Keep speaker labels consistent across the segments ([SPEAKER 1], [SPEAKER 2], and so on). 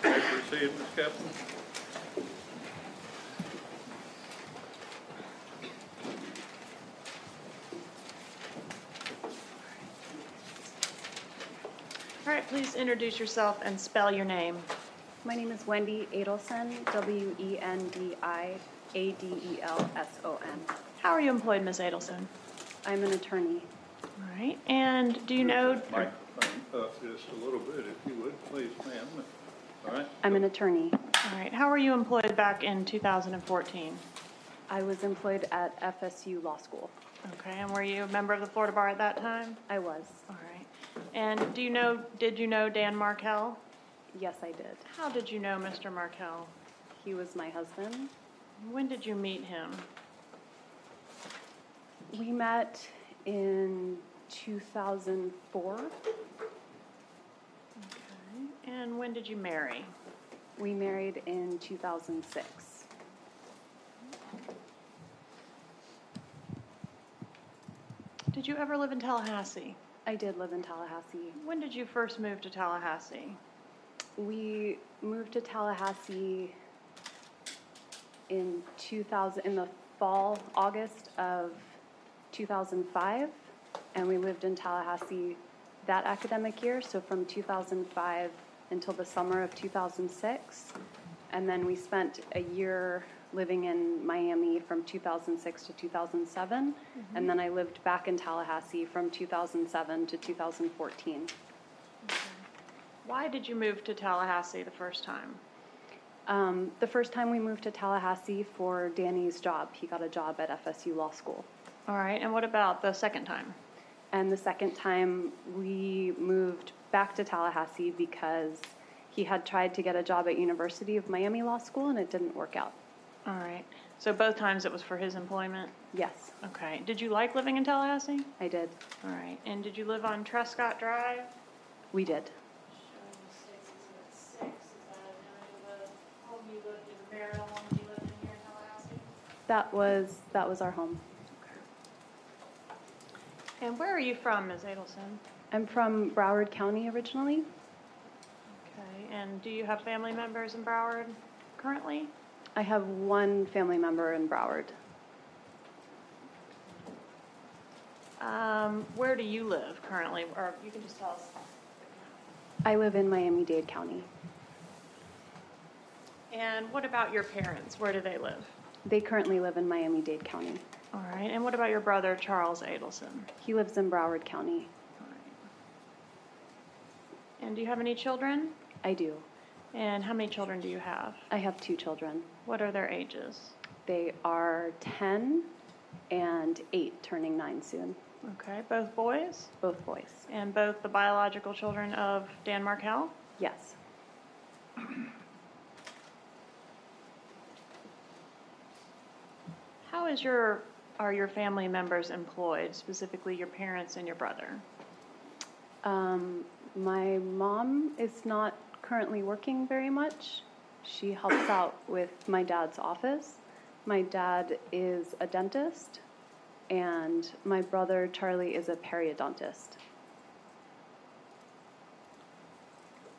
[SPEAKER 1] proceed, Ms. Kaplan?
[SPEAKER 2] All right, please introduce yourself and spell your name.
[SPEAKER 3] My name is Wendy Adelson, E W-E-N-D-I-A-D-E-L-S-O-N.
[SPEAKER 2] How are you employed, Ms. Adelson?
[SPEAKER 3] I'm an attorney.
[SPEAKER 2] All right, and do you know?
[SPEAKER 1] Microphone up uh, just a little bit, if you would, please, ma'am. All right?
[SPEAKER 3] I'm an attorney.
[SPEAKER 2] All right, how were you employed back in 2014?
[SPEAKER 3] I was employed at FSU Law School.
[SPEAKER 2] Okay, and were you a member of the Florida Bar at that time?
[SPEAKER 3] I was.
[SPEAKER 2] All right, and do you know, did you know Dan Markell?
[SPEAKER 3] Yes, I did.
[SPEAKER 2] How did you know Mr. Markell?
[SPEAKER 3] He was my husband.
[SPEAKER 2] When did you meet him?
[SPEAKER 3] We met in 2004.
[SPEAKER 2] Okay, And when did you marry?
[SPEAKER 3] We married in 2006.
[SPEAKER 2] Did you ever live in Tallahassee?
[SPEAKER 3] I did live in Tallahassee.
[SPEAKER 2] When did you first move to Tallahassee?
[SPEAKER 3] We moved to Tallahassee in 2000, in the fall, August of 2005, and we lived in Tallahassee that academic year, so from 2005 until the summer of 2006. And then we spent a year living in Miami from 2006 to 2007, and then I lived back in Tallahassee from 2007 to 2014.
[SPEAKER 2] Why did you move to Tallahassee the first time?
[SPEAKER 3] Um, the first time we moved to Tallahassee for Danny's job, he got a job at FSU Law School.
[SPEAKER 2] All right, and what about the second time?
[SPEAKER 3] And the second time we moved back to Tallahassee because he had tried to get a job at University of Miami Law School and it didn't work out.
[SPEAKER 2] All right, so both times it was for his employment?
[SPEAKER 3] Yes,
[SPEAKER 2] Okay, did you like living in Tallahassee?
[SPEAKER 3] I did.
[SPEAKER 2] All right, and did you live on Trescott Drive?
[SPEAKER 3] We did.
[SPEAKER 4] Showing six is at six, is that a nine of a home you lived in Merrill, home you lived in here in Tallahassee?
[SPEAKER 3] That was that was our home.
[SPEAKER 2] And where are you from, Ms. Adelson?
[SPEAKER 3] I'm from Broward County originally.
[SPEAKER 2] Okay, and do you have family members in Broward currently?
[SPEAKER 3] I have one family member in Broward.
[SPEAKER 2] Um, where do you live currently? Or you can just tell us.
[SPEAKER 3] I live in Miami-Dade County.
[SPEAKER 2] And what about your parents? Where do they live?
[SPEAKER 3] They currently live in Miami-Dade County.
[SPEAKER 2] All right, and what about your brother, Charles Adelson?
[SPEAKER 3] He lives in Broward County.
[SPEAKER 2] All right. And do you have any children?
[SPEAKER 3] I do.
[SPEAKER 2] And how many children do you have?
[SPEAKER 3] I have two children.
[SPEAKER 2] What are their ages?
[SPEAKER 3] They are 10 and 8, turning 9 soon,
[SPEAKER 2] Okay, both boys?
[SPEAKER 3] both boys.
[SPEAKER 2] And both the biological children of Dan Markell?
[SPEAKER 3] Yes.
[SPEAKER 2] How is your, are your family members employed, specifically your parents and your brother?
[SPEAKER 3] Um, my mom is not currently working very much. She helps out with my dad's office. My dad is a dentist, and my brother Charlie is a periodontist.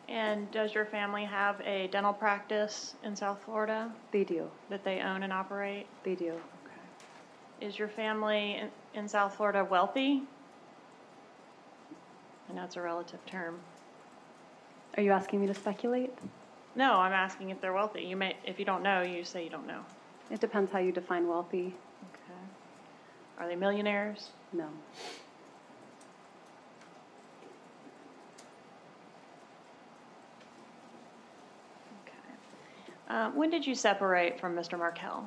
[SPEAKER 2] And does your family have a dental practice in South Florida
[SPEAKER 3] They do.
[SPEAKER 2] that they own and operate?
[SPEAKER 3] They do.
[SPEAKER 2] Okay. Is your family in, in South Florida wealthy? I know it's a relative term.
[SPEAKER 3] Are you asking me to speculate?
[SPEAKER 2] No, I'm asking if they're wealthy. You may, if you don't know, you say you don't know.
[SPEAKER 3] It depends how you define wealthy.
[SPEAKER 2] Okay. Are they millionaires?
[SPEAKER 3] No.
[SPEAKER 2] Okay. Uh, when did you separate from Mr. Markell?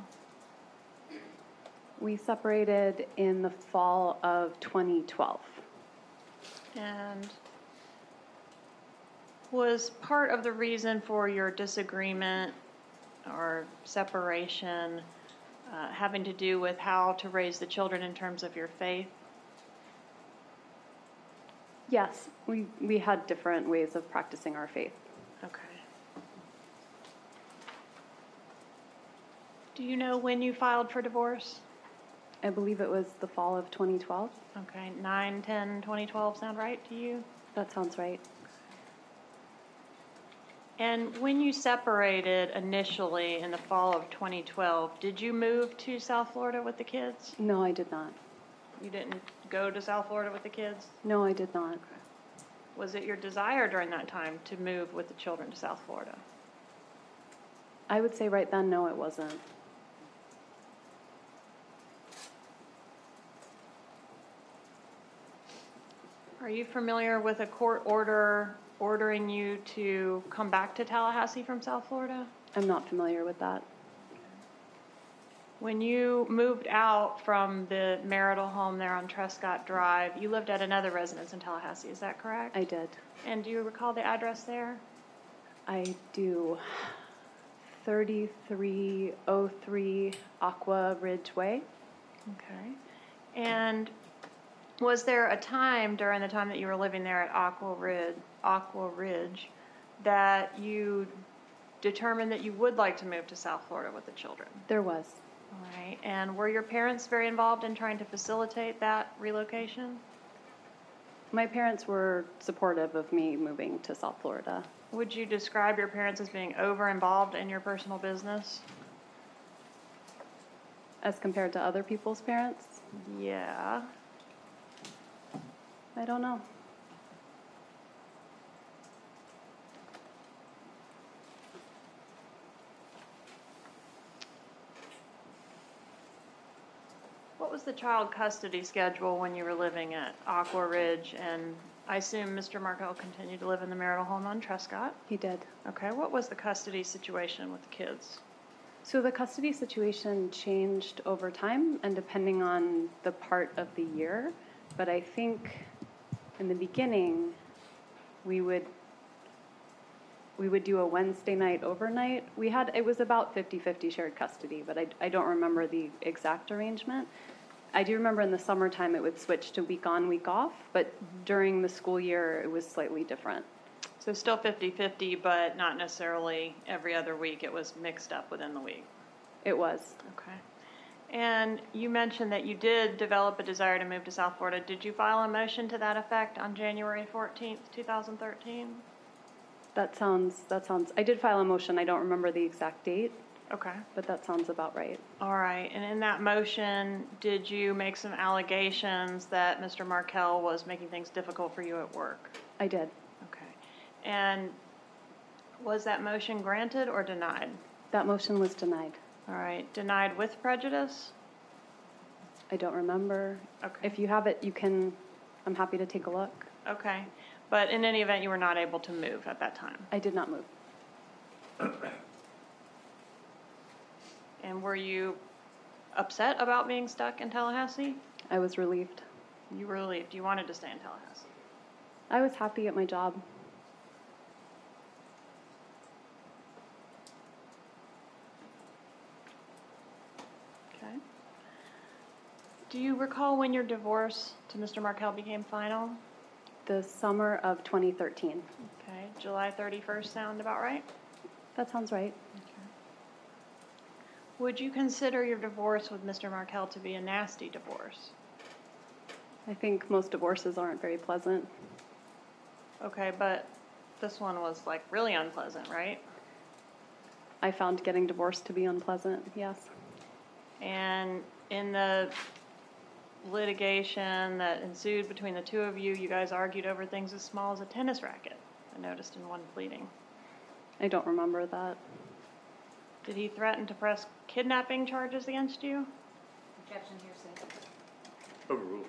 [SPEAKER 3] We separated in the fall of 2012.
[SPEAKER 2] And was part of the reason for your disagreement or separation uh, having to do with how to raise the children in terms of your faith?
[SPEAKER 3] Yes, we, we had different ways of practicing our faith.
[SPEAKER 2] Okay. Do you know when you filed for divorce?
[SPEAKER 3] I believe it was the fall of 2012.
[SPEAKER 2] Okay, 9, 10, 2012 sound right to you?
[SPEAKER 3] That sounds right.
[SPEAKER 2] And when you separated initially in the fall of 2012, did you move to South Florida with the kids?
[SPEAKER 3] No, I did not.
[SPEAKER 2] You didn't go to South Florida with the kids?
[SPEAKER 3] No, I did not.
[SPEAKER 2] Was it your desire during that time to move with the children to South Florida?
[SPEAKER 3] I would say right then, no, it wasn't.
[SPEAKER 2] Are you familiar with a court order ordering you to come back to Tallahassee from South Florida?
[SPEAKER 3] I'm not familiar with that.
[SPEAKER 2] When you moved out from the marital home there on Trescott Drive, you lived at another residence in Tallahassee, is that correct?
[SPEAKER 3] I did.
[SPEAKER 2] And do you recall the address there?
[SPEAKER 3] I do 3303 Aqua Ridge Way.
[SPEAKER 2] Okay. And was there a time during the time that you were living there at Aqua Ridge, Aqua Ridge, that you determined that you would like to move to South Florida with the children?
[SPEAKER 3] There was.
[SPEAKER 2] All right. And were your parents very involved in trying to facilitate that relocation?
[SPEAKER 3] My parents were supportive of me moving to South Florida.
[SPEAKER 2] Would you describe your parents as being over involved in your personal business?
[SPEAKER 3] As compared to other people's parents,
[SPEAKER 2] Yeah.
[SPEAKER 3] I don't know.
[SPEAKER 2] What was the child custody schedule when you were living at Aqua Ridge? And I assume Mr. Markel continued to live in the marital home on Trescott.
[SPEAKER 3] He did.
[SPEAKER 2] Okay, what was the custody situation with the kids?
[SPEAKER 3] So the custody situation changed over time and depending on the part of the year. But I think in the beginning, we would we would do a Wednesday night overnight. We had it was about 50-50 shared custody, but I, I don't remember the exact arrangement. I do remember in the summertime it would switch to week on, week off, but during the school year it was slightly different.
[SPEAKER 2] So still 50-50, but not necessarily every other week. It was mixed up within the week.
[SPEAKER 3] It was.
[SPEAKER 2] Okay. And you mentioned that you did develop a desire to move to South Florida. Did you file a motion to that effect on January 14th, 2013?
[SPEAKER 3] That sounds that sounds I did file a motion, I don't remember the exact date.
[SPEAKER 2] Okay.
[SPEAKER 3] But that sounds about right.
[SPEAKER 2] All right. And in that motion, did you make some allegations that Mr. Markel was making things difficult for you at work?
[SPEAKER 3] I did.
[SPEAKER 2] Okay. And was that motion granted or denied?
[SPEAKER 3] That motion was denied.
[SPEAKER 2] All right, denied with prejudice?
[SPEAKER 3] I don't remember.
[SPEAKER 2] Okay.
[SPEAKER 3] If you have it, you can, I'm happy to take a look.
[SPEAKER 2] Okay. But in any event, you were not able to move at that time?
[SPEAKER 3] I did not move.
[SPEAKER 2] And were you upset about being stuck in Tallahassee?
[SPEAKER 3] I was relieved.
[SPEAKER 2] You were relieved, you wanted to stay in Tallahassee.
[SPEAKER 3] I was happy at my job.
[SPEAKER 2] Okay. Do you recall when your divorce to Mr. Markel became final?
[SPEAKER 3] The summer of 2013.
[SPEAKER 2] Okay, July 31st sound about right?
[SPEAKER 3] That sounds right.
[SPEAKER 2] Would you consider your divorce with Mr. Markel to be a nasty divorce?
[SPEAKER 3] I think most divorces aren't very pleasant.
[SPEAKER 2] Okay, but this one was like really unpleasant, right?
[SPEAKER 3] I found getting divorced to be unpleasant, yes.
[SPEAKER 2] And in the litigation that ensued between the two of you, you guys argued over things as small as a tennis racket, I noticed in one pleading.
[SPEAKER 3] I don't remember that.
[SPEAKER 2] Did he threaten to press kidnapping charges against you?
[SPEAKER 4] Objection hearsay.
[SPEAKER 1] Overruled.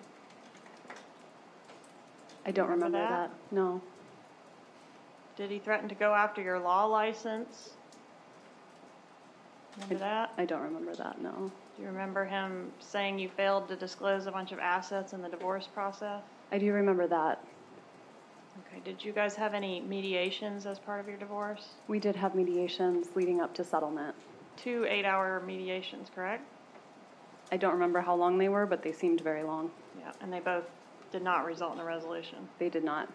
[SPEAKER 3] I don't
[SPEAKER 2] Remember
[SPEAKER 3] remember,
[SPEAKER 2] that?
[SPEAKER 3] that? No.
[SPEAKER 2] Did he threaten to go after your law license? Remember that?
[SPEAKER 3] I don't remember that, no.
[SPEAKER 2] Do you remember him saying you failed to disclose a bunch of assets in the divorce process?
[SPEAKER 3] I do remember that.
[SPEAKER 2] Okay, did you guys have any mediations as part of your divorce?
[SPEAKER 3] We did have mediations leading up to settlement.
[SPEAKER 2] Two eight-hour mediations, correct?
[SPEAKER 3] I don't remember how long they were, but they seemed very long.
[SPEAKER 2] Yeah, and they both did not result in a resolution.
[SPEAKER 3] They did not.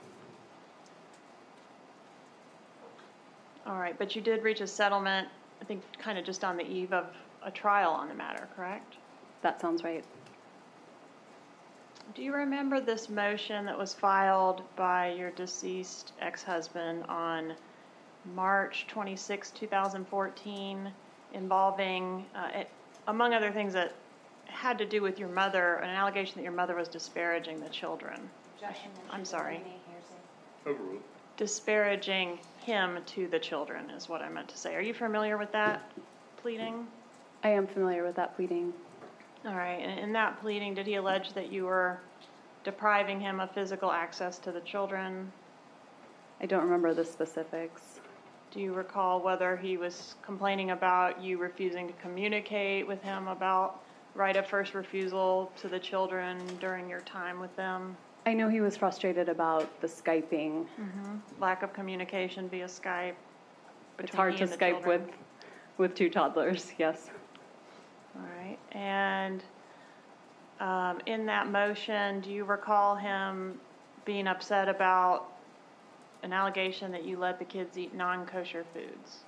[SPEAKER 2] All right, but you did reach a settlement, I think, kind of just on the eve of a trial on the matter, correct?
[SPEAKER 3] That sounds right.
[SPEAKER 2] Do you remember this motion that was filed by your deceased ex-husband on March 26, 2014, involving, uh, it- among other things, that had to do with your mother, an allegation that your mother was disparaging the children. I'm sorry.
[SPEAKER 1] Overruled.
[SPEAKER 2] Disparaging him to the children is what I meant to say. Are you familiar with that pleading?
[SPEAKER 3] I am familiar with that pleading.
[SPEAKER 2] All right, and in that pleading, did he allege that you were depriving him of physical access to the children?
[SPEAKER 3] I don't remember the specifics.
[SPEAKER 2] Do you recall whether he was complaining about you refusing to communicate with him about right of first refusal to the children during your time with them?
[SPEAKER 3] I know he was frustrated about the Skyping.
[SPEAKER 2] Mm-hmm. Lack of communication via Skype?
[SPEAKER 3] It's
[SPEAKER 2] between
[SPEAKER 3] hard
[SPEAKER 2] he
[SPEAKER 3] to
[SPEAKER 2] and the
[SPEAKER 3] Skype
[SPEAKER 2] children?
[SPEAKER 3] with, with two toddlers, yes.
[SPEAKER 2] All right, and um, in that motion, do you recall him being upset about an allegation that you let the kids eat non-kosher foods?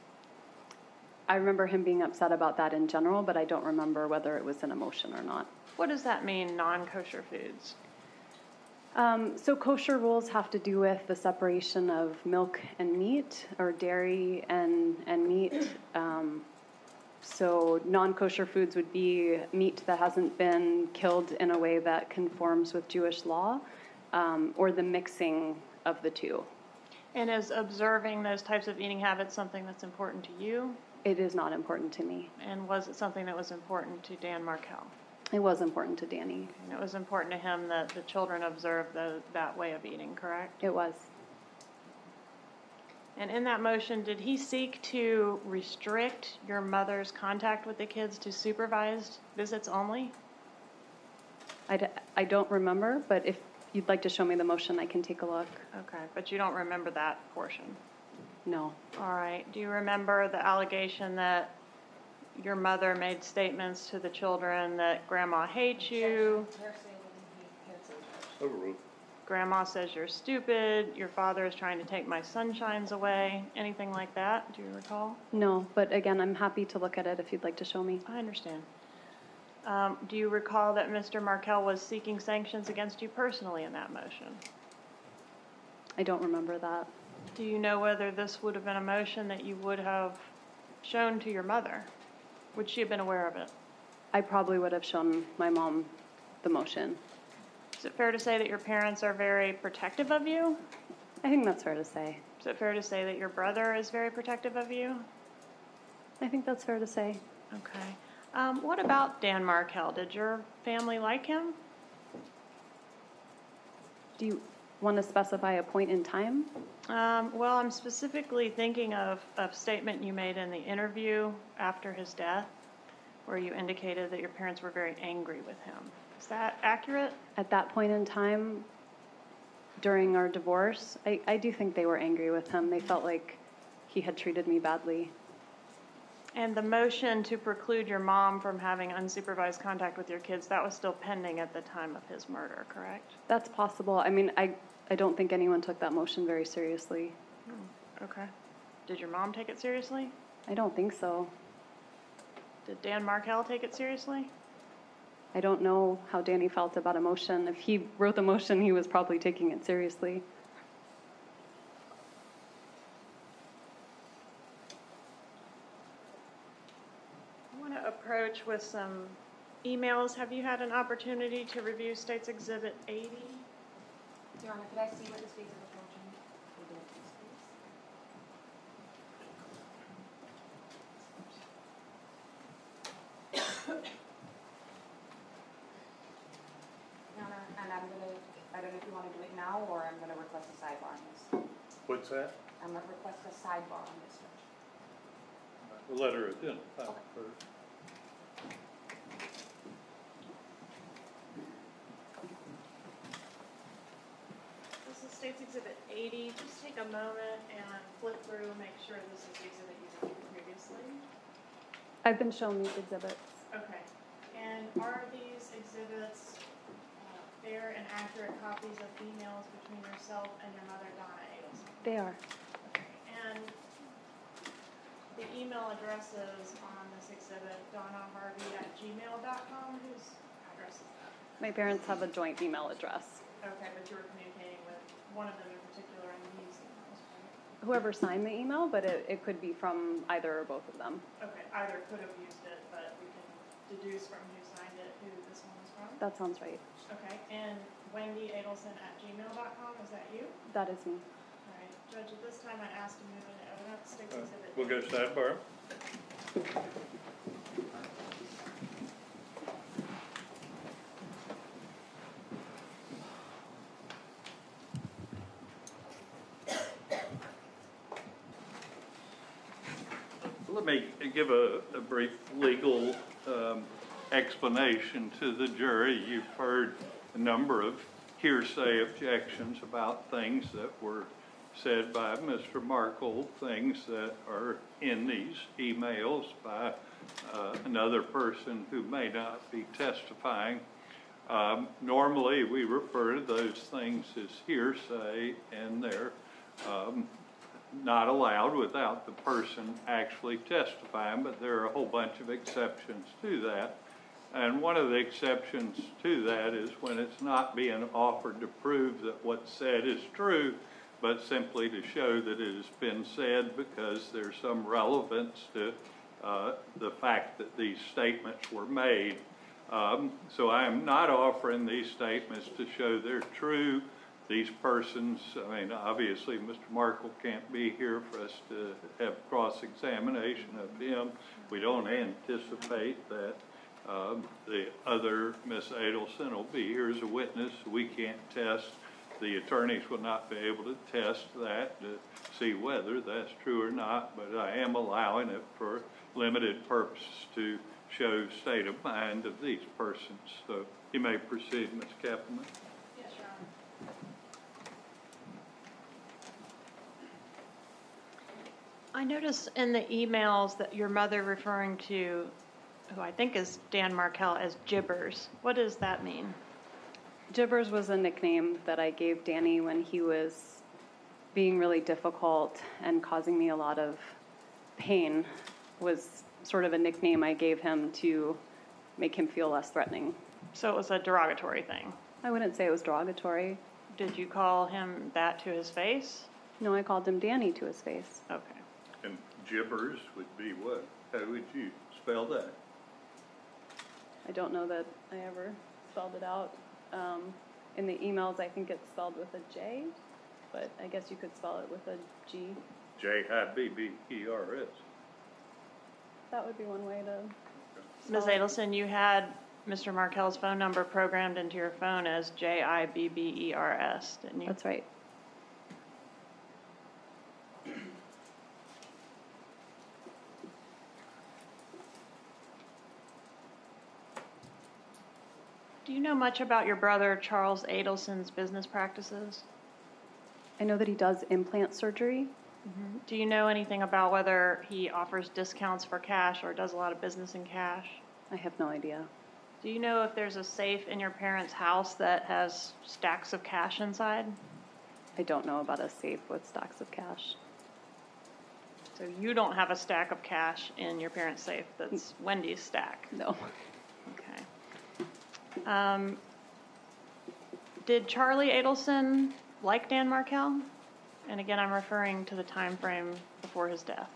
[SPEAKER 3] I remember him being upset about that in general, but I don't remember whether it was an emotion or not.
[SPEAKER 2] What does that mean, non-kosher foods?
[SPEAKER 3] Um, so kosher rules have to do with the separation of milk and meat, or dairy and and meat. Um, so non-kosher foods would be meat that hasn't been killed in a way that conforms with Jewish law, um, or the mixing of the two.
[SPEAKER 2] And is observing those types of eating habits something that's important to you?
[SPEAKER 3] It is not important to me.
[SPEAKER 2] And was it something that was important to Dan Markell?
[SPEAKER 3] It was important to Danny.
[SPEAKER 2] And it was important to him that the children observe tho- that way of eating, correct?
[SPEAKER 3] It was.
[SPEAKER 2] And in that motion, did he seek to restrict your mother's contact with the kids to supervised visits only?
[SPEAKER 3] I, d- I don't remember, but if you'd like to show me the motion, I can take a look.
[SPEAKER 2] Okay, but you don't remember that portion.
[SPEAKER 3] No.
[SPEAKER 2] All right, do you remember the allegation that your mother made statements to the children that grandma hates you,
[SPEAKER 1] Overruled.
[SPEAKER 2] grandma says you're stupid, your father is trying to take my sunshines away, anything like that? Do you recall?
[SPEAKER 3] No, but again, I'm happy to look at it if you'd like to show me.
[SPEAKER 2] I understand. Um, do you recall that Mr. Markell was seeking sanctions against you personally in that motion?
[SPEAKER 3] I don't remember that.
[SPEAKER 2] Do you know whether this would have been a motion that you would have shown to your mother? Would she have been aware of it?
[SPEAKER 3] I probably would have shown my mom the motion.
[SPEAKER 2] Is it fair to say that your parents are very protective of you?
[SPEAKER 3] I think that's fair to say.
[SPEAKER 2] Is it fair to say that your brother is very protective of you?
[SPEAKER 3] I think that's fair to say.
[SPEAKER 2] Okay. Um, what about Dan Markell? Did your family like him?
[SPEAKER 3] Do you want to specify a point in time?
[SPEAKER 2] Um, well, I'm specifically thinking of a statement you made in the interview after his death where you indicated that your parents were very angry with him. Is that accurate?
[SPEAKER 3] At that point in time, during our divorce, I, I do think they were angry with him. They felt like he had treated me badly.
[SPEAKER 2] And the motion to preclude your mom from having unsupervised contact with your kids, that was still pending at the time of his murder, correct?
[SPEAKER 3] That's possible. I mean, I, I don't think anyone took that motion very seriously.
[SPEAKER 2] Okay. Did your mom take it seriously?
[SPEAKER 3] I don't think so.
[SPEAKER 2] Did Dan Markell take it seriously?
[SPEAKER 3] I don't know how Danny felt about a motion. If he wrote the motion, he was probably taking it seriously.
[SPEAKER 2] I want to approach with some emails. Have you had an opportunity to review State's Exhibit 80?
[SPEAKER 4] Your Honor, could I see what the states of the motion? will do, please? Your Honor, and I'm gonna, I don't know if you wanna do it now, or I'm gonna request a sidebar on this.
[SPEAKER 1] What's that?
[SPEAKER 4] I'm gonna request a sidebar on this, Judge.
[SPEAKER 1] The letter identified first.
[SPEAKER 2] This is State's Exhibit 80. Just take a moment and flip through, make sure this is the exhibit you reviewed previously.
[SPEAKER 3] I've been shown these exhibits.
[SPEAKER 2] Okay. And are these exhibits uh, fair and accurate copies of emails between yourself and your mother, Donna Adelson?
[SPEAKER 3] They are.
[SPEAKER 2] And the email addresses on this exhibit, Donna Harvey at gmail.com, whose address is that?
[SPEAKER 3] My parents have a joint email address.
[SPEAKER 2] Okay, but you were communicating with one of them in particular and these emails, right?
[SPEAKER 3] whoever signed the email, but it, it could be from either or both of them.
[SPEAKER 4] Okay, either could have used it, but we can deduce from who signed it, who this one was from.
[SPEAKER 3] That sounds right.
[SPEAKER 4] Okay, and Wendy Adelson at gmail.com, is that you?
[SPEAKER 3] That is me.
[SPEAKER 4] All right, Judge, at this time I ask to move into evidence, six
[SPEAKER 1] Uh,
[SPEAKER 4] exhibit.
[SPEAKER 1] We'll go sidebar. Let me give a, a brief legal um, explanation to the jury. You've heard a number of hearsay objections about things that were said by Mr. Markle, things that are in these emails by uh, another person who may not be testifying. Um, Normally, we refer to those things as hearsay, and they're um, not allowed without the person actually testifying, but there are a whole bunch of exceptions to that. And one of the exceptions to that is when it's not being offered to prove that what's said is true, but simply to show that it has been said because there's some relevance to uh, the fact that these statements were made. Um, So I am not offering these statements to show they're true. These persons, I mean, obviously, Mr. Markle can't be here for us to have cross-examination of him. We don't anticipate that um, the other, Ms. Adelson, will be here as a witness. We can't test, the attorneys will not be able to test that to see whether that's true or not, but I am allowing it for limited purposes to show state of mind of these persons. So you may proceed, Ms. Kaplan.
[SPEAKER 4] Yes, Your Honor.
[SPEAKER 2] I noticed in the emails that your mother referring to, who I think is Dan Markell, as gibbers. What does that mean?
[SPEAKER 3] Gibbers was a nickname that I gave Danny when he was being really difficult and causing me a lot of pain was sort of a nickname I gave him to make him feel less threatening.
[SPEAKER 2] So it was a derogatory thing.
[SPEAKER 3] I wouldn't say it was derogatory.
[SPEAKER 2] Did you call him that to his face?
[SPEAKER 3] No, I called him Danny to his face.
[SPEAKER 2] Okay.
[SPEAKER 1] And gibbers would be what? How would you spell that?
[SPEAKER 3] I don't know that I ever spelled it out. Um, in the emails, I think it's spelled with a J, but I guess you could spell it with a G.
[SPEAKER 1] E J-I-B-B-E-R-S.
[SPEAKER 3] That would be one way to.
[SPEAKER 2] Ms.
[SPEAKER 3] spell it.
[SPEAKER 2] Adelson, you had Mr. Markell's phone number programmed into your phone as J I B B E R S, didn't you?
[SPEAKER 3] That's right.
[SPEAKER 2] Do you know much about your brother Charles Adelson's business practices?
[SPEAKER 3] I know that he does implant surgery.
[SPEAKER 2] Do you know anything about whether he offers discounts for cash or does a lot of business in cash?
[SPEAKER 3] I have no idea.
[SPEAKER 2] Do you know if there's a safe in your parents' house that has stacks of cash inside?
[SPEAKER 3] I don't know about a safe with stocks of cash.
[SPEAKER 2] So you don't have a stack of cash in your parents' safe. That's Wendy's stack.
[SPEAKER 3] No.
[SPEAKER 2] Okay. Um, did Charlie Adelson like Dan Markell? And again, I'm referring to the time frame before his death.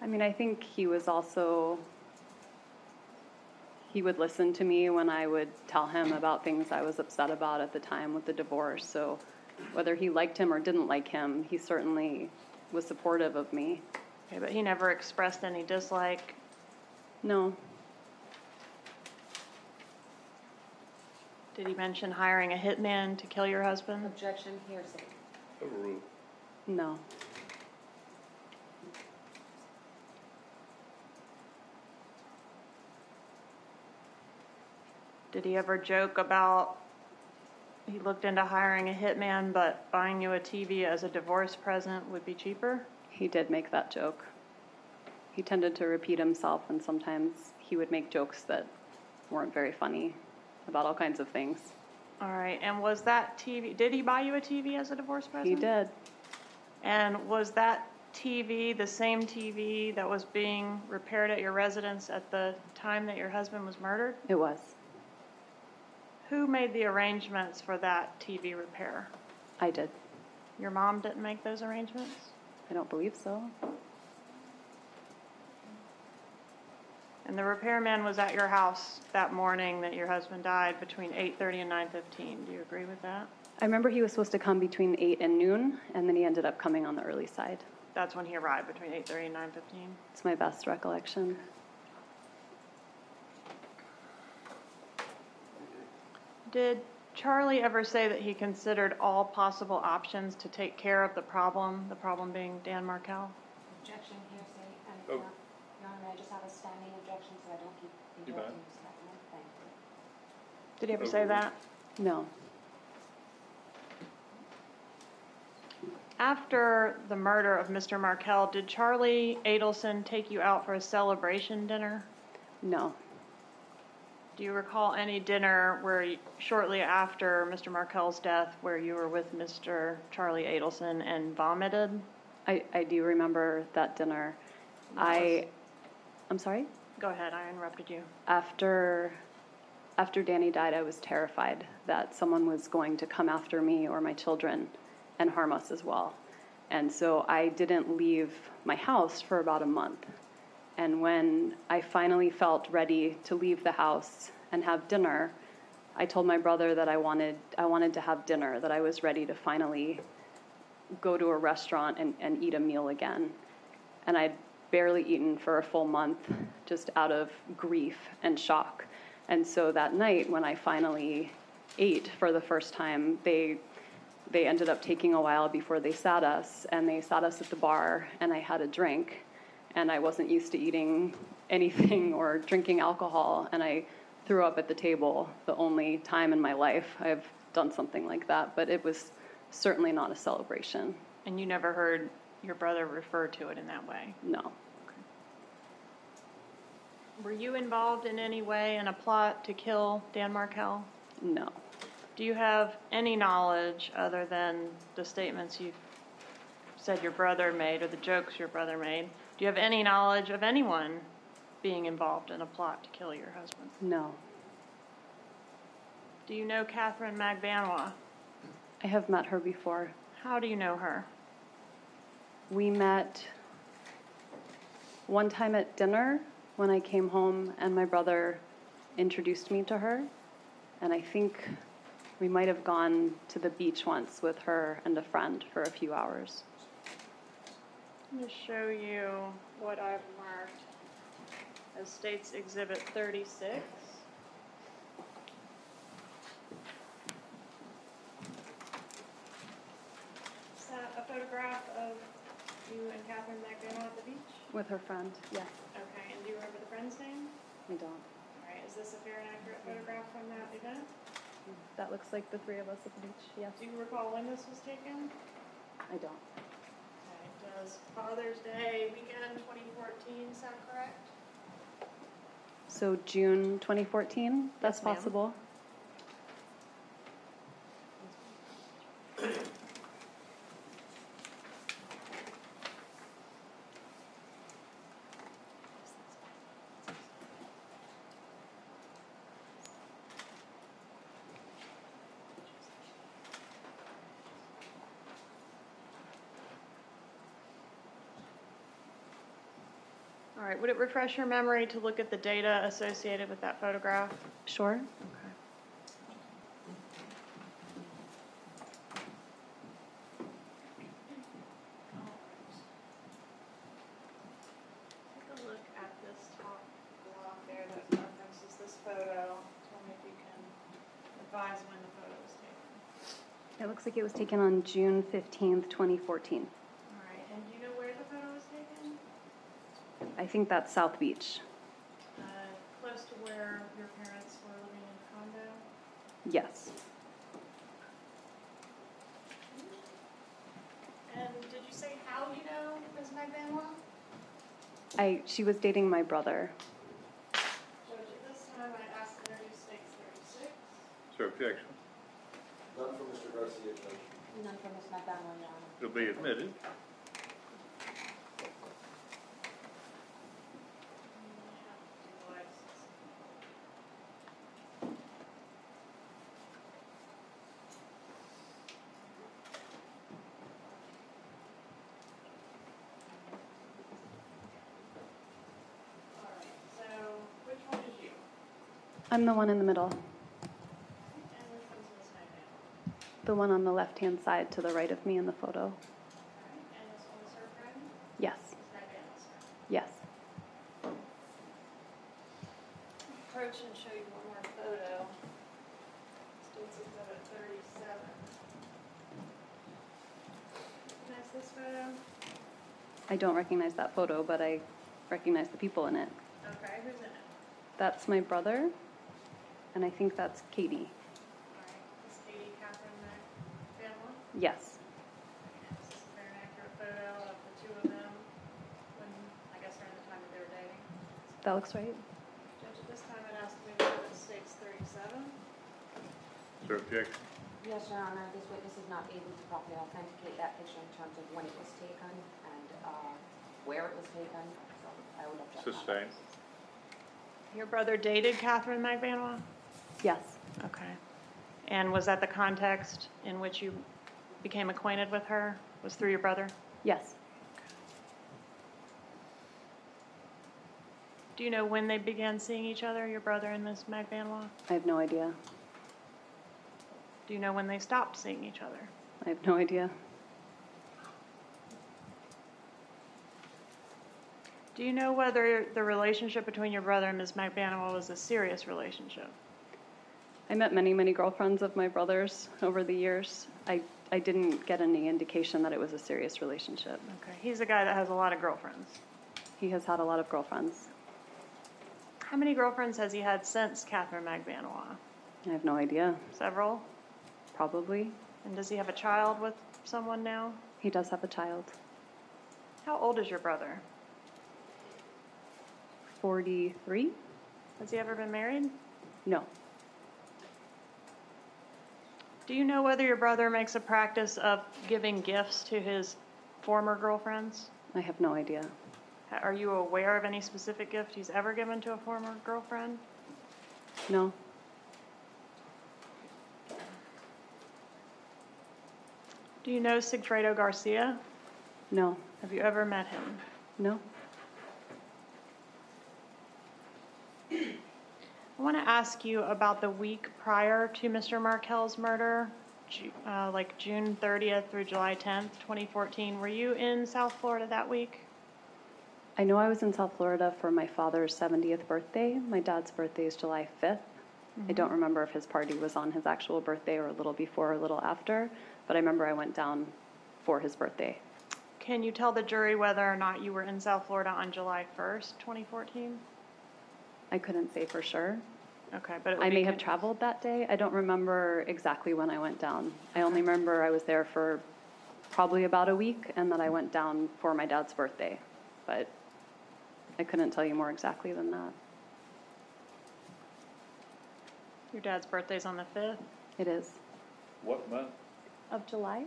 [SPEAKER 3] I mean, I think he was also. He would listen to me when I would tell him about things I was upset about at the time with the divorce. So, whether he liked him or didn't like him, he certainly was supportive of me.
[SPEAKER 2] Okay, but he never expressed any dislike.
[SPEAKER 3] No,
[SPEAKER 2] Did he mention hiring a hitman to kill your husband?
[SPEAKER 5] Objection hearsay.
[SPEAKER 1] Overruled.
[SPEAKER 3] no.
[SPEAKER 2] Did he ever joke about he looked into hiring a hitman, but buying you a TV as a divorce present would be cheaper?
[SPEAKER 3] He did make that joke. He tended to repeat himself, and sometimes he would make jokes that weren't very funny about all kinds of things.
[SPEAKER 2] All right, and was that TV? Did he buy you a TV as a divorce present?
[SPEAKER 3] He did.
[SPEAKER 2] And was that TV the same TV that was being repaired at your residence at the time that your husband was murdered?
[SPEAKER 3] It was.
[SPEAKER 2] Who made the arrangements for that TV repair?
[SPEAKER 3] I did.
[SPEAKER 2] Your mom didn't make those arrangements?
[SPEAKER 3] I don't believe so.
[SPEAKER 2] And the repairman was at your house that morning that your husband died between 8:30 and 9:15. Do you agree with that?
[SPEAKER 3] I remember he was supposed to come between eight and noon, and then he ended up coming on the early side.
[SPEAKER 2] That's when he arrived, between 8:30 and 9:15?
[SPEAKER 3] It's my best recollection.
[SPEAKER 2] Did Charlie ever say that he considered all possible options to take care of the problem, the problem being Dan Markel?
[SPEAKER 5] Objection hearsay, and, uh,
[SPEAKER 1] Oh.
[SPEAKER 5] Your Honor, I just have a standing objection, so I don't keep
[SPEAKER 1] You
[SPEAKER 5] interrupting
[SPEAKER 1] bet.
[SPEAKER 5] you, so that's my thing.
[SPEAKER 2] Did he ever say that?
[SPEAKER 3] No.
[SPEAKER 2] After the murder of Mr. Markel, did Charlie Adelson take you out for a celebration dinner?
[SPEAKER 3] No.
[SPEAKER 2] Do you recall any dinner where, you- shortly after Mr. Markel's death, where you were with Mr. Charlie Adelson and vomited?
[SPEAKER 3] I, I do remember that dinner. I, I'm sorry?
[SPEAKER 2] Go ahead, I interrupted you.
[SPEAKER 3] After, after Danny died, I was terrified that someone was going to come after me or my children and harm us as well. And so I didn't leave my house for about a month. And when I finally felt ready to leave the house and have dinner, I told my brother that I wanted, I wanted to have dinner, that I was ready to finally go to a restaurant and, and eat a meal again. And I'd barely eaten for a full month, just out of grief and shock. And so that night, when I finally ate for the first time, they they ended up taking a while before they sat us, and they sat us at the bar, and I had a drink, and I wasn't used to eating anything or drinking alcohol, and I threw up at the table. The only time in my life I've done something like that, but it was certainly not a celebration.
[SPEAKER 2] And you never heard your brother refer to it in that way?
[SPEAKER 3] No.
[SPEAKER 2] Were you involved in any way in a plot to kill Dan Markel?
[SPEAKER 3] No.
[SPEAKER 2] Do you have any knowledge other than the statements you said your brother made or the jokes your brother made? Do you have any knowledge of anyone being involved in a plot to kill your husband?
[SPEAKER 3] No.
[SPEAKER 2] Do you know Catherine Magbanwa?
[SPEAKER 3] I have met her before.
[SPEAKER 2] How do you know her?
[SPEAKER 3] We met one time at dinner when I came home, and my brother introduced me to her. And I think we might have gone to the beach once with her and a friend for a few hours.
[SPEAKER 2] Let me show you what I've marked as States Exhibit 36. Is that a photograph of you and Catherine Magdalena at the beach?
[SPEAKER 3] With her friend? Yes.
[SPEAKER 2] Okay, and do you remember the friend's name?
[SPEAKER 3] I don't.
[SPEAKER 2] All right, is this a fair and accurate photograph from that event?
[SPEAKER 3] That looks like the three of us at the beach. Yes.
[SPEAKER 2] Do you recall when this was taken?
[SPEAKER 3] I don't.
[SPEAKER 2] Okay, does Father's Day weekend 2014 sound correct?
[SPEAKER 3] So June 2014? That's
[SPEAKER 2] Yes, ma'am.
[SPEAKER 3] possible.
[SPEAKER 2] All right, would it refresh your memory to look at the data associated with that photograph?
[SPEAKER 3] Sure.
[SPEAKER 2] Take a look at this top block there that references this photo. Tell me if you can advise when the photo was taken.
[SPEAKER 3] It looks like it was taken on June 15th, 2014.
[SPEAKER 2] All right, and do you know where the photo was taken?
[SPEAKER 3] I think that's South Beach.
[SPEAKER 2] Uh, Close to where your parents were living in the condo?
[SPEAKER 3] Yes.
[SPEAKER 2] And did you say how you know Ms. Magbanwa?
[SPEAKER 3] I she was dating my brother.
[SPEAKER 2] Judge, at this time I ask that there be stakes thirty-six.
[SPEAKER 1] Is there objection?
[SPEAKER 6] None for Mr. Garcia, Judge.
[SPEAKER 5] None from Ms. McDonald, Your Honor.
[SPEAKER 1] It'll be admitted.
[SPEAKER 3] I'm the one in the middle,
[SPEAKER 4] And which one's Ms. Nightman?
[SPEAKER 3] the one on the left-hand side to the right of me in the photo.
[SPEAKER 4] Alright, and this one's her friend,
[SPEAKER 3] Yes,
[SPEAKER 4] Ms. Nightman also.
[SPEAKER 3] yes.
[SPEAKER 4] Approach and show you one more photo. States it's at thirty-seven. Recognize this photo?
[SPEAKER 3] I don't recognize that photo, but I recognize the people in it.
[SPEAKER 4] Okay, who's in it?
[SPEAKER 3] That's my brother, and I think that's Katie.
[SPEAKER 4] Alright, is Katie Catherine the family?
[SPEAKER 3] Yes,
[SPEAKER 4] This is a very accurate photo of the two of them when, I guess around the time that they were dating.
[SPEAKER 3] that looks right.
[SPEAKER 4] Judge, at this time I'd ask to move to six thirty-seven.
[SPEAKER 1] Is there objection?
[SPEAKER 5] Yes, Your Honor, this witness is not able to properly authenticate that picture in terms of when it was taken and uh, where it was taken, so I would object. on that.
[SPEAKER 1] Sustained.
[SPEAKER 2] Your brother dated Catherine McVanwa?
[SPEAKER 3] Yes,
[SPEAKER 2] Okay. And was that the context in which you became acquainted with her? Was through your brother?
[SPEAKER 3] yes.
[SPEAKER 2] Do you know when they began seeing each other, your brother and Ms. McVanwa?
[SPEAKER 3] I have no idea.
[SPEAKER 2] Do you know when they stopped seeing each other?
[SPEAKER 3] I have no idea.
[SPEAKER 2] Do you know whether the relationship between your brother and Ms. McVanwa was a serious relationship?
[SPEAKER 3] I met many, many girlfriends of my brother's over the years. I, I didn't get any indication that it was a serious relationship.
[SPEAKER 2] Okay, he's a guy that has a lot of girlfriends.
[SPEAKER 3] He has had a lot of girlfriends.
[SPEAKER 2] How many girlfriends has he had since Catherine McVanwa?
[SPEAKER 3] I have no idea.
[SPEAKER 2] Several?
[SPEAKER 3] Probably.
[SPEAKER 2] And does he have a child with someone now?
[SPEAKER 3] He does have a child.
[SPEAKER 2] How old is your brother?
[SPEAKER 3] 43?
[SPEAKER 2] Has he ever been married?
[SPEAKER 3] No.
[SPEAKER 2] Do you know whether your brother makes a practice of giving gifts to his former girlfriends?
[SPEAKER 3] I have no idea.
[SPEAKER 2] Ha- Are you aware of any specific gift he's ever given to a former girlfriend?
[SPEAKER 3] No.
[SPEAKER 2] Do you know Sigfredo Garcia?
[SPEAKER 3] No.
[SPEAKER 2] Have you ever met him?
[SPEAKER 3] No.
[SPEAKER 2] I want to ask you about the week prior to Mr. Markell's murder, Ju- uh, like June 30th through July 10th, 2014. Were you in South Florida that week?
[SPEAKER 3] I know I was in South Florida for my father's 70th birthday. My dad's birthday is July 5th. I don't remember if his party was on his actual birthday or a little before or a little after, but I remember I went down for his birthday.
[SPEAKER 2] Can you tell the jury whether or not you were in South Florida on July 1st, 2014?
[SPEAKER 3] I couldn't say for sure.
[SPEAKER 2] Okay, but it would
[SPEAKER 3] I
[SPEAKER 2] be
[SPEAKER 3] may have
[SPEAKER 2] con-
[SPEAKER 3] traveled that day. I don't remember exactly when I went down. I only remember I was there for probably about a week and that I went down for my dad's birthday. But I couldn't tell you more exactly than that.
[SPEAKER 2] Your dad's birthday's on the 5th.
[SPEAKER 3] It is.
[SPEAKER 1] What month?
[SPEAKER 3] Of July?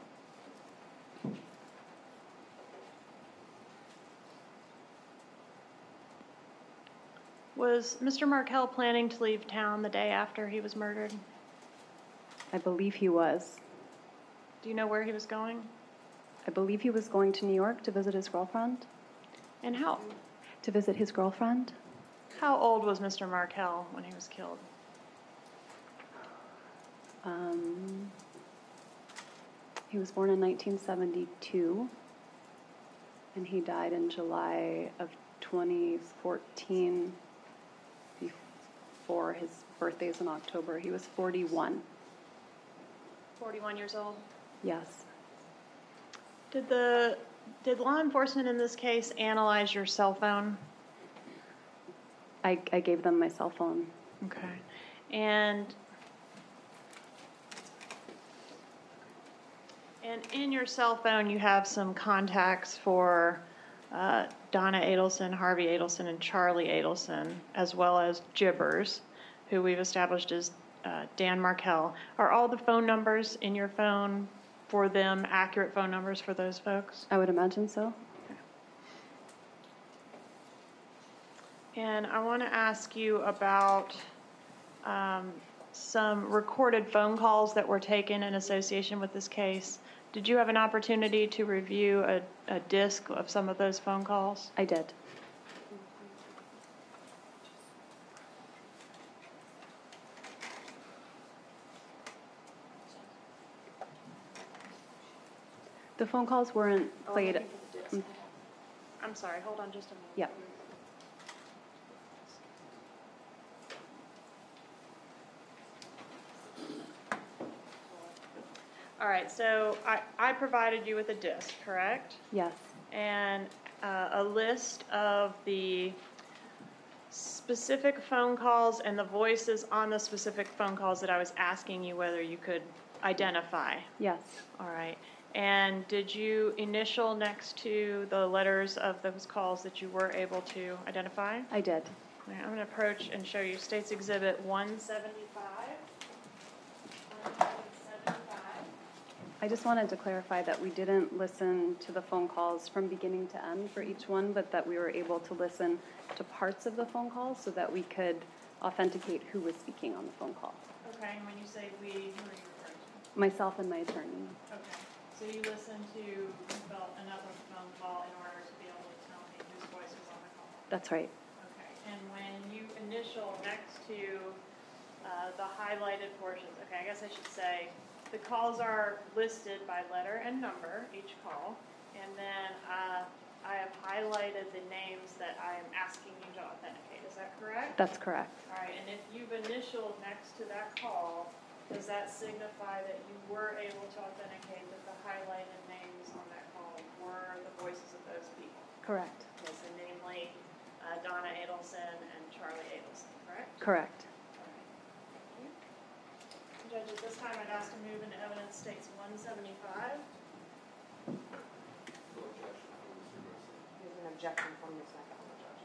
[SPEAKER 2] Was Mr. Markell planning to leave town the day after he was murdered?
[SPEAKER 3] I believe he was.
[SPEAKER 2] Do you know where he was going?
[SPEAKER 3] I believe he was going to New York to visit his girlfriend.
[SPEAKER 2] And how
[SPEAKER 3] To visit his girlfriend?
[SPEAKER 2] how old was Mr. Markell when he was killed?
[SPEAKER 3] Um, he was born in 1972 and he died in July of 2014 before his birthday is in October. He was 41.
[SPEAKER 2] 41 years old.
[SPEAKER 3] Yes.
[SPEAKER 2] Did the did law enforcement in this case analyze your cell phone?
[SPEAKER 3] I, I gave them my cell phone.
[SPEAKER 2] Okay. And and in your cell phone, you have some contacts for uh, Donna Adelson, Harvey Adelson, and Charlie Adelson, as well as Gibbers, who we've established as uh, Dan Markell. Are all the phone numbers in your phone for them accurate phone numbers for those folks?
[SPEAKER 3] I would imagine so.
[SPEAKER 2] And I want to ask you about um, some recorded phone calls that were taken in association with this case. Did you have an opportunity to review a, a disc of some of those phone calls?
[SPEAKER 3] I did. The phone calls weren't
[SPEAKER 2] Oh, I'm
[SPEAKER 3] played. Mm,
[SPEAKER 2] looking for the disc. I'm sorry, hold on just a minute.
[SPEAKER 3] Yeah.
[SPEAKER 2] All right, so I, I provided you with a disc, correct?
[SPEAKER 3] Yes,
[SPEAKER 2] and uh, a list of the specific phone calls and the voices on the specific phone calls that I was asking you whether you could identify.
[SPEAKER 3] yes,
[SPEAKER 2] All right. And did you initial next to the letters of those calls that you were able to identify?
[SPEAKER 3] I did.
[SPEAKER 2] All right, I'm going to approach and show you State's Exhibit 175.
[SPEAKER 4] 175.
[SPEAKER 3] I just wanted to clarify that we didn't listen to the phone calls from beginning to end for each one, but that we were able to listen to parts of the phone call so that we could authenticate who was speaking on the phone call,
[SPEAKER 2] Okay, and when you say we, who are you referring to?
[SPEAKER 3] myself and my attorney.
[SPEAKER 2] Okay, so you listened to about another phone call in order to be able to tell me whose voice was on the call?
[SPEAKER 3] That's right.
[SPEAKER 2] Okay, and when you initial next to uh, the highlighted portions, okay, I guess I should say, the calls are listed by letter and number, each call, and then uh, I have highlighted the names that I am asking you to authenticate, is that correct?
[SPEAKER 3] That's correct.
[SPEAKER 2] All right, and if you've initialed next to that call, does that signify that you were able to authenticate that the highlighted names on that call were the voices of those people?
[SPEAKER 3] Correct.
[SPEAKER 2] Yes, and namely uh, Donna Adelson and Charlie Adelson, correct?
[SPEAKER 3] Correct.
[SPEAKER 2] All right. Thank you. Judge, at this time, I'd ask to move into evidence states 175.
[SPEAKER 6] No objection from
[SPEAKER 5] There's an objection from
[SPEAKER 6] Mr. Garcia.
[SPEAKER 5] Ms. McElhenney, Judge.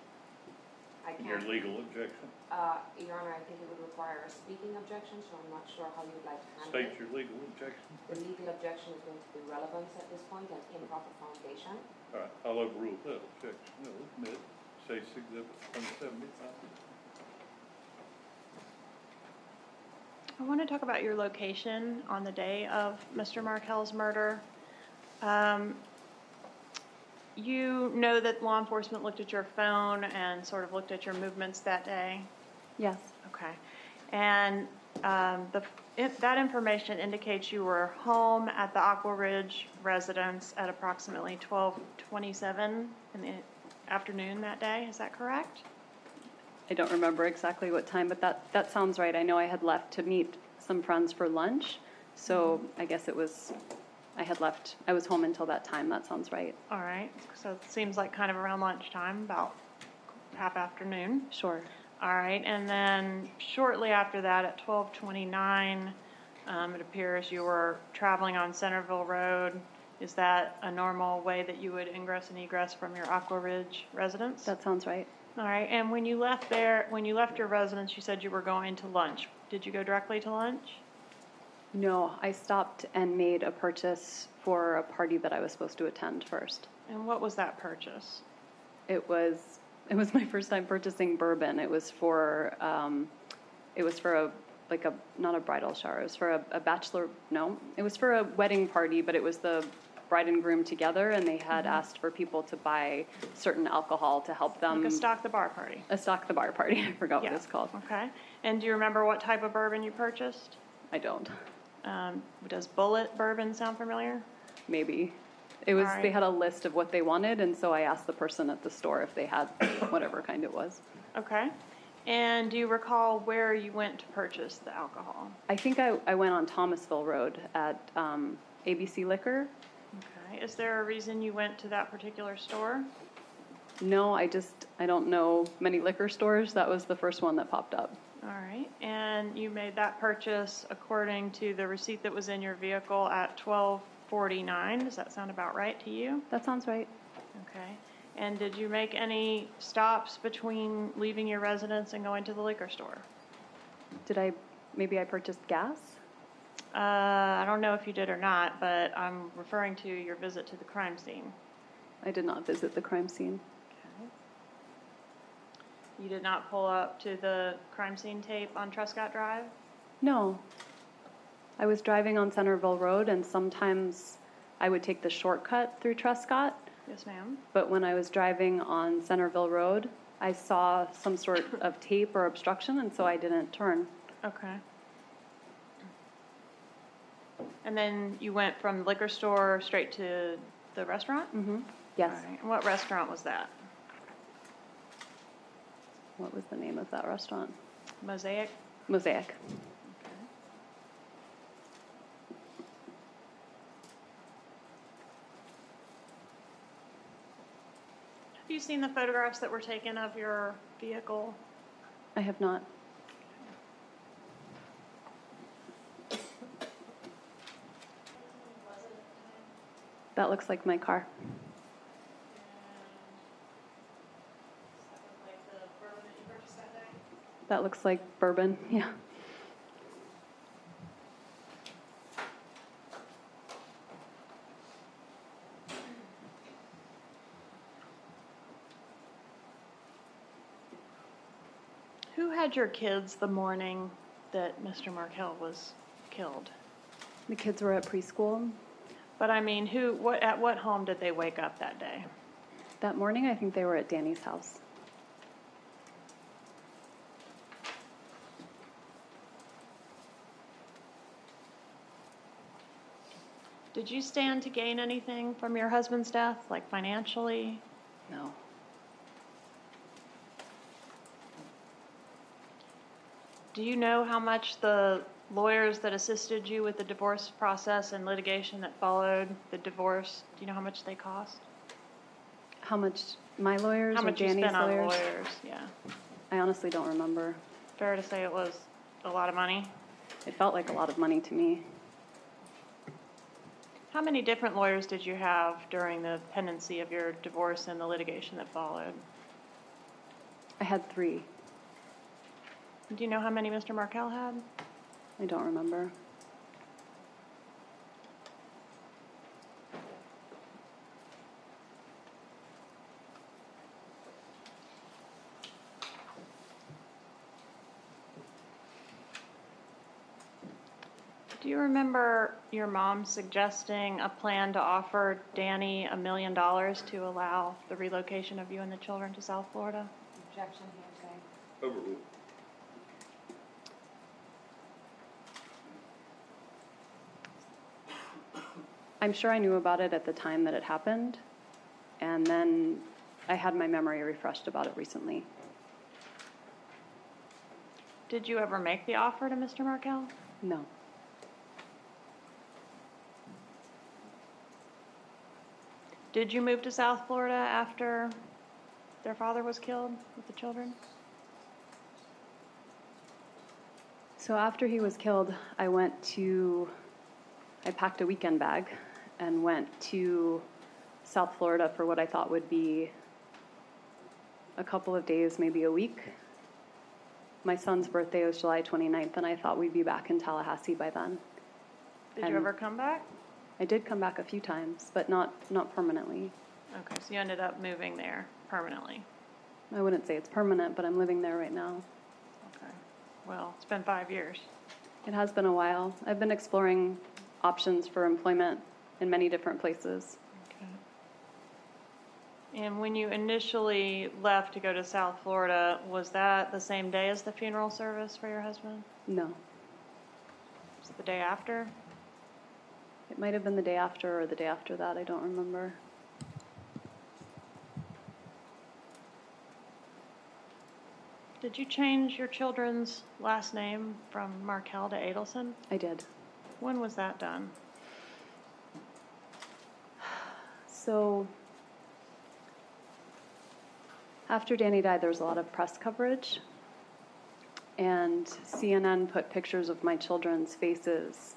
[SPEAKER 5] I
[SPEAKER 1] Your
[SPEAKER 5] can't,
[SPEAKER 1] legal objection?
[SPEAKER 5] uh, Your Honor, I think it would require a speaking objection, so I'm not sure how you would like to handle
[SPEAKER 1] State
[SPEAKER 5] it.
[SPEAKER 1] your legal objection?
[SPEAKER 5] The legal objection is going to be relevance at this point and improper foundation.
[SPEAKER 1] All right, I'll overrule that objection. I'll admit State's Exhibit 175.
[SPEAKER 2] I want to talk about your location on the day of Mr. Markell's murder. Um, you know that law enforcement looked at your phone and sort of looked at your movements that day.
[SPEAKER 3] Yes,
[SPEAKER 2] Okay. And um, the, if that information indicates you were home at the Aqua Ridge residence at approximately 12:27 in the afternoon that day. Is that correct?
[SPEAKER 3] I don't remember exactly what time, but that, that sounds right. I know I had left to meet some friends for lunch, so I guess it was, I had left, I was home until that time. That sounds right.
[SPEAKER 2] All right. So it seems like kind of around lunchtime, about half afternoon.
[SPEAKER 3] Sure.
[SPEAKER 2] All right, and then shortly after that, at twelve twenty-nine, um, it appears you were traveling on Centerville Road. Is that a normal way that you would ingress and egress from your Aqua Ridge residence?
[SPEAKER 3] That sounds right.
[SPEAKER 2] All right, and when you left there, when you left your residence, you said you were going to lunch. Did you go directly to lunch?
[SPEAKER 3] No, I stopped and made a purchase for a party that I was supposed to attend first.
[SPEAKER 2] And what was that purchase?
[SPEAKER 3] It was it was my first time purchasing bourbon. It was for um, it was for a like a not a bridal shower. It was for a, a bachelor. No, it was for a wedding party, but it was the bride and groom together, and they
[SPEAKER 2] Mm-hmm.
[SPEAKER 3] had asked for people to buy certain alcohol to help them
[SPEAKER 2] Like a stock the bar party?
[SPEAKER 3] a stock the bar party. I forgot
[SPEAKER 2] Yeah,
[SPEAKER 3] what it's called.
[SPEAKER 2] Okay, and do you remember what type of bourbon you purchased?
[SPEAKER 3] I don't.
[SPEAKER 2] Um, does Bullet bourbon sound familiar?
[SPEAKER 3] Maybe. It was
[SPEAKER 2] All right.
[SPEAKER 3] they had a list of what they wanted and so I asked the person at the store if they had whatever kind it was.
[SPEAKER 2] Okay. And do you recall where you went to purchase the alcohol?
[SPEAKER 3] I think I, I went on Thomasville Road at um, ABC Liquor.
[SPEAKER 2] Okay. Is there a reason you went to that particular store?
[SPEAKER 3] No, I just I don't know many liquor stores. That was the first one that popped up.
[SPEAKER 2] All right. And you made that purchase according to the receipt that was in your vehicle at 1249. Does that sound about right to you?
[SPEAKER 3] That sounds right.
[SPEAKER 2] Okay. And did you make any stops between leaving your residence and going to the liquor store?
[SPEAKER 3] Did I maybe I purchased gas?
[SPEAKER 2] Uh, I don't know if you did or not, but I'm referring to your visit to the crime scene.
[SPEAKER 3] I did not visit the crime scene.
[SPEAKER 2] Okay. You did not pull up to the crime scene tape on Truscott Drive?
[SPEAKER 3] No. I was driving on Centerville Road and sometimes I would take the shortcut through Truscott
[SPEAKER 2] Yes, ma'am.
[SPEAKER 3] But when I was driving on Centerville Road, I saw some sort of tape or obstruction, and so I didn't turn.
[SPEAKER 2] Okay. And then you went from liquor store straight to the restaurant?
[SPEAKER 3] Mm-hmm. Yes.
[SPEAKER 2] All right. And What restaurant was that?
[SPEAKER 3] What was the name of that restaurant?
[SPEAKER 2] Mosaic?
[SPEAKER 3] Mosaic.
[SPEAKER 2] Have you seen the photographs that were taken of your vehicle?
[SPEAKER 3] I have not.
[SPEAKER 4] Was it at the time?
[SPEAKER 3] That looks like my car.
[SPEAKER 4] And that was like the bourbon that you purchased that day?
[SPEAKER 3] That looks like bourbon. Yeah.
[SPEAKER 2] Who had your kids the morning that Mr. Markell was killed?
[SPEAKER 3] The kids were at preschool.
[SPEAKER 2] But I mean, who, what, at what home did they wake up that day?
[SPEAKER 3] That morning, I think they were at Danny's house.
[SPEAKER 2] Did you stand to gain anything from your husband's death, like financially?
[SPEAKER 3] No.
[SPEAKER 2] Do you know how much the lawyers that assisted you with the divorce process and litigation that followed the divorce, do you know how much they cost?
[SPEAKER 3] How much my lawyers
[SPEAKER 2] How
[SPEAKER 3] or
[SPEAKER 2] much you
[SPEAKER 3] Danny's
[SPEAKER 2] spent on
[SPEAKER 3] lawyers?
[SPEAKER 2] lawyers? Yeah.
[SPEAKER 3] I honestly don't remember.
[SPEAKER 2] Fair to say it was a lot of money?
[SPEAKER 3] It felt like a lot of money to me.
[SPEAKER 2] How many different lawyers did you have during the pendency of your divorce and the litigation that followed?
[SPEAKER 3] I had three.
[SPEAKER 2] Do you know how many Mr. Markell had?
[SPEAKER 3] I don't remember.
[SPEAKER 2] Do you remember your mom suggesting a plan to offer Danny a million dollars to allow the relocation of you and the children to South Florida?
[SPEAKER 5] Objection, hearsay.
[SPEAKER 6] Overruled.
[SPEAKER 3] I'm sure I knew about it at the time that it happened, and then I had my memory refreshed about it recently.
[SPEAKER 2] Did you ever make the offer to Mr. Markell?
[SPEAKER 3] No.
[SPEAKER 2] Did you move to South Florida after their father was killed with the children?
[SPEAKER 3] So after he was killed, I went to, I packed a weekend bag and went to South Florida for what I thought would be a couple of days, maybe a week. My son's birthday was July 29th, and I thought we'd be back in Tallahassee by then.
[SPEAKER 2] Did
[SPEAKER 3] And-
[SPEAKER 2] you ever come back?
[SPEAKER 3] I did come back a few times, but not, not permanently.
[SPEAKER 2] Okay, so you ended up moving there permanently.
[SPEAKER 3] I wouldn't say it's permanent, but I'm living there right now.
[SPEAKER 2] Okay. Well, it's been five years.
[SPEAKER 3] It has been a while. I've been exploring options for employment in many different places.
[SPEAKER 2] Okay. And when you initially left to go to South Florida, was that the same day as the funeral service for your husband?
[SPEAKER 3] No,
[SPEAKER 2] Was it the day after?
[SPEAKER 3] it might have been the day after or the day after that. I don't remember.
[SPEAKER 2] Did you change your children's last name from Markel to Adelson?
[SPEAKER 3] I did.
[SPEAKER 2] When was that done?
[SPEAKER 3] So after Danny died, there was a lot of press coverage, and CNN put pictures of my children's faces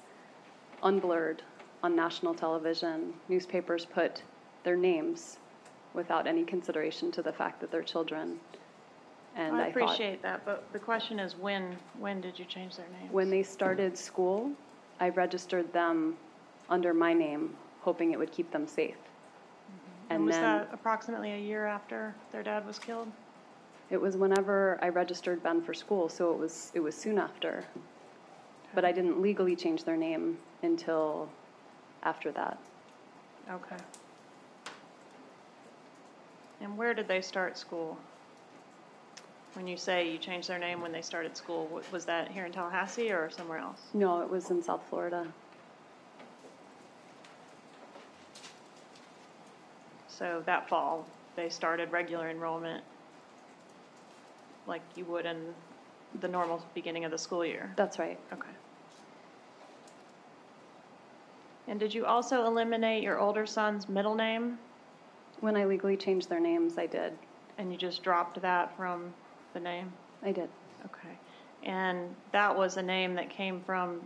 [SPEAKER 3] unblurred on national television. Newspapers put their names without any consideration to the fact that they're children. And I,
[SPEAKER 2] I
[SPEAKER 3] thought-
[SPEAKER 2] appreciate that, but the question is when, when did you change their name?
[SPEAKER 3] when they started school, I registered them under my name, hoping it would keep them safe.
[SPEAKER 2] Mm-hmm. And was that approximately a year after their dad was killed?
[SPEAKER 3] It was whenever I registered Ben for school, so it was it was soon after. But I didn't legally change their name until after that.
[SPEAKER 2] Okay. And where did they start school? When you say you changed their name when they started school, wa- was that here in Tallahassee or somewhere else?
[SPEAKER 3] No, it was in South Florida.
[SPEAKER 2] So that fall, they started regular enrollment like you would in the normal beginning of the school year.
[SPEAKER 3] That's right.
[SPEAKER 2] Okay. And did you also eliminate your older son's middle name?
[SPEAKER 3] When I legally changed their names, I did.
[SPEAKER 2] And you just dropped that from the name?
[SPEAKER 3] I did.
[SPEAKER 2] Okay. And that was a name that came from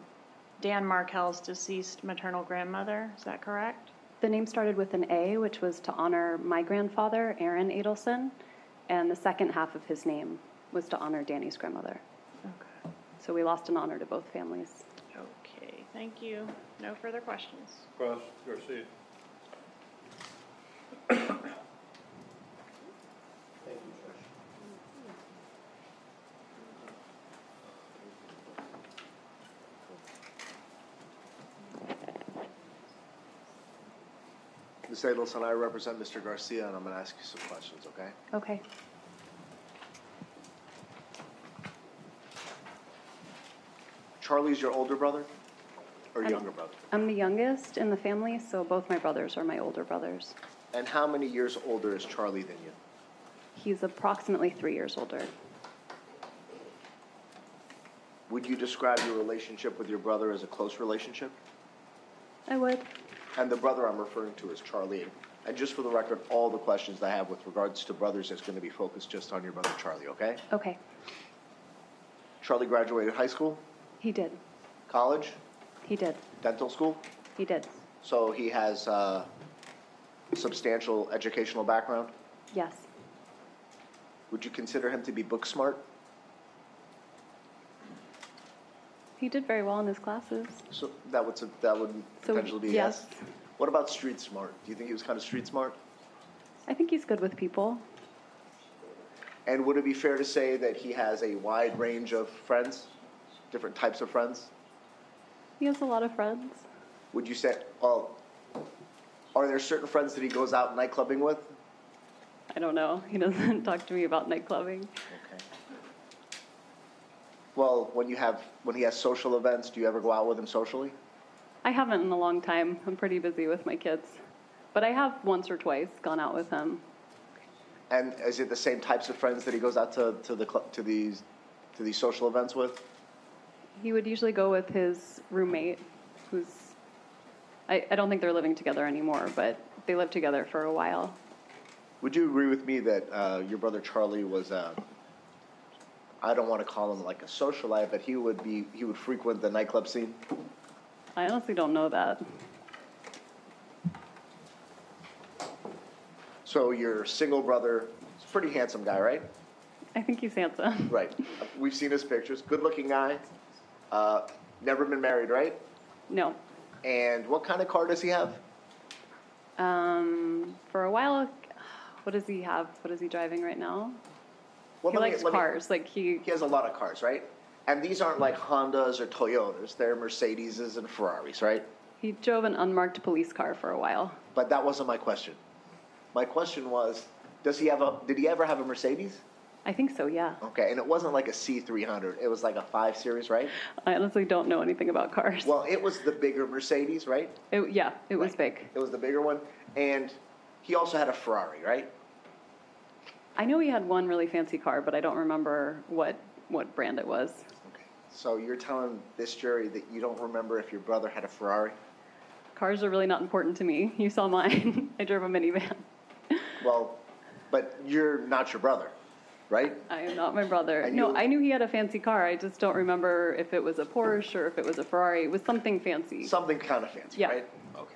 [SPEAKER 2] Dan Markell's deceased maternal grandmother, is that correct?
[SPEAKER 3] The name started with an A, which was to honor my grandfather, Aaron Adelson, and the second half of his name was to honor Danny's grandmother.
[SPEAKER 2] Okay.
[SPEAKER 3] So we lost an honor to both families.
[SPEAKER 2] Okay, thank you. No further questions.
[SPEAKER 1] Cross Garcia.
[SPEAKER 6] Thank you, Trish. Ms. Adelson, I represent Mr. Garcia, and I'm going to ask you some questions, okay?
[SPEAKER 3] Okay.
[SPEAKER 6] Charlie's your older brother or younger brother?
[SPEAKER 3] I'm the youngest in the family, so both my brothers are my older brothers.
[SPEAKER 6] And how many years older is Charlie than you?
[SPEAKER 3] He's approximately three years older.
[SPEAKER 6] Would you describe your relationship with your brother as a close relationship?
[SPEAKER 3] I would.
[SPEAKER 6] And the brother I'm referring to is Charlie. And just for the record, all the questions I have with regards to brothers is going to be focused just on your brother Charlie, okay?
[SPEAKER 3] Okay.
[SPEAKER 6] Charlie graduated high school,
[SPEAKER 3] He did.
[SPEAKER 6] college,
[SPEAKER 3] He did.
[SPEAKER 6] dental school,
[SPEAKER 3] He did.
[SPEAKER 6] so he has uh, substantial educational background.
[SPEAKER 3] Yes.
[SPEAKER 6] Would you consider him to be book smart?
[SPEAKER 3] He did very well in his classes.
[SPEAKER 6] So that would that would
[SPEAKER 3] So,
[SPEAKER 6] potentially be a
[SPEAKER 3] yes.
[SPEAKER 6] yes. What about street smart? Do you think he was kind of street smart?
[SPEAKER 3] I think he's good with people.
[SPEAKER 6] And would it be fair to say that he has a wide range of friends, different types of friends?
[SPEAKER 3] He has a lot of friends.
[SPEAKER 6] Would you say, well, are there certain friends that he goes out nightclubbing with?
[SPEAKER 3] I don't know. He doesn't talk to me about nightclubbing.
[SPEAKER 6] Okay. Well, when you have, when he has social events, do you ever go out with him socially?
[SPEAKER 3] I haven't in a long time. I'm pretty busy with my kids. But I have once or twice gone out with him.
[SPEAKER 6] And is it the same types of friends that he goes out to, to the, cl- to these, to these social events with?
[SPEAKER 3] He would usually go with his roommate, who's. I, I don't think they're living together anymore, but they lived together for a while.
[SPEAKER 6] Would you agree with me that uh, your brother Charlie was I I don't want to call him like a socialite, but he would be, he would frequent the nightclub scene?
[SPEAKER 3] I honestly don't know that.
[SPEAKER 6] So your single brother, he's a pretty handsome guy, right?
[SPEAKER 3] I think he's handsome.
[SPEAKER 6] Right. We've seen his pictures. Good looking guy. Uh, never been married, right?
[SPEAKER 3] No.
[SPEAKER 6] And what kind of car does he have?
[SPEAKER 3] Um, for a while, what does he have? What is he driving right now?
[SPEAKER 6] Well,
[SPEAKER 3] he
[SPEAKER 6] let me-
[SPEAKER 3] likes
[SPEAKER 6] let me-
[SPEAKER 3] cars. like he.
[SPEAKER 6] he has a lot of cars, right? And these aren't like Hondas or Toyotas. They're Mercedeses and Ferraris, right?
[SPEAKER 3] He drove an unmarked police car for a while.
[SPEAKER 6] But that wasn't my question. My question was, does he have a? Did he ever have a Mercedes?
[SPEAKER 3] I think so. Yeah.
[SPEAKER 6] Okay, and it wasn't like a C300. It was like a five series, right?
[SPEAKER 3] I honestly don't know anything about cars.
[SPEAKER 6] Well, it was the bigger Mercedes, right?
[SPEAKER 3] It, yeah, it was big.
[SPEAKER 6] It was the bigger one, and he also had a Ferrari, right?
[SPEAKER 3] I know he had one really fancy car, but I don't remember what what brand it was.
[SPEAKER 6] Okay. So you're telling this jury that you don't remember if your brother had a Ferrari?
[SPEAKER 3] Cars are really not important to me. You saw mine. I drove a minivan.
[SPEAKER 6] Well, but you're not your brother, right?
[SPEAKER 3] I am not my brother.
[SPEAKER 6] And
[SPEAKER 3] no,
[SPEAKER 6] you-
[SPEAKER 3] I knew he had a fancy car. I just don't remember if it was a Porsche or if it was a Ferrari. It was something fancy.
[SPEAKER 6] Something kind of fancy,
[SPEAKER 3] Yeah.
[SPEAKER 6] right? Okay.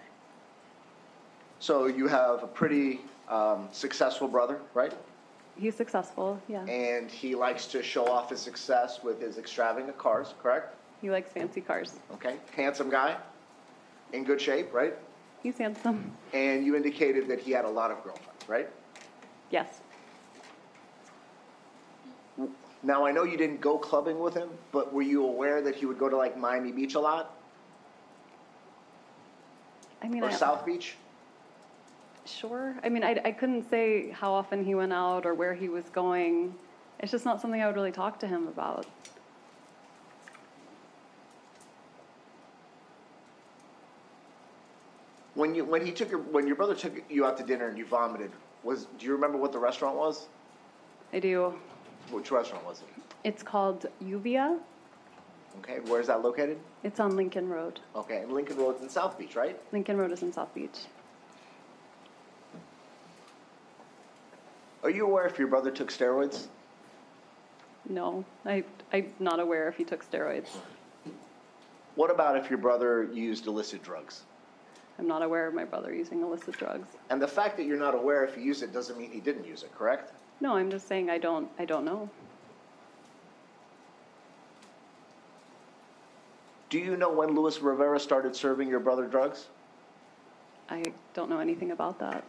[SPEAKER 6] So you have a pretty um, successful brother, right?
[SPEAKER 3] He's successful. Yeah.
[SPEAKER 6] And he likes to show off his success with his extravagant cars, correct?
[SPEAKER 3] He likes fancy cars.
[SPEAKER 6] Okay. Handsome guy, in good shape, right?
[SPEAKER 3] He's handsome.
[SPEAKER 6] And you indicated that he had a lot of girlfriends, right?
[SPEAKER 3] Yes.
[SPEAKER 6] Now I know you didn't go clubbing with him, but were you aware that he would go to like Miami Beach a lot
[SPEAKER 3] I mean,
[SPEAKER 6] or
[SPEAKER 3] I,
[SPEAKER 6] South Beach?
[SPEAKER 3] sure. I mean, I, I couldn't say how often he went out or where he was going. It's just not something I would really talk to him about.
[SPEAKER 6] When you when he took your when your brother took you out to dinner and you vomited, was do you remember what the restaurant was?
[SPEAKER 3] I do.
[SPEAKER 6] Which restaurant was it?
[SPEAKER 3] It's called Uvia.
[SPEAKER 6] Okay, where is that located?
[SPEAKER 3] It's on Lincoln Road.
[SPEAKER 6] Okay, and Lincoln Road's in South Beach, right?
[SPEAKER 3] Lincoln Road is in South Beach.
[SPEAKER 6] Are you aware if your brother took steroids?
[SPEAKER 3] No, I, I'm not aware if he took steroids.
[SPEAKER 6] What about if your brother used illicit drugs?
[SPEAKER 3] I'm not aware of my brother using illicit drugs.
[SPEAKER 6] And the fact that you're not aware if he used it doesn't mean he didn't use it, correct?
[SPEAKER 3] No, I'm just saying I don't, I don't know.
[SPEAKER 6] Do you know when Luis Rivera started serving your brother drugs?
[SPEAKER 3] I don't know anything about that.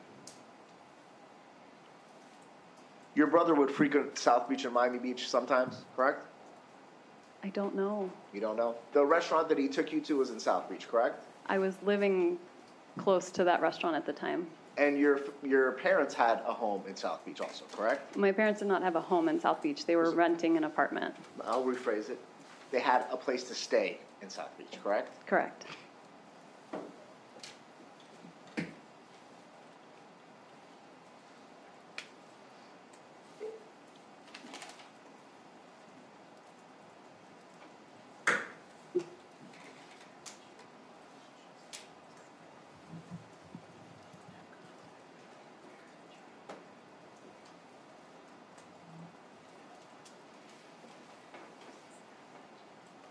[SPEAKER 6] Your brother would frequent South Beach and Miami Beach sometimes, correct?
[SPEAKER 3] I don't know.
[SPEAKER 6] You don't know? The restaurant that he took you to was in South Beach, correct?
[SPEAKER 3] I was living close to that restaurant at the time.
[SPEAKER 6] And your, your parents had a home in South Beach also, correct?
[SPEAKER 3] My parents did not have a home in South Beach. They were renting an apartment.
[SPEAKER 6] I'll rephrase it. They had a place to stay in South Beach, correct?
[SPEAKER 3] Correct.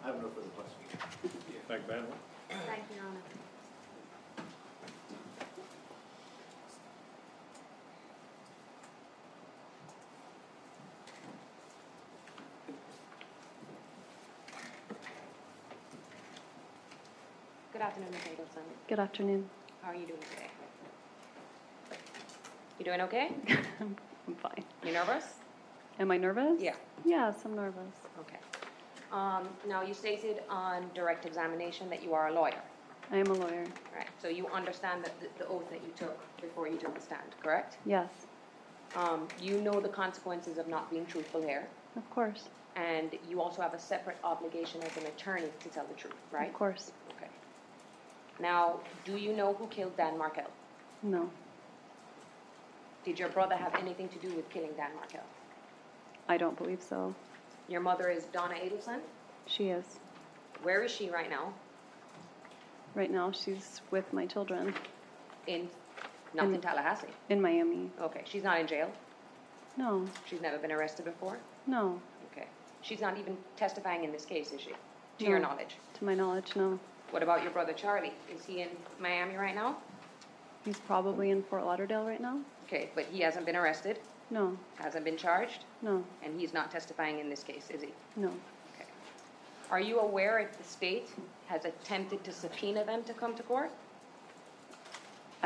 [SPEAKER 6] I have no further questions.
[SPEAKER 1] McMenamin?
[SPEAKER 5] Thank you, Your Honor. Good afternoon, Ms. Abelson.
[SPEAKER 3] Good afternoon.
[SPEAKER 5] How are you doing today? You doing okay?
[SPEAKER 3] I'm, I'm fine.
[SPEAKER 5] You nervous?
[SPEAKER 3] Am I nervous?
[SPEAKER 5] Yeah.
[SPEAKER 3] Yes, I'm nervous.
[SPEAKER 5] Okay. Um, Now, you stated on direct examination that you are a lawyer,
[SPEAKER 3] I am a lawyer.
[SPEAKER 5] right? So you understand that the- the oath that you took before you took the stand, correct?
[SPEAKER 3] Yes,
[SPEAKER 5] Um, You know the consequences of not being truthful here,
[SPEAKER 3] of course.
[SPEAKER 5] and you also have a separate obligation as an attorney to tell the truth, right?
[SPEAKER 3] Of course.
[SPEAKER 5] Okay. Now, do you know who killed Dan Markell?
[SPEAKER 3] No,
[SPEAKER 5] Did your brother have anything to do with killing Dan Markell?
[SPEAKER 3] I don't believe so.
[SPEAKER 5] Your mother is Donna Adelson.
[SPEAKER 3] She is.
[SPEAKER 5] Where is she right now?
[SPEAKER 3] Right now, she's with my children
[SPEAKER 5] In, not in
[SPEAKER 3] In-
[SPEAKER 5] Tallahassee.
[SPEAKER 3] in Miami.
[SPEAKER 5] Okay, she's not in jail.
[SPEAKER 3] No,
[SPEAKER 5] She's never been arrested before.
[SPEAKER 3] no,
[SPEAKER 5] Okay. She's not even testifying in this case, is she? To your
[SPEAKER 3] No.
[SPEAKER 5] knowledge.
[SPEAKER 3] to my knowledge, no.
[SPEAKER 5] What about your brother Charlie? Is he in Miami right now?
[SPEAKER 3] He's probably in Fort Lauderdale right now?
[SPEAKER 5] Okay, but he hasn't been arrested,
[SPEAKER 3] No,
[SPEAKER 5] hasn't been charged,
[SPEAKER 3] no,
[SPEAKER 5] and he's not testifying in this case, is he?
[SPEAKER 3] no.
[SPEAKER 5] Okay. Are you aware if the state has attempted to subpoena them to come to court?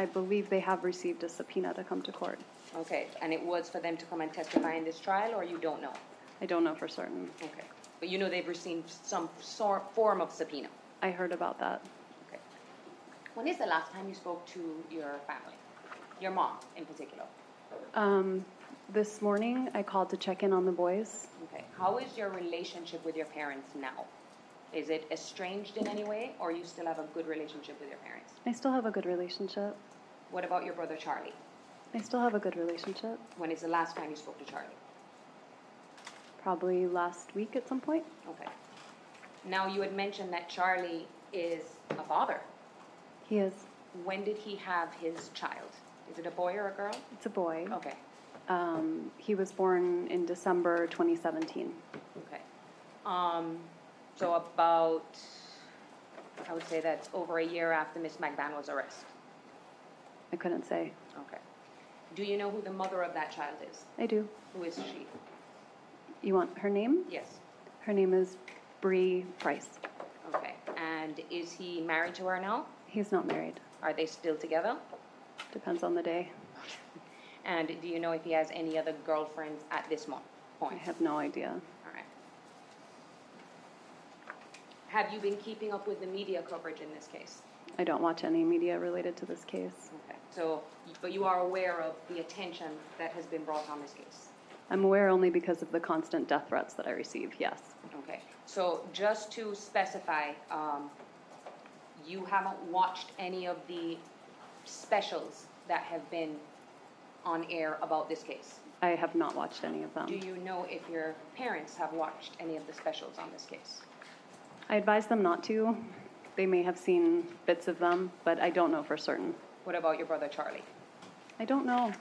[SPEAKER 3] I believe they have received a subpoena to come to court.
[SPEAKER 5] Okay, and it was for them to come and testify in this trial, or you don't know?
[SPEAKER 3] I don't know for certain.
[SPEAKER 5] Okay. But you know they've received some sor- form of subpoena?
[SPEAKER 3] I heard about that
[SPEAKER 5] Okay. When is the last time you spoke to your family? Your mom, in particular?
[SPEAKER 3] Um, this morning, I called to check in on the boys.
[SPEAKER 5] Okay. How is your relationship with your parents now? Is it estranged in any way, or you still have a good relationship with your parents?
[SPEAKER 3] I still have a good relationship.
[SPEAKER 5] What about your brother Charlie?
[SPEAKER 3] I still have a good relationship.
[SPEAKER 5] When is the last time you spoke to Charlie?
[SPEAKER 3] Probably last week at some point.
[SPEAKER 5] Okay. Now, you had mentioned that Charlie is a father.
[SPEAKER 3] He is.
[SPEAKER 5] When did he have his child? Is it a boy or a girl?
[SPEAKER 3] It's a boy.
[SPEAKER 5] Okay.
[SPEAKER 3] Um, he was born in December 2017.
[SPEAKER 5] Okay. Um, so about, I would say that's over a year after Miss McBann was arrested.
[SPEAKER 3] I couldn't say.
[SPEAKER 5] Okay. Do you know who the mother of that child is?
[SPEAKER 3] I do.
[SPEAKER 5] Who is she?
[SPEAKER 3] You want her name?
[SPEAKER 5] Yes.
[SPEAKER 3] Her name is Bree Price.
[SPEAKER 5] Okay. And is he married to her now?
[SPEAKER 3] He's not married.
[SPEAKER 5] Are they still together?
[SPEAKER 3] Depends on the day.
[SPEAKER 5] And do you know if he has any other girlfriends at this mo-
[SPEAKER 3] I
[SPEAKER 5] point?
[SPEAKER 3] have no idea.
[SPEAKER 5] All right. Have you been keeping up with the media coverage in this case?
[SPEAKER 3] I don't watch any media related to this case.
[SPEAKER 5] Okay. So, but you are aware of the attention that has been brought on this case?
[SPEAKER 3] I'm aware only because of the constant death threats that I receive, yes.
[SPEAKER 5] Okay, so just to specify, um, you haven't watched any of the specials that have been on air about this case?
[SPEAKER 3] I have not watched any of
[SPEAKER 5] Do
[SPEAKER 3] them.
[SPEAKER 5] you know if your parents have watched any of the specials on this case?
[SPEAKER 3] I advise them not to. They may have seen bits of them, but I don't know for certain.
[SPEAKER 5] What about your brother Charlie?
[SPEAKER 3] I don't know.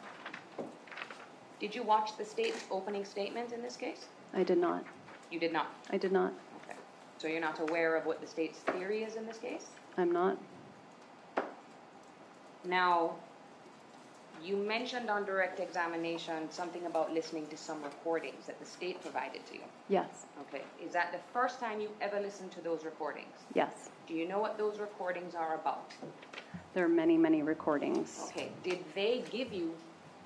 [SPEAKER 5] Did you watch the state's opening statement in this case?
[SPEAKER 3] I did not.
[SPEAKER 5] You did not.
[SPEAKER 3] I did not.
[SPEAKER 5] Okay. So you're not aware of what the state's theory is in this case?
[SPEAKER 3] I'm not.
[SPEAKER 5] Now, you mentioned on direct examination something about listening to some recordings that the state provided to you.
[SPEAKER 3] Yes.
[SPEAKER 5] Okay. Is that the first time you ever listened to those recordings?
[SPEAKER 3] Yes.
[SPEAKER 5] Do you know what those recordings are about?
[SPEAKER 3] There are many, many recordings.
[SPEAKER 5] Okay. Did they give you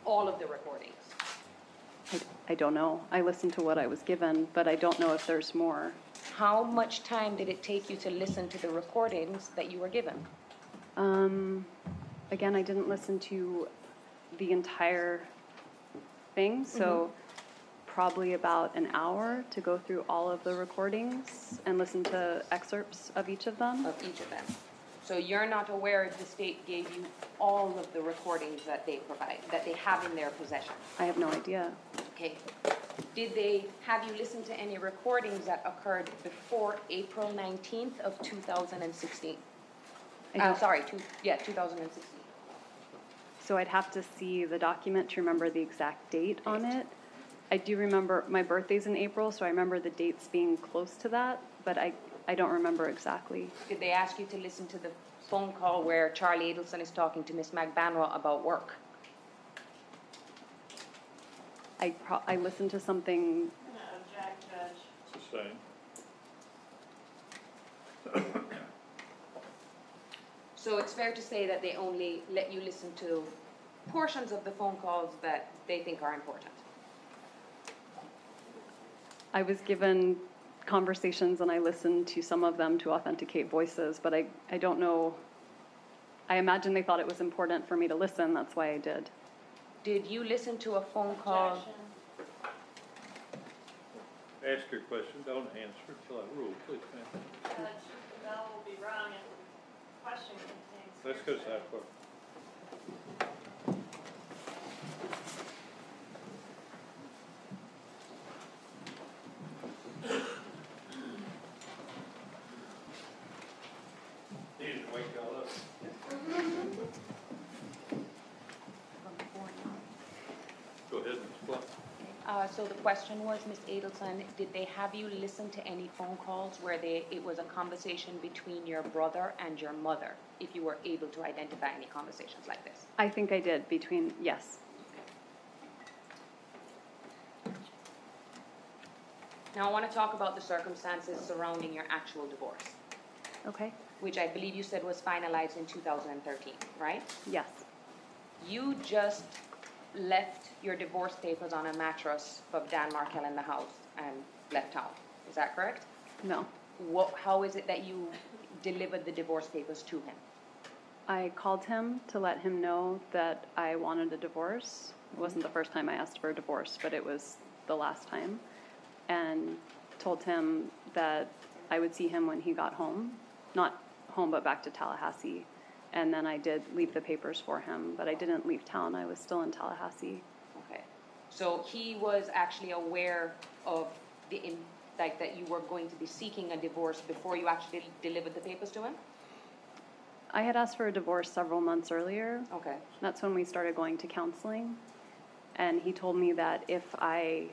[SPEAKER 5] all of the recordings?
[SPEAKER 3] I, I don't know. I listened to what I was given, but I don't know if there's more.
[SPEAKER 5] How much time did it take you to listen to the recordings that you were given?
[SPEAKER 3] Um, again, I didn't listen to the entire thing, so
[SPEAKER 5] Mm-hmm.
[SPEAKER 3] probably about an hour to go through all of the recordings and listen to excerpts of each of them.
[SPEAKER 5] Of each of them. So you're not aware if the state gave you all of the recordings that they provide, that they have in their possession?
[SPEAKER 3] I have no idea.
[SPEAKER 5] Okay. Did they, have you listened to any recordings that occurred before April 19th of 2016?
[SPEAKER 3] I
[SPEAKER 5] I'm
[SPEAKER 3] don't-
[SPEAKER 5] Oh, sorry, two, yeah, 2016.
[SPEAKER 3] So I'd have to see the document to remember the exact date on it. I do remember my birthday's in April, so I remember the dates being close to that, but I, I don't remember exactly.
[SPEAKER 5] Did they ask you to listen to the phone call where Charlie Adelson is talking to Miss McBanwa about work?
[SPEAKER 3] I pro, I listened to something,
[SPEAKER 4] No, Jack Judge.
[SPEAKER 1] It's the same.
[SPEAKER 5] So it's fair to say that they only let you listen to portions of the phone calls that they think are important.
[SPEAKER 3] I was given conversations and I listened to some of them to authenticate voices, but I, I don't know. I imagine they thought it was important for me to listen, that's why I did.
[SPEAKER 5] Did you listen to a phone call?
[SPEAKER 4] Objection.
[SPEAKER 1] Ask your question, don't answer till I rule, please, ma'am.
[SPEAKER 4] Judge, Uh, the bell will be rung and the question contains.
[SPEAKER 1] Let's go
[SPEAKER 4] hearsay.
[SPEAKER 1] side for Need to wake y'all up. Go ahead and explain.
[SPEAKER 5] Uh, so the question was, Ms. Adelson, did they have you listen to any phone calls where they, it was a conversation between your brother and your mother? If you were able to identify any conversations like this?
[SPEAKER 3] I think I did between, yes.
[SPEAKER 5] Now, I want to talk about the circumstances surrounding your actual divorce,
[SPEAKER 3] Okay,
[SPEAKER 5] which I believe you said was finalized in 2013, right?
[SPEAKER 3] yes,
[SPEAKER 5] You just left your divorce papers on a mattress of Dan Markell in the house and left town. Is that correct?
[SPEAKER 3] no.
[SPEAKER 5] What, how is it that you delivered the divorce papers to him?
[SPEAKER 3] I called him to let him know that I wanted a divorce. It wasn't the first time I asked for a divorce, but it was the last time. And told him that I would see him when he got home, not home, but back to Tallahassee. And then I did leave the papers for him, but I didn't leave town. I was still in Tallahassee.
[SPEAKER 5] Okay. So he was actually aware of the, in- like, that you were going to be seeking a divorce before you actually delivered the papers to him?
[SPEAKER 3] I had asked for a divorce several months earlier.
[SPEAKER 5] Okay.
[SPEAKER 3] That's when we started going to counseling. And he told me that if I,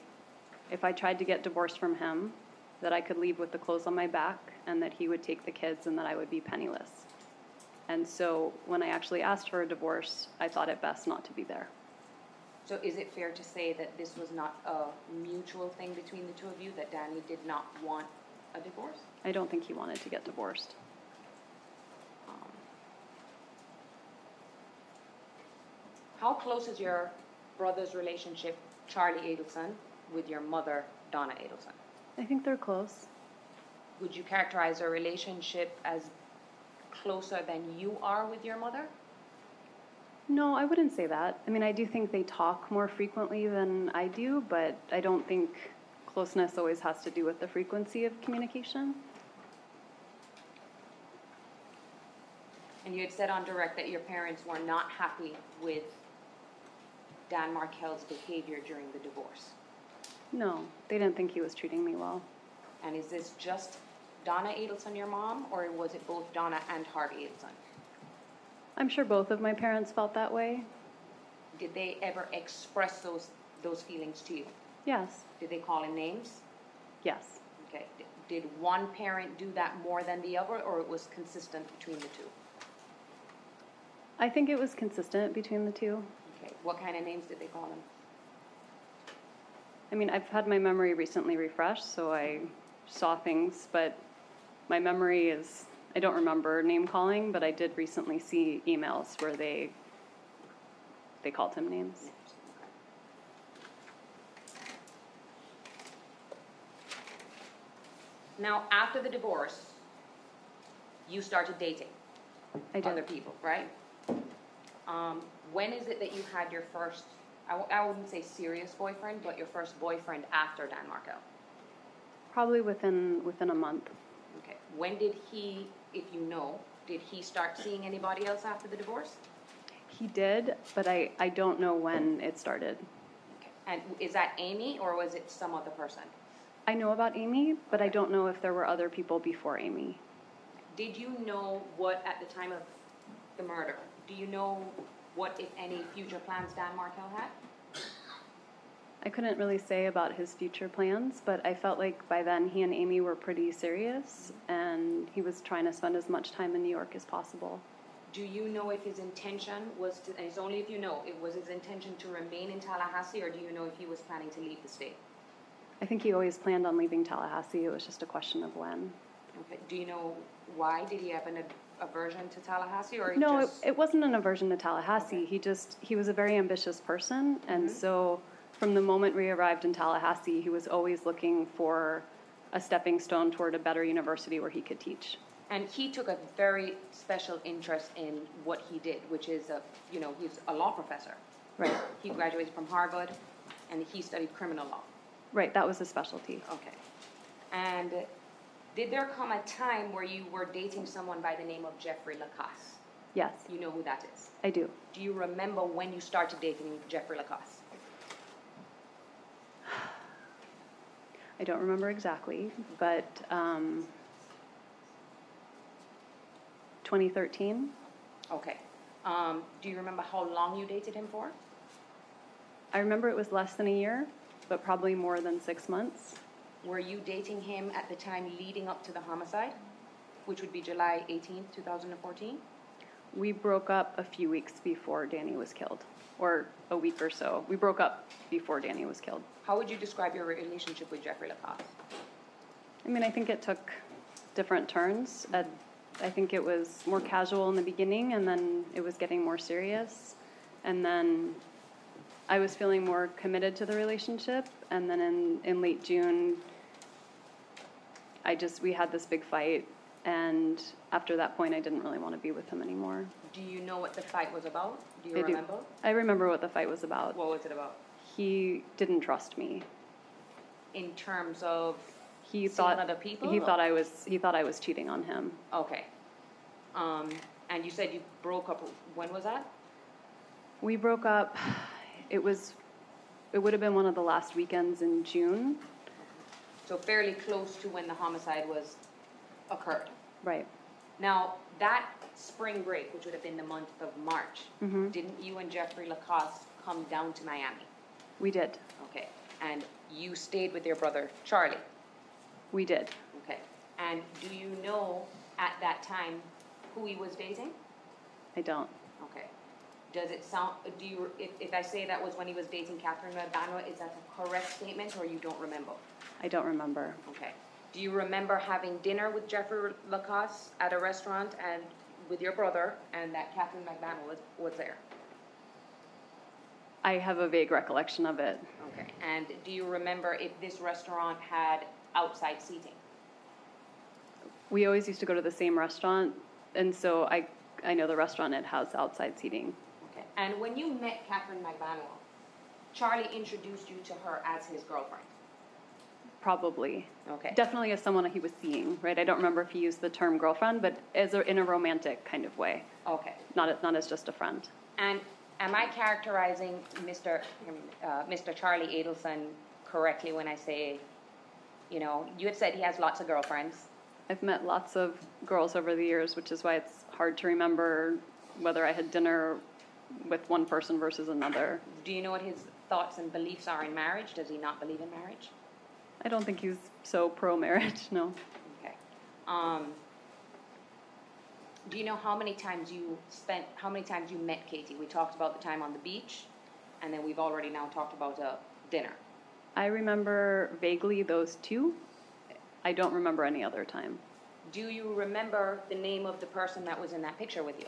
[SPEAKER 3] if I tried to get divorced from him, that I could leave with the clothes on my back and that he would take the kids and that I would be penniless. And so when I actually asked for a divorce, I thought it best not to be there.
[SPEAKER 5] So is it fair to say that this was not a mutual thing between the two of you, that Danny did not want a divorce?
[SPEAKER 3] I don't think he wanted to get divorced.
[SPEAKER 5] How close is your brother's relationship, Charlie Adelson, with your mother, Donna Adelson?
[SPEAKER 3] I think they're close.
[SPEAKER 5] Would you characterize their relationship as closer than you are with your mother?
[SPEAKER 3] No, I wouldn't say that. I mean, I do think they talk more frequently than I do, but I don't think closeness always has to do with the frequency of communication.
[SPEAKER 5] And And you had said on direct that your parents were not happy with Dan Markell's behavior during the divorce.
[SPEAKER 3] No, they didn't think he was treating me well.
[SPEAKER 5] And is this just Donna Adelson, your mom, or was it both Donna and Harvey Adelson?
[SPEAKER 3] I'm sure both of my parents felt that way.
[SPEAKER 5] Did they ever express those, those feelings to you?
[SPEAKER 3] Yes,
[SPEAKER 5] Did they call in names?
[SPEAKER 3] yes.
[SPEAKER 5] Okay, D- did one parent do that more than the other, or it was consistent between the two?
[SPEAKER 3] I think it was consistent between the two.
[SPEAKER 5] Okay, what kind of names did they call them?
[SPEAKER 3] I mean, I've had my memory recently refreshed, so I saw things, but my memory is, I don't remember name calling, but I did recently see emails where they, they called him names.
[SPEAKER 5] Names, okay. Now, after the divorce, you started dating
[SPEAKER 3] I did.
[SPEAKER 5] other people, right? Um, when is it that you had your first, I, w- I wouldn't say serious boyfriend, but your first boyfriend after Dan Marco?
[SPEAKER 3] Probably within, within a month.
[SPEAKER 5] Okay. When did he, if you know, did he start seeing anybody else after the divorce?
[SPEAKER 3] He did, but I, I don't know when it started.
[SPEAKER 5] Okay. And is that Amy or was it some other person?
[SPEAKER 3] I know about Amy, but I don't know if there were other people before Amy.
[SPEAKER 5] Did you know what, at the time of the murder, do you know what, if any, future plans Dan Markell had?
[SPEAKER 3] I couldn't really say about his future plans, but I felt like by then he and Amy were pretty serious, and he was trying to spend as much time in New York as possible.
[SPEAKER 5] Do you know if his intention was to, and it's only if you know, it was his intention to remain in Tallahassee or do you know if he was planning to leave the state?
[SPEAKER 3] I think he always planned on leaving Tallahassee, it was just a question of when.
[SPEAKER 5] Okay. Do you know why? Did he have an ab- aversion to Tallahassee or he
[SPEAKER 3] No, it,
[SPEAKER 5] just?
[SPEAKER 3] it wasn't an aversion to Tallahassee.
[SPEAKER 5] Okay. Mm-hmm.
[SPEAKER 3] He just, he was a very ambitious person, and so from the moment we arrived in Tallahassee, he was always looking for a stepping stone toward a better university where he could teach.
[SPEAKER 5] And he took a very special interest in what he did, which is a, you know, he's a law professor.
[SPEAKER 3] Right.
[SPEAKER 5] He graduated from Harvard, and he studied criminal law.
[SPEAKER 3] Right, that was his specialty.
[SPEAKER 5] Okay. And did there come a time where you were dating someone by the name of Jeffrey Lacasse?
[SPEAKER 3] Yes,
[SPEAKER 5] You know who that is.
[SPEAKER 3] I do.
[SPEAKER 5] Do you remember when you started dating Jeffrey Lacasse?
[SPEAKER 3] I don't remember exactly,
[SPEAKER 5] Mm-hmm.
[SPEAKER 3] but um, 2013,
[SPEAKER 5] Okay. Um, do you remember how long you dated him for?
[SPEAKER 3] I remember it was less than a year, but probably more than six months.
[SPEAKER 5] Were you dating him at the time leading up to the homicide, which would be July 18th, 2014?
[SPEAKER 3] We broke up a few weeks before Danny was killed, or a week or so. We broke up before Danny was killed.
[SPEAKER 5] How would you describe your relationship with Jeffrey Lacoste?
[SPEAKER 3] I mean, I think it took different turns. Uh, I think it was more casual in the beginning, and then it was getting more serious. And then I was feeling more committed to the relationship. And then in, in late June, I just, we had this big fight. And after that point, I didn't really want to be with him anymore.
[SPEAKER 5] Do you know what the fight was about? Do you
[SPEAKER 3] I do-
[SPEAKER 5] remember?
[SPEAKER 3] I remember what the fight was about.
[SPEAKER 5] What was it about?
[SPEAKER 3] he didn't trust me.
[SPEAKER 5] In terms of,
[SPEAKER 3] He
[SPEAKER 5] Seeing
[SPEAKER 3] thought
[SPEAKER 5] other people,
[SPEAKER 3] He
[SPEAKER 5] or-
[SPEAKER 3] thought I was. He thought I was cheating on him.
[SPEAKER 5] okay. Um, and you said you broke up, when was that?
[SPEAKER 3] We broke up. It was, it would have been one of the last weekends in June.
[SPEAKER 5] So fairly close to when the homicide was occurred.
[SPEAKER 3] Right.
[SPEAKER 5] Now, that spring break, which would have been the month of March, didn't you and Jeffrey Lacoste come down to Miami?
[SPEAKER 3] We did.
[SPEAKER 5] Okay. And you stayed with your brother, Charlie?
[SPEAKER 3] We did.
[SPEAKER 5] Okay. And do you know at that time who he was dating?
[SPEAKER 3] I don't.
[SPEAKER 5] Okay. Does it sound, do you, if, if I say that was when he was dating Catherine Madano, is that a correct statement or you don't remember?
[SPEAKER 3] I don't remember.
[SPEAKER 5] Okay. Do you remember having dinner with Jeffrey Lacoste at a restaurant and with your brother and that Catherine McDonald was, was there?
[SPEAKER 3] I have a vague recollection of it.
[SPEAKER 5] Okay. And do you remember if this restaurant had outside seating?
[SPEAKER 3] We always used to go to the same restaurant, and so I, I know the restaurant. It has outside seating.
[SPEAKER 5] Okay. And when you met Catherine McDonald, Charlie introduced you to her as his girlfriend.
[SPEAKER 3] probably.
[SPEAKER 5] Okay.
[SPEAKER 3] Definitely as someone he was seeing, right? I don't remember if he used the term girlfriend, but as a, in a romantic kind of way,
[SPEAKER 5] Okay.
[SPEAKER 3] not as- not as just a friend.
[SPEAKER 5] And am I characterizing Mr. uh, Mr. Charlie Adelson correctly when I say, you know, you had said he has lots of girlfriends.
[SPEAKER 3] I've met lots of girls over the years, which is why it's hard to remember whether I had dinner with one person versus another.
[SPEAKER 5] Do you know what his thoughts and beliefs are in marriage? Does he not believe in marriage?
[SPEAKER 3] I don't think he's so pro marriage, no.
[SPEAKER 5] Okay. Um, do you know how many times you spent, how many times you met Katie? We talked about the time on the beach, and then we've already now talked about a dinner.
[SPEAKER 3] I remember vaguely those two. I don't remember any other time.
[SPEAKER 5] Do you remember the name of the person that was in that picture with you?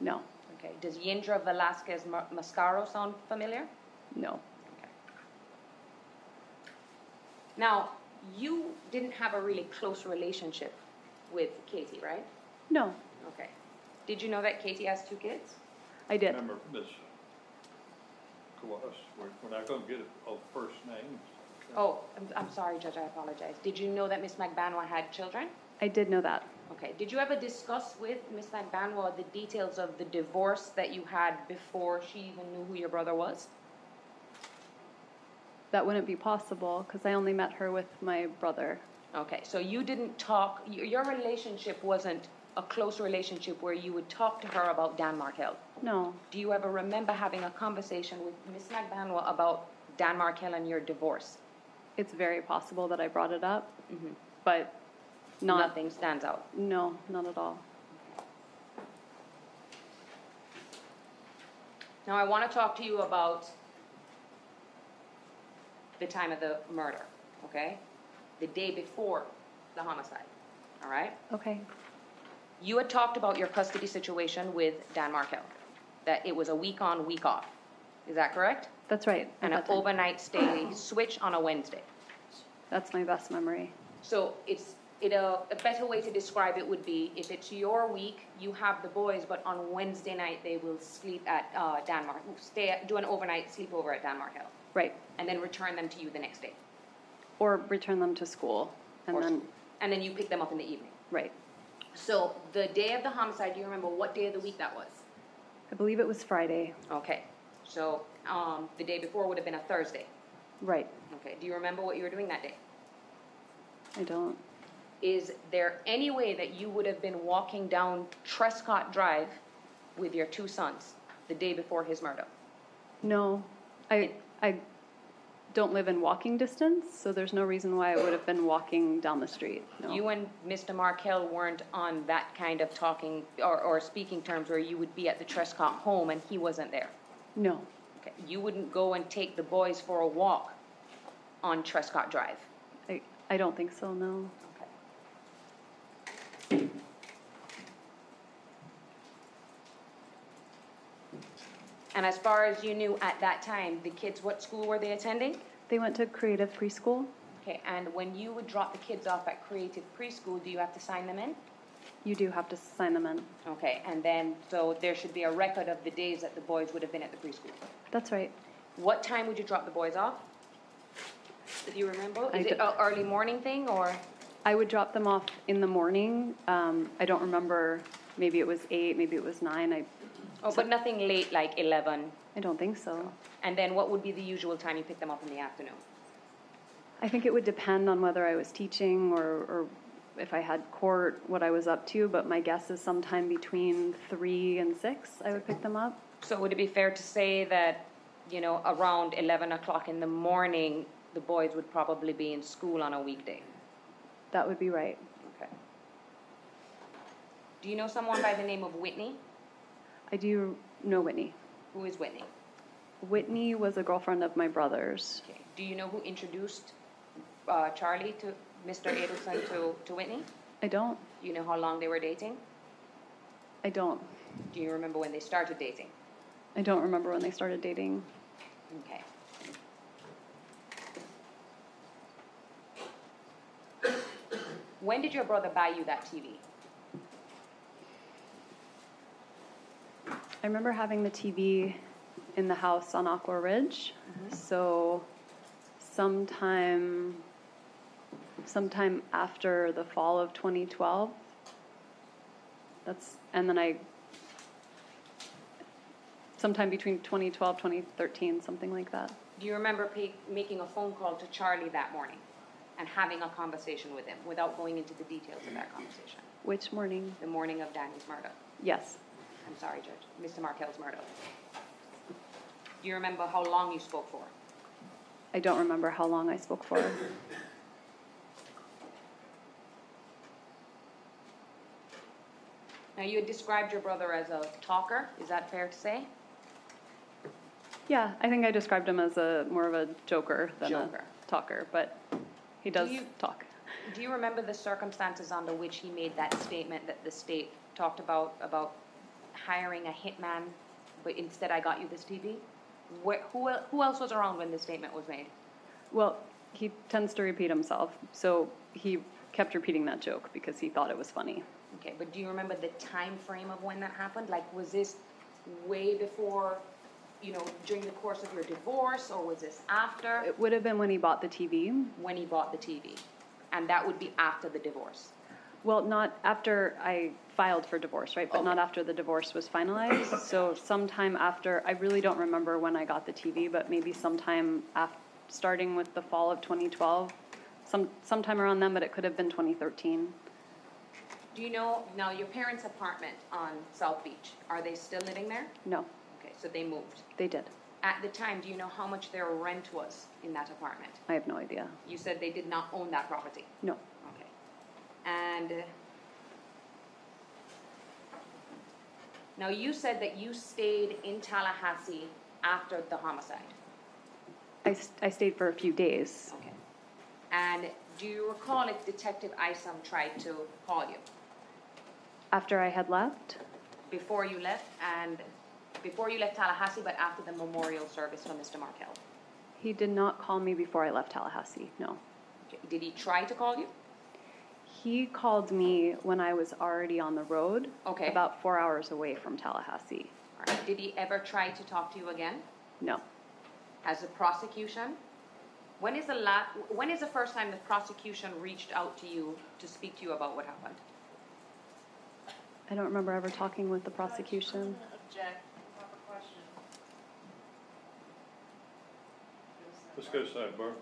[SPEAKER 3] No,
[SPEAKER 5] Okay. Does Yindra Velasquez Mar- Mascaro sound familiar?
[SPEAKER 3] no.
[SPEAKER 5] Okay. Now, you didn't have a really close relationship with Katie, right?
[SPEAKER 3] No,
[SPEAKER 5] Okay. Did you know that Katie has two kids?
[SPEAKER 3] I did.
[SPEAKER 1] Remember, Ms. Kawas, we're, we're not gonna get all first names.
[SPEAKER 5] Oh, I'm, I'm sorry, Judge, I apologize. Did you know that Miss McBanwa had children?
[SPEAKER 3] I did know that.
[SPEAKER 5] Okay. Did you ever discuss with Miss McBanwa the details of the divorce that you had before she even knew who your brother was?
[SPEAKER 3] That wouldn't be possible because I only met her with my brother.
[SPEAKER 5] Okay, so you didn't talk, y- your relationship wasn't a close relationship where you would talk to her about Dan Markell.
[SPEAKER 3] No,
[SPEAKER 5] Do you ever remember having a conversation with Miss McBanwa about Dan Markell and your divorce? Mm-hmm.
[SPEAKER 3] it's very possible that I brought it up, but not.
[SPEAKER 5] Nothing stands out.
[SPEAKER 3] No, not at all.
[SPEAKER 5] Now, I want to talk to you about the time of the murder, okay? The day before the homicide, all right?
[SPEAKER 3] Okay.
[SPEAKER 5] You had talked about your custody situation with Dan Markell, that it was a week on, week off. Is that correct?
[SPEAKER 3] That's right. at
[SPEAKER 5] And an
[SPEAKER 3] that time.
[SPEAKER 5] overnight stay switch on a Wednesday.
[SPEAKER 3] That's my best memory.
[SPEAKER 5] So it's, it, uh, a better way to describe it would be if it's your week, you have the boys, but on Wednesday night, they will sleep at, uh, Danmark, stay, at- do an overnight sleepover at Danmark Hill,
[SPEAKER 3] Right.
[SPEAKER 5] and then return them to you the next day.
[SPEAKER 3] Or return them to school. And
[SPEAKER 5] Or-
[SPEAKER 3] then,
[SPEAKER 5] And then you pick them up in the evening.
[SPEAKER 3] right.
[SPEAKER 5] So the day of the homicide, do you remember what day of the week that was?
[SPEAKER 3] I believe it was Friday.
[SPEAKER 5] Okay, so, um, the day before would have been a Thursday.
[SPEAKER 3] Right.
[SPEAKER 5] Okay, do you remember what you were doing that day?
[SPEAKER 3] I don't.
[SPEAKER 5] Is there any way that you would have been walking down Trescott Drive with your two sons the day before his murder?
[SPEAKER 3] No. I, I don't live in walking distance, so there's no reason why I would have been walking down the street. No.
[SPEAKER 5] You and Mr. Markell weren't on that kind of talking or, or speaking terms where you would be at the Trescott home and he wasn't there.
[SPEAKER 3] no.
[SPEAKER 5] Okay. You wouldn't go and take the boys for a walk on Trescott Drive.
[SPEAKER 3] I, I don't think so, no.
[SPEAKER 5] Okay. And as far as you knew at that time, the kids, what school were they attending?
[SPEAKER 3] They went to creative preschool.
[SPEAKER 5] Okay, and when you would drop the kids off at Creative Preschool, do you have to sign them in?
[SPEAKER 3] You do have to sign them in.
[SPEAKER 5] Okay, and then, so there should be a record of the days that the boys would have been at the preschool.
[SPEAKER 3] That's right.
[SPEAKER 5] What time would you drop the boys off? If you remember,
[SPEAKER 3] I
[SPEAKER 5] is it
[SPEAKER 3] d-
[SPEAKER 5] an early morning thing or?
[SPEAKER 3] I would drop them off in the morning. Um, I don't remember. Maybe it was eight, maybe it was nine. I,
[SPEAKER 5] Oh, but nothing late like eleven.
[SPEAKER 3] I don't think so.
[SPEAKER 5] And then what would be the usual time you pick them up in the afternoon?
[SPEAKER 3] I think it would depend on whether I was teaching or, or if I had court, what I was up to, but my guess is sometime between three and six, I would pick them up.
[SPEAKER 5] So would it be fair to say that, you know, around eleven o'clock in the morning, the boys would probably be in school on a weekday?
[SPEAKER 3] That would be right.
[SPEAKER 5] Okay. Do you know someone by the name of Whitney?
[SPEAKER 3] I do know Whitney.
[SPEAKER 5] Who is Whitney?
[SPEAKER 3] Whitney was a girlfriend of my brother's.
[SPEAKER 5] Okay. Do you know who introduced uh, Charlie to Mr. Adelson to, to Whitney?
[SPEAKER 3] I don't.
[SPEAKER 5] Do you know how long they were dating?
[SPEAKER 3] I don't.
[SPEAKER 5] Do you remember when they started dating?
[SPEAKER 3] I don't remember when they started dating.
[SPEAKER 5] Okay. When did your brother buy you that TV?
[SPEAKER 3] I remember having the TV in the
[SPEAKER 5] Mm-hmm.
[SPEAKER 3] house on Aqua Ridge. So sometime sometime after the fall of 2012. That's, and then I, sometime between 2012, 2013, something like that.
[SPEAKER 5] Do you remember pa- making a phone call to Charlie that morning and having a conversation with him without going into the details of that conversation?
[SPEAKER 3] Which morning?
[SPEAKER 5] The morning of Danny's murder.
[SPEAKER 3] Yes.
[SPEAKER 5] I'm sorry, Judge, Mr. Markel's murder. Do you remember how long you spoke for?
[SPEAKER 3] I don't remember how long I spoke for.
[SPEAKER 5] Now, you had described your brother as a talker, is that fair to say?
[SPEAKER 3] Yeah, I think I described him as a, more of a joker than
[SPEAKER 5] Joker.
[SPEAKER 3] a talker, but he does
[SPEAKER 5] you-
[SPEAKER 3] talk.
[SPEAKER 5] Do you remember the circumstances under which he made that statement that the state talked about, about hiring a hitman, but instead I got you this TV? Where, who, el- who else was around when this statement was made?
[SPEAKER 3] Well, he tends to repeat himself, so he kept repeating that joke because he thought it was funny.
[SPEAKER 5] Okay, but do you remember the time frame of when that happened? Like, was this way before, you know, during the course of your divorce, or was this after
[SPEAKER 3] It would have been when he bought the TV.
[SPEAKER 5] when he bought the TV? And that would be after the divorce.
[SPEAKER 3] Well, not after I filed for divorce, right? But not after the divorce was finalized. so sometime after, I really don't remember when I got the TV, but maybe sometime after, starting with the fall of 2012, some sometime around then, but it could have been 2013.
[SPEAKER 5] Do you know now your parents' apartment on South Beach? Are they still living there?
[SPEAKER 3] No,
[SPEAKER 5] Okay, so they moved.
[SPEAKER 3] they did.
[SPEAKER 5] At the time, do you know how much their rent was in that apartment?
[SPEAKER 3] I have no idea.
[SPEAKER 5] You said they did not own that property.
[SPEAKER 3] No.
[SPEAKER 5] Okay. And uh, now you said that you stayed in Tallahassee after the homicide.
[SPEAKER 3] I, s- I stayed for a few days.
[SPEAKER 5] Okay. And do you recall if Detective Isom tried to call you
[SPEAKER 3] After I had left,
[SPEAKER 5] before you left and before you left Tallahassee, but after the memorial service for Mr. Markell?
[SPEAKER 3] he did not call me before I left Tallahassee. No.
[SPEAKER 5] Okay. Did he try to call you?
[SPEAKER 3] He called me when I was already on the road,
[SPEAKER 5] Okay.
[SPEAKER 3] about four hours away from Tallahassee.
[SPEAKER 5] All right. Did he ever try to talk to you again?
[SPEAKER 3] No.
[SPEAKER 5] as a prosecution? When is the la, when is the first time the prosecution reached out to you to speak to you about what happened?
[SPEAKER 3] I don't remember ever talking with the prosecution.
[SPEAKER 4] I'm gonna object, I have a question.
[SPEAKER 1] Let's go sidebar.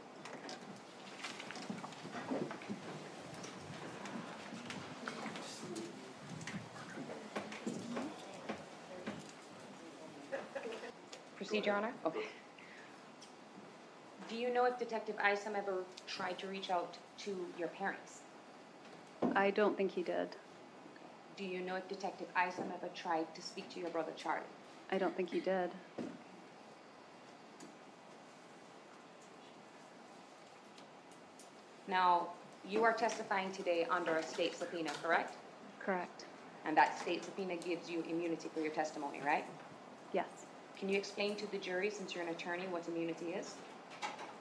[SPEAKER 5] Proceed, Your Honor? Okay. Do you know if Detective Isom ever tried to reach out to your parents?
[SPEAKER 3] I don't think he did.
[SPEAKER 5] Do you know if Detective Isom ever tried to speak to your brother Charlie?
[SPEAKER 3] I don't think he did.
[SPEAKER 5] Now, you are testifying today under a state subpoena, correct?
[SPEAKER 3] Correct.
[SPEAKER 5] And that state subpoena gives you immunity for your testimony, right?
[SPEAKER 3] Yes.
[SPEAKER 5] Can you explain to the jury, since you're an attorney, what immunity is?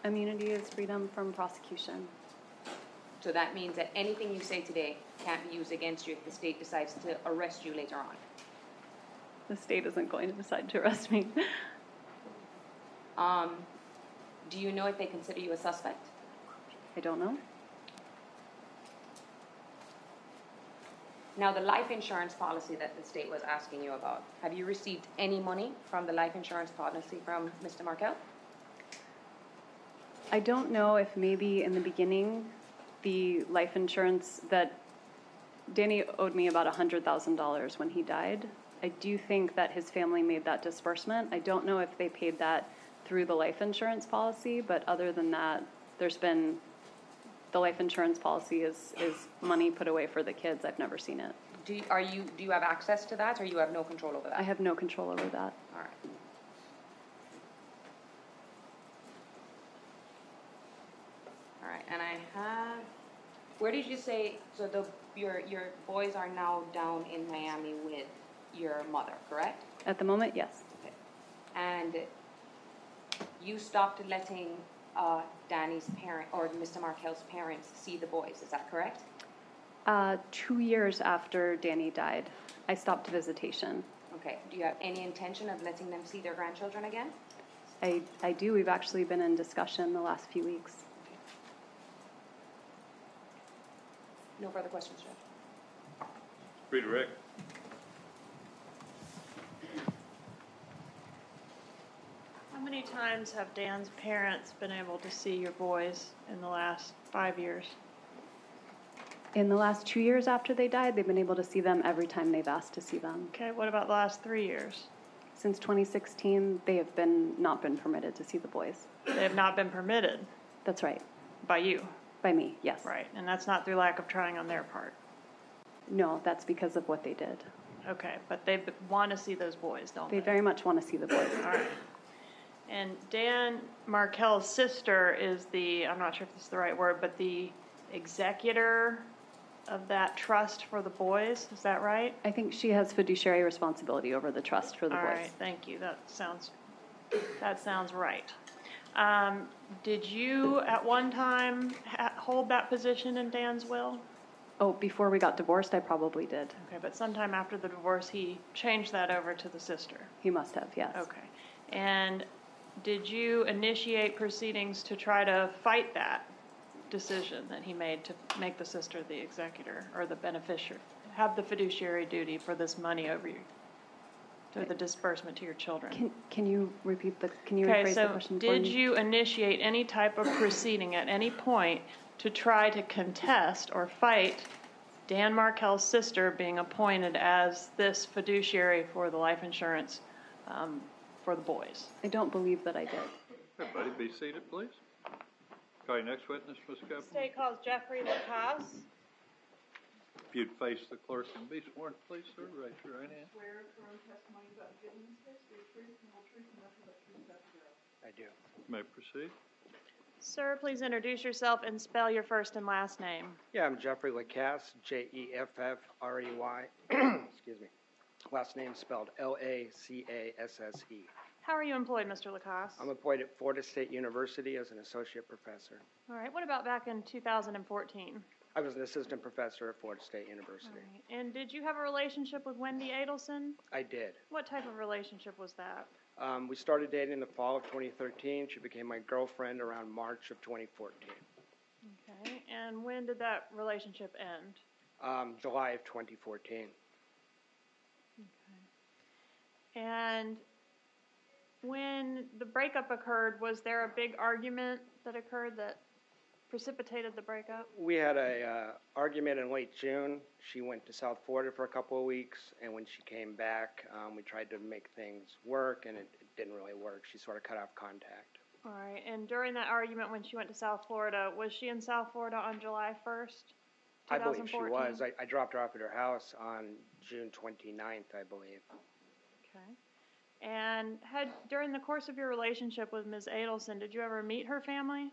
[SPEAKER 3] Immunity is freedom from prosecution.
[SPEAKER 5] So that means that anything you say today can't be used against you if the state decides to arrest you later on.
[SPEAKER 3] The state isn't going to decide to arrest me.
[SPEAKER 5] Um, do you know if they consider you a suspect?
[SPEAKER 3] I don't know.
[SPEAKER 5] Now, the life insurance policy that the state was asking you about, have you received any money from the life insurance policy from Mr. Markel?
[SPEAKER 3] I don't know if maybe in the beginning, the life insurance that Danny owed me about $100,000 when he died. I do think that his family made that disbursement. I don't know if they paid that through the life insurance policy, but other than that, there's been the life insurance policy is, is money put away for the kids. I've never seen it.
[SPEAKER 5] Do you, are you, do you have access to that or you have no control over that?
[SPEAKER 3] I have no control over that.
[SPEAKER 5] All right. All right, and I have, where did you say, so the, your, your boys are now down in Miami with your mother, correct?
[SPEAKER 3] At the moment, yes.
[SPEAKER 5] Okay. And you stopped letting, uh, Danny's parent, or Mr. Markel's parents see the boys, is that correct?
[SPEAKER 3] Uh, two years after Danny died, I stopped visitation.
[SPEAKER 5] Okay, do you have any intention of letting them see their grandchildren again?
[SPEAKER 3] I, I do. We've actually been in discussion the last few weeks.
[SPEAKER 5] No further questions, Judge.
[SPEAKER 1] Redirect.
[SPEAKER 2] How many times have Dan's parents been able to see your boys in the last five years?
[SPEAKER 3] In the last two years after they died, they've been able to see them every time they've asked to see them.
[SPEAKER 2] Okay, what about the last three years?
[SPEAKER 3] Since 2016, they have been, not been permitted to see the boys.
[SPEAKER 2] They have not been permitted
[SPEAKER 3] That's right,
[SPEAKER 2] by you,
[SPEAKER 3] by me, yes.
[SPEAKER 2] right? And that's not through lack of trying on their part.
[SPEAKER 3] No, that's because of what they did.
[SPEAKER 2] Okay, but they want to see those boys, don't
[SPEAKER 3] They
[SPEAKER 2] they?
[SPEAKER 3] very much want to see the boys.
[SPEAKER 2] All right. And Dan Markell's sister is the, I'm not sure if this is the right word, but the executor of that trust for the boys, is that right?
[SPEAKER 3] I think she has fiduciary responsibility over the trust for the
[SPEAKER 2] All
[SPEAKER 3] boys.
[SPEAKER 2] right, thank you, that sounds, that sounds right. Um, Did you at one time ha- hold that position in Dan's will?
[SPEAKER 3] Oh, before we got divorced, I probably did.
[SPEAKER 2] Okay, but sometime after the divorce, he changed that over to the sister.
[SPEAKER 3] He must have, yes.
[SPEAKER 2] Okay. And did you initiate proceedings to try to fight that decision that he made to make the sister the executor or the beneficiary, have the fiduciary duty for this money over you, through the disbursement to your children?
[SPEAKER 3] Can, can you repeat the, can you
[SPEAKER 2] Okay,
[SPEAKER 3] rephrase the
[SPEAKER 2] so
[SPEAKER 3] question for me?
[SPEAKER 2] did you initiate any type of proceeding at any point to try to contest or fight Dan Markell's sister being appointed as this fiduciary for the life insurance um, for the boys?
[SPEAKER 3] I don't believe that I did.
[SPEAKER 1] Everybody be seated, please. Okay, next witness, Ms. Kaplan.
[SPEAKER 2] State calls Jeffrey Lacasse.
[SPEAKER 1] If you'd face the clerk and be sworn, please, sir, raise your right hand.
[SPEAKER 4] Swear affirm testimony about giving this history, truth, and whole truth, and nothing but truth, so help you God.
[SPEAKER 7] I do.
[SPEAKER 1] You may proceed.
[SPEAKER 2] Sir, please introduce yourself and spell your first and last name.
[SPEAKER 7] Yeah, I'm Jeffrey Lacasse, J E F F R E Y, excuse me. Last name spelled L A C A S S E.
[SPEAKER 2] How are you employed, Mr. Lacasse?
[SPEAKER 7] I'm employed at Florida State University as an associate professor.
[SPEAKER 2] All right, what about back in 2014?
[SPEAKER 7] I was an assistant professor at Florida State University.
[SPEAKER 2] And did you have a relationship with Wendy Adelson?
[SPEAKER 7] I did.
[SPEAKER 2] What type of relationship was that?
[SPEAKER 7] Um, we started dating in the fall of 2013. She became my girlfriend around March of 2014,
[SPEAKER 2] Okay, and when did that relationship end?
[SPEAKER 7] um, July of 2014.
[SPEAKER 2] And when the breakup occurred, was there a big argument that occurred that precipitated the breakup?
[SPEAKER 7] We had a uh, argument in late June. She went to South Florida for a couple of weeks, and when she came back, um, we tried to make things work, and it, it didn't really work. She sort of cut off contact.
[SPEAKER 2] All right, and during that argument when she went to South Florida, was she in South Florida on July 1st?
[SPEAKER 7] I believe she
[SPEAKER 2] 2014?
[SPEAKER 7] was. I, I dropped her off at her house on June 29th, I believe.
[SPEAKER 2] Okay. And had, during the course of your relationship with Ms. Adelson, did you ever meet her family?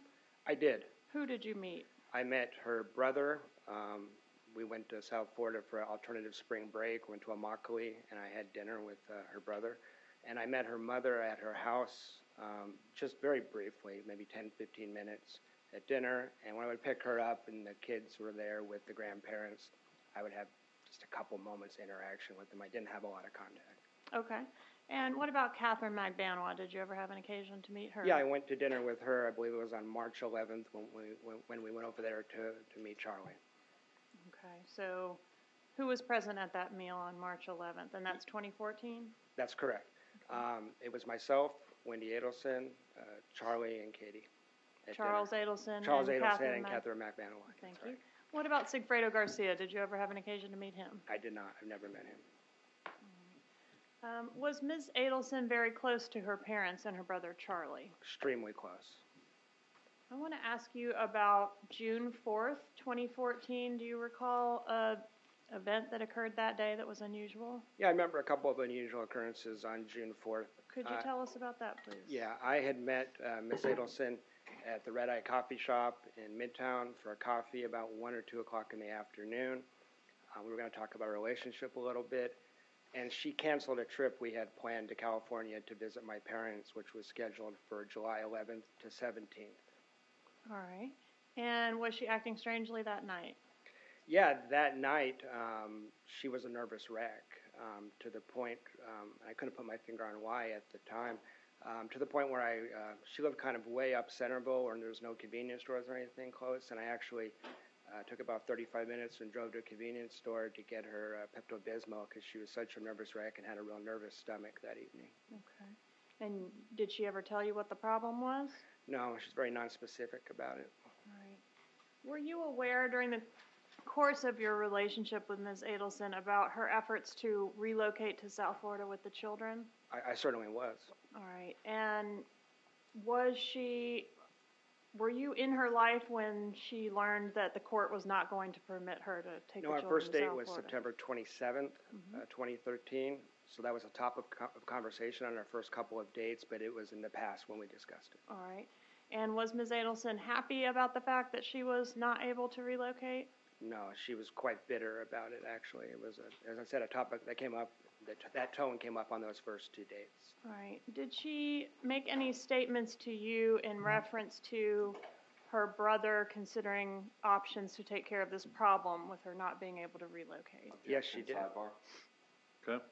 [SPEAKER 7] I did.
[SPEAKER 2] Who did you meet?
[SPEAKER 7] I met her brother. Um, we went to South Florida for an alternative spring break, went to Immokalee, and I had dinner with uh, her brother. And I met her mother at her house um, just very briefly, maybe 10, 15 minutes at dinner. And when I would pick her up and the kids were there with the grandparents, I would have just a couple moments interaction with them. I didn't have a lot of contact.
[SPEAKER 2] Okay. And what about Catherine Magbanwa? Did you ever have an occasion to meet her?
[SPEAKER 7] Yeah, I went to dinner with her. I believe it was on March 11th when we, when, when we went over there to, to meet Charlie.
[SPEAKER 2] Okay, so who was present at that meal on March 11th? And that's 2014?
[SPEAKER 7] That's correct. Um, it was myself, Wendy Adelson, uh, Charlie, and Katie. at
[SPEAKER 2] Charles
[SPEAKER 7] dinner.
[SPEAKER 2] Adelson?
[SPEAKER 7] Charles
[SPEAKER 2] and
[SPEAKER 7] Adelson and
[SPEAKER 2] Mag-
[SPEAKER 7] Catherine McManawan.
[SPEAKER 2] Thank
[SPEAKER 7] that's
[SPEAKER 2] you.
[SPEAKER 7] right.
[SPEAKER 2] What about Sigfredo Garcia? Did you ever have an occasion to meet him?
[SPEAKER 7] I did not. I've never met him.
[SPEAKER 2] Um, was Ms. Adelson very close to her parents and her brother Charlie?
[SPEAKER 7] Extremely close.
[SPEAKER 2] I want to ask you about June 4th, 2014. Do you recall a event that occurred that day that was unusual?
[SPEAKER 7] Yeah, I remember a couple of unusual occurrences on June 4th.
[SPEAKER 2] Could you
[SPEAKER 7] Uh,
[SPEAKER 2] tell us about that, please?
[SPEAKER 7] Yeah, I had met uh, Miss Adelson at the Red Eye Coffee Shop in Midtown for a coffee about one or two o'clock in the afternoon. Uh, we were going to talk about our relationship a little bit, and she canceled a trip we had planned to California to visit my parents, which was scheduled for July 11th to 17th.
[SPEAKER 2] All right. And was she acting strangely that night?
[SPEAKER 7] Yeah, that night um, she was a nervous wreck um, to the point um, I couldn't put my finger on why at the time. Um, to the point where I, uh, she lived kind of way up Centerville, and there was no convenience stores or anything close, and I actually Uh, took about 35 minutes and drove to a convenience store to get her uh, Pepto Bismol because she was such a nervous wreck and had a real nervous stomach that evening.
[SPEAKER 2] Okay. And did she ever tell you what the problem was?
[SPEAKER 7] No, she's very nonspecific about it.
[SPEAKER 2] Right. Were you aware during the course of your relationship with Ms. Adelson about her efforts to relocate to South Florida with the children?
[SPEAKER 7] I, I certainly was.
[SPEAKER 2] All right. And was she, were you in her life when she learned that the court was not going to permit her to take
[SPEAKER 7] No,
[SPEAKER 2] the
[SPEAKER 7] our
[SPEAKER 2] children
[SPEAKER 7] first
[SPEAKER 2] to
[SPEAKER 7] date
[SPEAKER 2] South
[SPEAKER 7] was
[SPEAKER 2] Florida? Mm-hmm.
[SPEAKER 7] September 27th, uh, 2013. So that was a top of, co- of conversation on our first couple of dates, but it was in the past when we discussed it.
[SPEAKER 2] All right. And was Ms. Adelson happy about the fact that she was not able to relocate?
[SPEAKER 7] No, she was quite bitter about it, actually. It was, a, as I said, a topic that came up, that, that tone came up on those first two dates.
[SPEAKER 2] All right. Did she make any statements to you in reference to her brother considering options to take care of this problem with her not being able to relocate?
[SPEAKER 7] Yes, she did.
[SPEAKER 8] Sidebar.
[SPEAKER 1] Okay.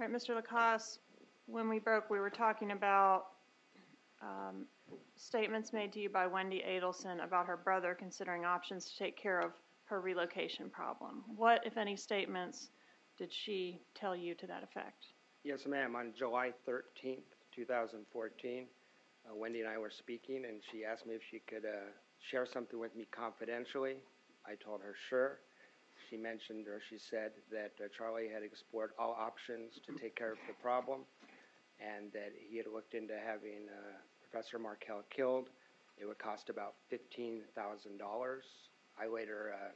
[SPEAKER 2] All right, Mr. Lacoste, when we broke, we were talking about um, statements made to you by Wendy Adelson about her brother considering options to take care of her relocation problem. What, if any, statements did she tell you to that effect?
[SPEAKER 7] Yes, ma'am. On July 13th, 2014, uh, Wendy and I were speaking, and she asked me if she could uh, share something with me confidentially. I told her sure. She mentioned, or she said, that uh, Charlie had explored all options to take care of the problem, and that he had looked into having uh, Professor Markell killed. It would cost about $15,000. I later uh,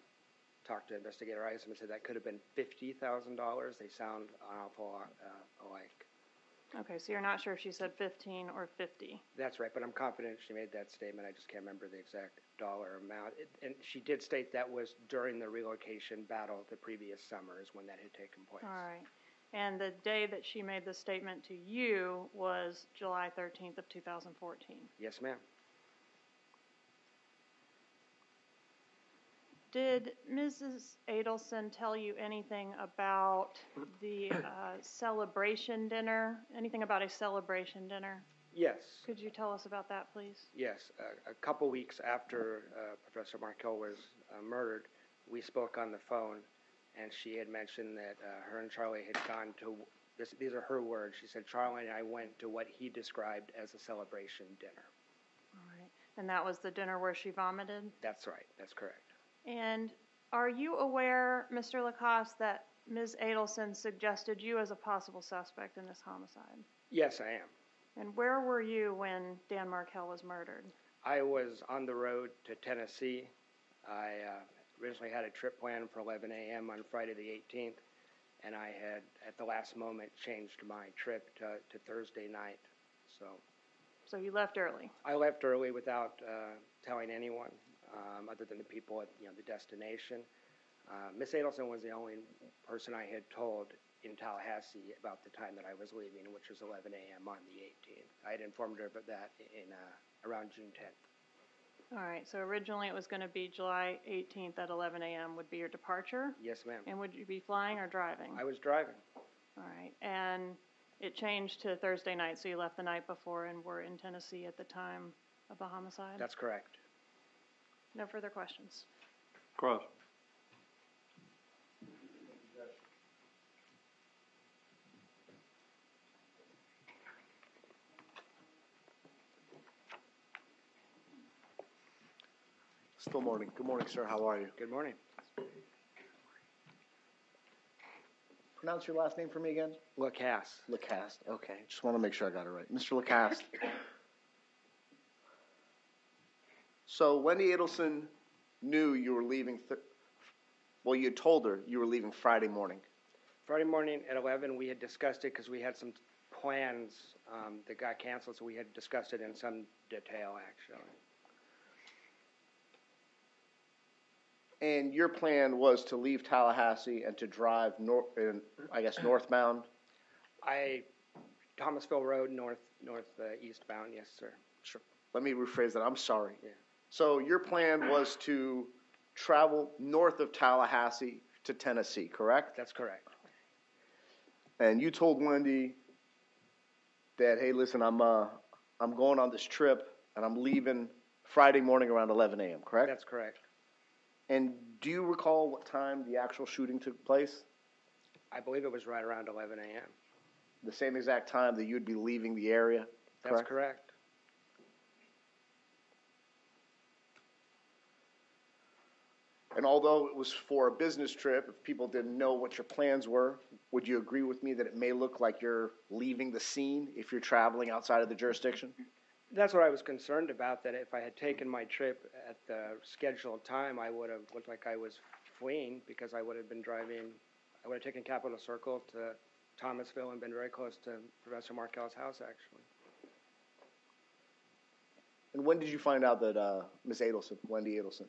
[SPEAKER 7] talked to investigator Isom and said that could have been fifty thousand dollars. They sound an awful lot uh, alike.
[SPEAKER 2] Okay, so you're not sure if she said 15 or 50.
[SPEAKER 7] That's right, but I'm confident she made that statement. I just can't remember the exact dollar amount. It, and she did state that was during the relocation battle the previous summer is when that had taken place.
[SPEAKER 2] All right. And the day that she made the statement to you was July 13th of 2014.
[SPEAKER 7] Yes, ma'am.
[SPEAKER 2] Did Mrs. Adelson tell you anything about the uh, celebration dinner? Anything about a celebration dinner?
[SPEAKER 7] Yes.
[SPEAKER 2] Could you tell us about that, please?
[SPEAKER 7] Yes, a, a couple weeks after uh, Professor Markell was uh, murdered, we spoke on the phone, and she had mentioned that uh, her and Charlie had gone to. This, these are her words. She said, "Charlie and I went to what he described as a celebration dinner."
[SPEAKER 2] All right. And that was the dinner where she vomited?
[SPEAKER 7] That's right. That's correct.
[SPEAKER 2] And are you aware, Mr. Lacoste, that Ms. Adelson suggested you as a possible suspect in this homicide?
[SPEAKER 7] Yes, I am.
[SPEAKER 2] And where were you when Dan Markell was murdered?
[SPEAKER 7] I was on the road to Tennessee. I uh, originally had a trip planned for 11 a.m. on Friday the 18th, and I had, at the last moment, changed my trip to, to Thursday night. So
[SPEAKER 2] So you left early.
[SPEAKER 7] I left early without uh, telling anyone, um, other than the people at you know the destination. Uh, Miss Adelson was the only person I had told in Tallahassee about the time that I was leaving, which was 11 a.m. on the 18th. I had informed her about that in uh, around June 10th.
[SPEAKER 2] All right, so originally it was going to be July 18th at 11 a.m. would be your departure?
[SPEAKER 7] Yes, ma'am.
[SPEAKER 2] And would you be flying or driving?
[SPEAKER 7] I was driving.
[SPEAKER 2] All right, and it changed to Thursday night, so you left the night before and were in Tennessee at the time of the homicide?
[SPEAKER 7] That's correct.
[SPEAKER 2] No further questions.
[SPEAKER 1] Cross.
[SPEAKER 6] Still morning. Good morning, sir. How are you?
[SPEAKER 7] Good morning.
[SPEAKER 6] Pronounce your last name for me again.
[SPEAKER 7] Lacasse.
[SPEAKER 6] LaCaste. Okay. Just want to make sure I got it right. Mr. LaCaste. so Wendy Adelson knew you were leaving, th- well, you had told her you were leaving Friday morning.
[SPEAKER 7] Friday morning at 11, we had discussed it because we had some plans um, that got canceled, so we had discussed it in some detail, actually.
[SPEAKER 6] And your plan was to leave Tallahassee and to drive, nor- in, I guess, northbound.
[SPEAKER 7] I, Thomasville Road, north, north, uh, eastbound, yes, sir.
[SPEAKER 6] Sure. Let me rephrase that. I'm sorry.
[SPEAKER 7] Yeah.
[SPEAKER 6] So your plan was to travel north of Tallahassee to Tennessee, correct?
[SPEAKER 7] That's correct.
[SPEAKER 6] And you told Wendy that, hey, listen, I'm uh, I'm going on this trip and I'm leaving Friday morning around 11 a.m. Correct?
[SPEAKER 7] That's correct.
[SPEAKER 6] and do you recall what time the actual shooting took place?
[SPEAKER 7] I believe it was right around 11 a.m.
[SPEAKER 6] The same exact time that you'd be leaving the area.
[SPEAKER 7] That's
[SPEAKER 6] Correct.
[SPEAKER 7] correct.
[SPEAKER 6] And although it was for a business trip, if people didn't know what your plans were, would you agree with me that it may look like you're leaving the scene if you're traveling outside of the jurisdiction?
[SPEAKER 7] That's what I was concerned about, that if I had taken my trip at the scheduled time, I would have looked like I was fleeing because I would have been driving, I would have taken Capitol Circle to Thomasville and been very close to Professor Markell's house, actually.
[SPEAKER 6] And when did you find out that uh, Ms. Adelson, Wendy Adelson,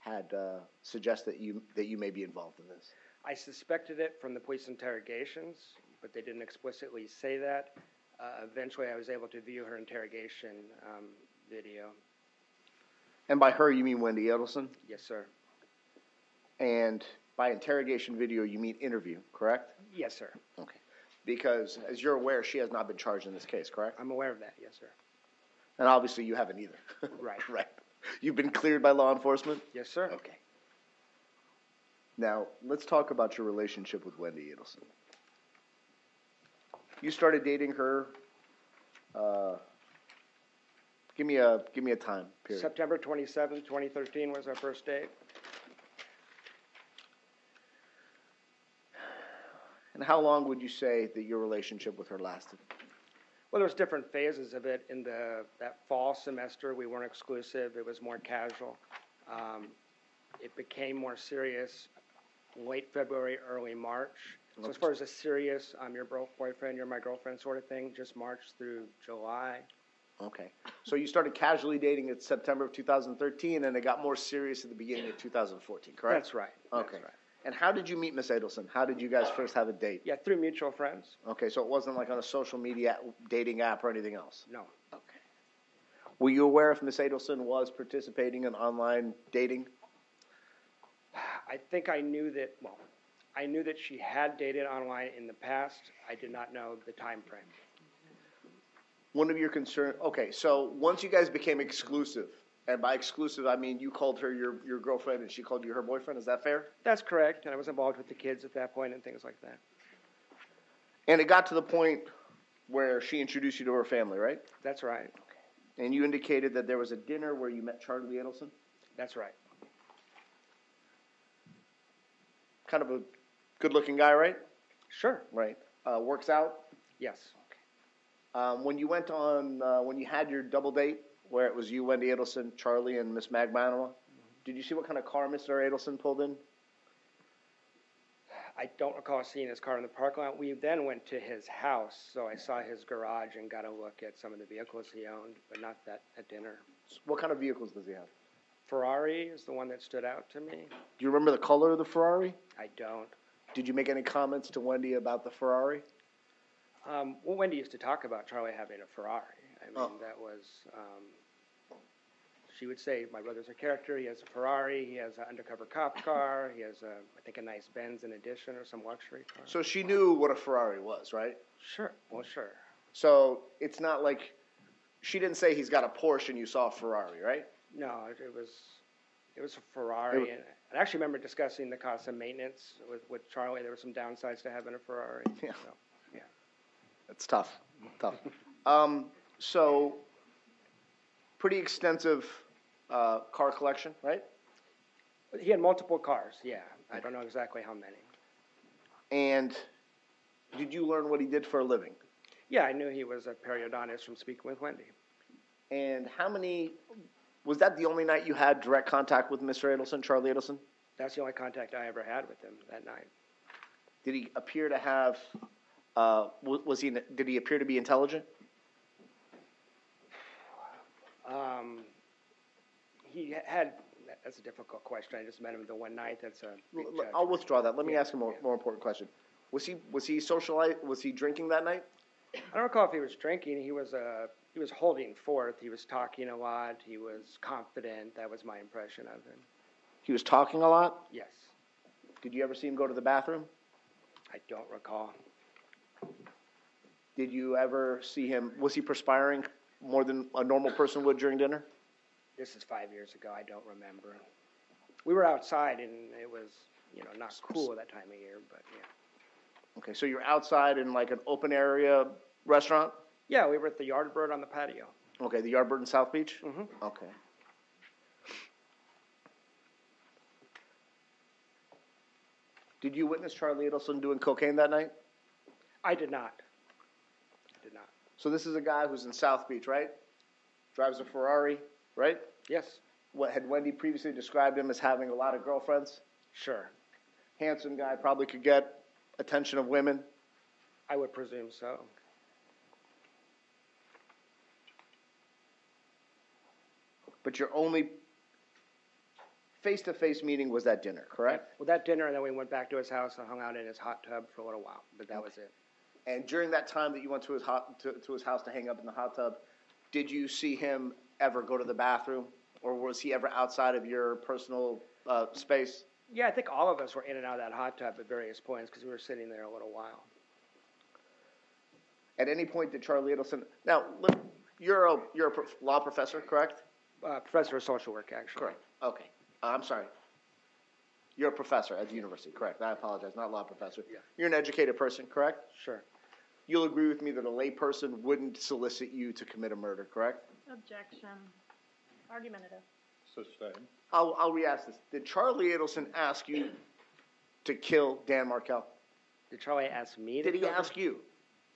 [SPEAKER 6] had uh, suggested that you that you may be involved in this?
[SPEAKER 7] I suspected it from the police interrogations, but they didn't explicitly say that. Uh, eventually, I was able to view her interrogation um, video.
[SPEAKER 6] And by her, you mean Wendy Adelson.
[SPEAKER 7] Yes, sir.
[SPEAKER 6] And by interrogation video, you mean interview, correct?
[SPEAKER 7] Yes, sir.
[SPEAKER 6] Okay. Because as you're aware, she has not been charged in this case, correct?
[SPEAKER 7] I'm aware of that. Yes, sir.
[SPEAKER 6] And obviously, you haven't either.
[SPEAKER 7] Right.
[SPEAKER 6] right. You've been cleared by law enforcement.
[SPEAKER 7] Yes, sir.
[SPEAKER 6] Okay. Now, let's talk about your relationship with Wendy Adelson. You started dating her, uh, give me a, give me a time period.
[SPEAKER 7] September 27th, 2013 was our first date.
[SPEAKER 6] And how long would you say that your relationship with her lasted?
[SPEAKER 7] Well, there's different phases of it. In the that fall semester, we weren't exclusive. It was more casual. Um, it became more serious late February, early March. So as far as a serious, I'm your bro- boyfriend, you're my girlfriend sort of thing, just March through July.
[SPEAKER 6] Okay. So you started casually dating in September of 2013, and it got more serious at the beginning of 2014, correct?
[SPEAKER 7] That's right. That's
[SPEAKER 6] Okay.
[SPEAKER 7] right.
[SPEAKER 6] And how did you meet Miss Adelson? How did you guys first have a date?
[SPEAKER 7] Uh, Yeah, through mutual friends.
[SPEAKER 6] Okay, so it wasn't like on a social media dating app or anything else.
[SPEAKER 7] No,
[SPEAKER 6] Were you aware if Miss Adelson was participating in online dating?
[SPEAKER 7] I think I knew that. Well, I knew that she had dated online in the past. I did not know the time frame.
[SPEAKER 6] One of your concern. Okay, so once you guys became exclusive, and by exclusive I mean you called her your, your girlfriend and she called you her boyfriend. Is that fair?
[SPEAKER 7] That's correct. And I was involved with the kids at that point and things like that.
[SPEAKER 6] And it got to the point where she introduced you to her family, right?
[SPEAKER 7] That's right.
[SPEAKER 6] And you indicated that there was a dinner where you met Charlie Adelson.
[SPEAKER 7] That's right.
[SPEAKER 6] Kind of a good-looking guy, right?
[SPEAKER 7] Sure.
[SPEAKER 6] Right. Uh, works out.
[SPEAKER 7] Yes.
[SPEAKER 6] Um, when you went on, uh, when you had your double date, where it was you, Wendy Adelson, Charlie, and Miss Mag
[SPEAKER 7] Mm-hmm.
[SPEAKER 6] Manawa, did you see what kind of car Mr. Adelson pulled in?
[SPEAKER 7] I don't recall seeing his car in the parking lot. We then went to his house, so I saw his garage and got a look at some of the vehicles he owned, but not that at dinner.
[SPEAKER 6] What kind of vehicles does he have?
[SPEAKER 7] Ferrari is the one that stood out to me.
[SPEAKER 6] Do you remember the color of the Ferrari?
[SPEAKER 7] I don't.
[SPEAKER 6] Did you make any comments to Wendy about the Ferrari?
[SPEAKER 7] Uh, Um, well, Wendy used to talk about Charlie having a Ferrari. I mean,
[SPEAKER 6] Oh.
[SPEAKER 7] that was. Um, she would say, "My brother's a character. He has a Ferrari. He has an undercover cop car. He has, a, I think, a nice Benz in addition, or some luxury car."
[SPEAKER 6] So she knew what a Ferrari was, right?
[SPEAKER 7] sure. Well, sure.
[SPEAKER 6] So it's not like she didn't say he's got a Porsche and you saw a Ferrari, right?
[SPEAKER 7] No, it it was, it was a Ferrari, and I actually remember discussing the cost of maintenance with, with Charlie. There were some downsides to having a Ferrari.
[SPEAKER 6] Yeah.
[SPEAKER 7] so.
[SPEAKER 6] It's tough, tough. um, so pretty extensive uh, car collection, right?
[SPEAKER 7] But He had multiple cars. Yeah, I don't know exactly how many.
[SPEAKER 6] And did you learn what he did for a living?
[SPEAKER 7] Yeah, I knew he was a periodontist from speaking with Wendy.
[SPEAKER 6] And how many? Was that the only night you had direct contact with Mr. Adelson, Charlie Adelson?
[SPEAKER 7] That's the only contact I ever had with him that night.
[SPEAKER 6] Did he appear to have? Uh, wa- was he? Did he appear to be intelligent?
[SPEAKER 7] Um, he ha- had. that- That's a difficult question. I just met him the one night. That's a.
[SPEAKER 6] L-
[SPEAKER 7] big
[SPEAKER 6] I'll
[SPEAKER 7] judgment.
[SPEAKER 6] withdraw that. Let me
[SPEAKER 7] Yeah,
[SPEAKER 6] ask a more,
[SPEAKER 7] yeah.
[SPEAKER 6] more important question. Was he? Was he socialite? Was he drinking that night?
[SPEAKER 7] I don't recall if he was drinking. He was uh, he was holding forth. He was talking a lot. He was confident. That was my impression of him.
[SPEAKER 6] He was talking a lot.
[SPEAKER 7] Yes,
[SPEAKER 6] Did you ever see him go to the bathroom?
[SPEAKER 7] I don't recall.
[SPEAKER 6] Did you ever see him? Was he perspiring more than a normal person would during dinner?
[SPEAKER 7] This is five years ago. I don't remember. We were outside and it was, you know, not cool that time of year, but yeah.
[SPEAKER 6] Okay, so you're outside in like an open area restaurant?
[SPEAKER 7] Yeah, we were at the Yardbird on the patio.
[SPEAKER 6] Okay, the Yardbird in South Beach?
[SPEAKER 7] Mhm.
[SPEAKER 6] Okay. Did you witness Charlie Edelson doing cocaine that night?
[SPEAKER 7] I did not. I did not.
[SPEAKER 6] So this is a guy who's in South Beach, right? Drives a Ferrari, right?
[SPEAKER 7] Yes,
[SPEAKER 6] What had Wendy previously described him as having a lot of girlfriends?
[SPEAKER 7] sure.
[SPEAKER 6] Handsome guy, probably could get attention of women.
[SPEAKER 7] I would presume so.
[SPEAKER 6] But your only face-to-face meeting was that dinner, correct?
[SPEAKER 7] Well, that dinner, and then we went back to his house and hung out in his hot tub for a little while, but that was it.
[SPEAKER 6] And during that time that you went to his hot, to, to his house to hang up in the hot tub, did you see him ever go to the bathroom, or was he ever outside of your personal uh, space?
[SPEAKER 7] Yeah, I think all of us were in and out of that hot tub at various points because we were sitting there a little while.
[SPEAKER 6] At any point did Charlie Edelson? Now, let- you're a you're a prof- law professor, correct?
[SPEAKER 7] Uh, professor of social work, actually.
[SPEAKER 6] Okay. Uh, I'm sorry. You're a professor at the university, correct? I apologize, not law professor.
[SPEAKER 7] Yeah.
[SPEAKER 6] You're an educated person, correct?
[SPEAKER 7] Sure.
[SPEAKER 6] You'll agree with me that a layperson wouldn't solicit you to commit a murder, correct?
[SPEAKER 2] Objection. Argumentative.
[SPEAKER 1] Sustained.
[SPEAKER 6] I'll, I'll re-ask this. Did Charlie Edelson ask you to kill Dan Markell?
[SPEAKER 7] Did Charlie ask me? to
[SPEAKER 6] Did he
[SPEAKER 7] go there?
[SPEAKER 6] ask you?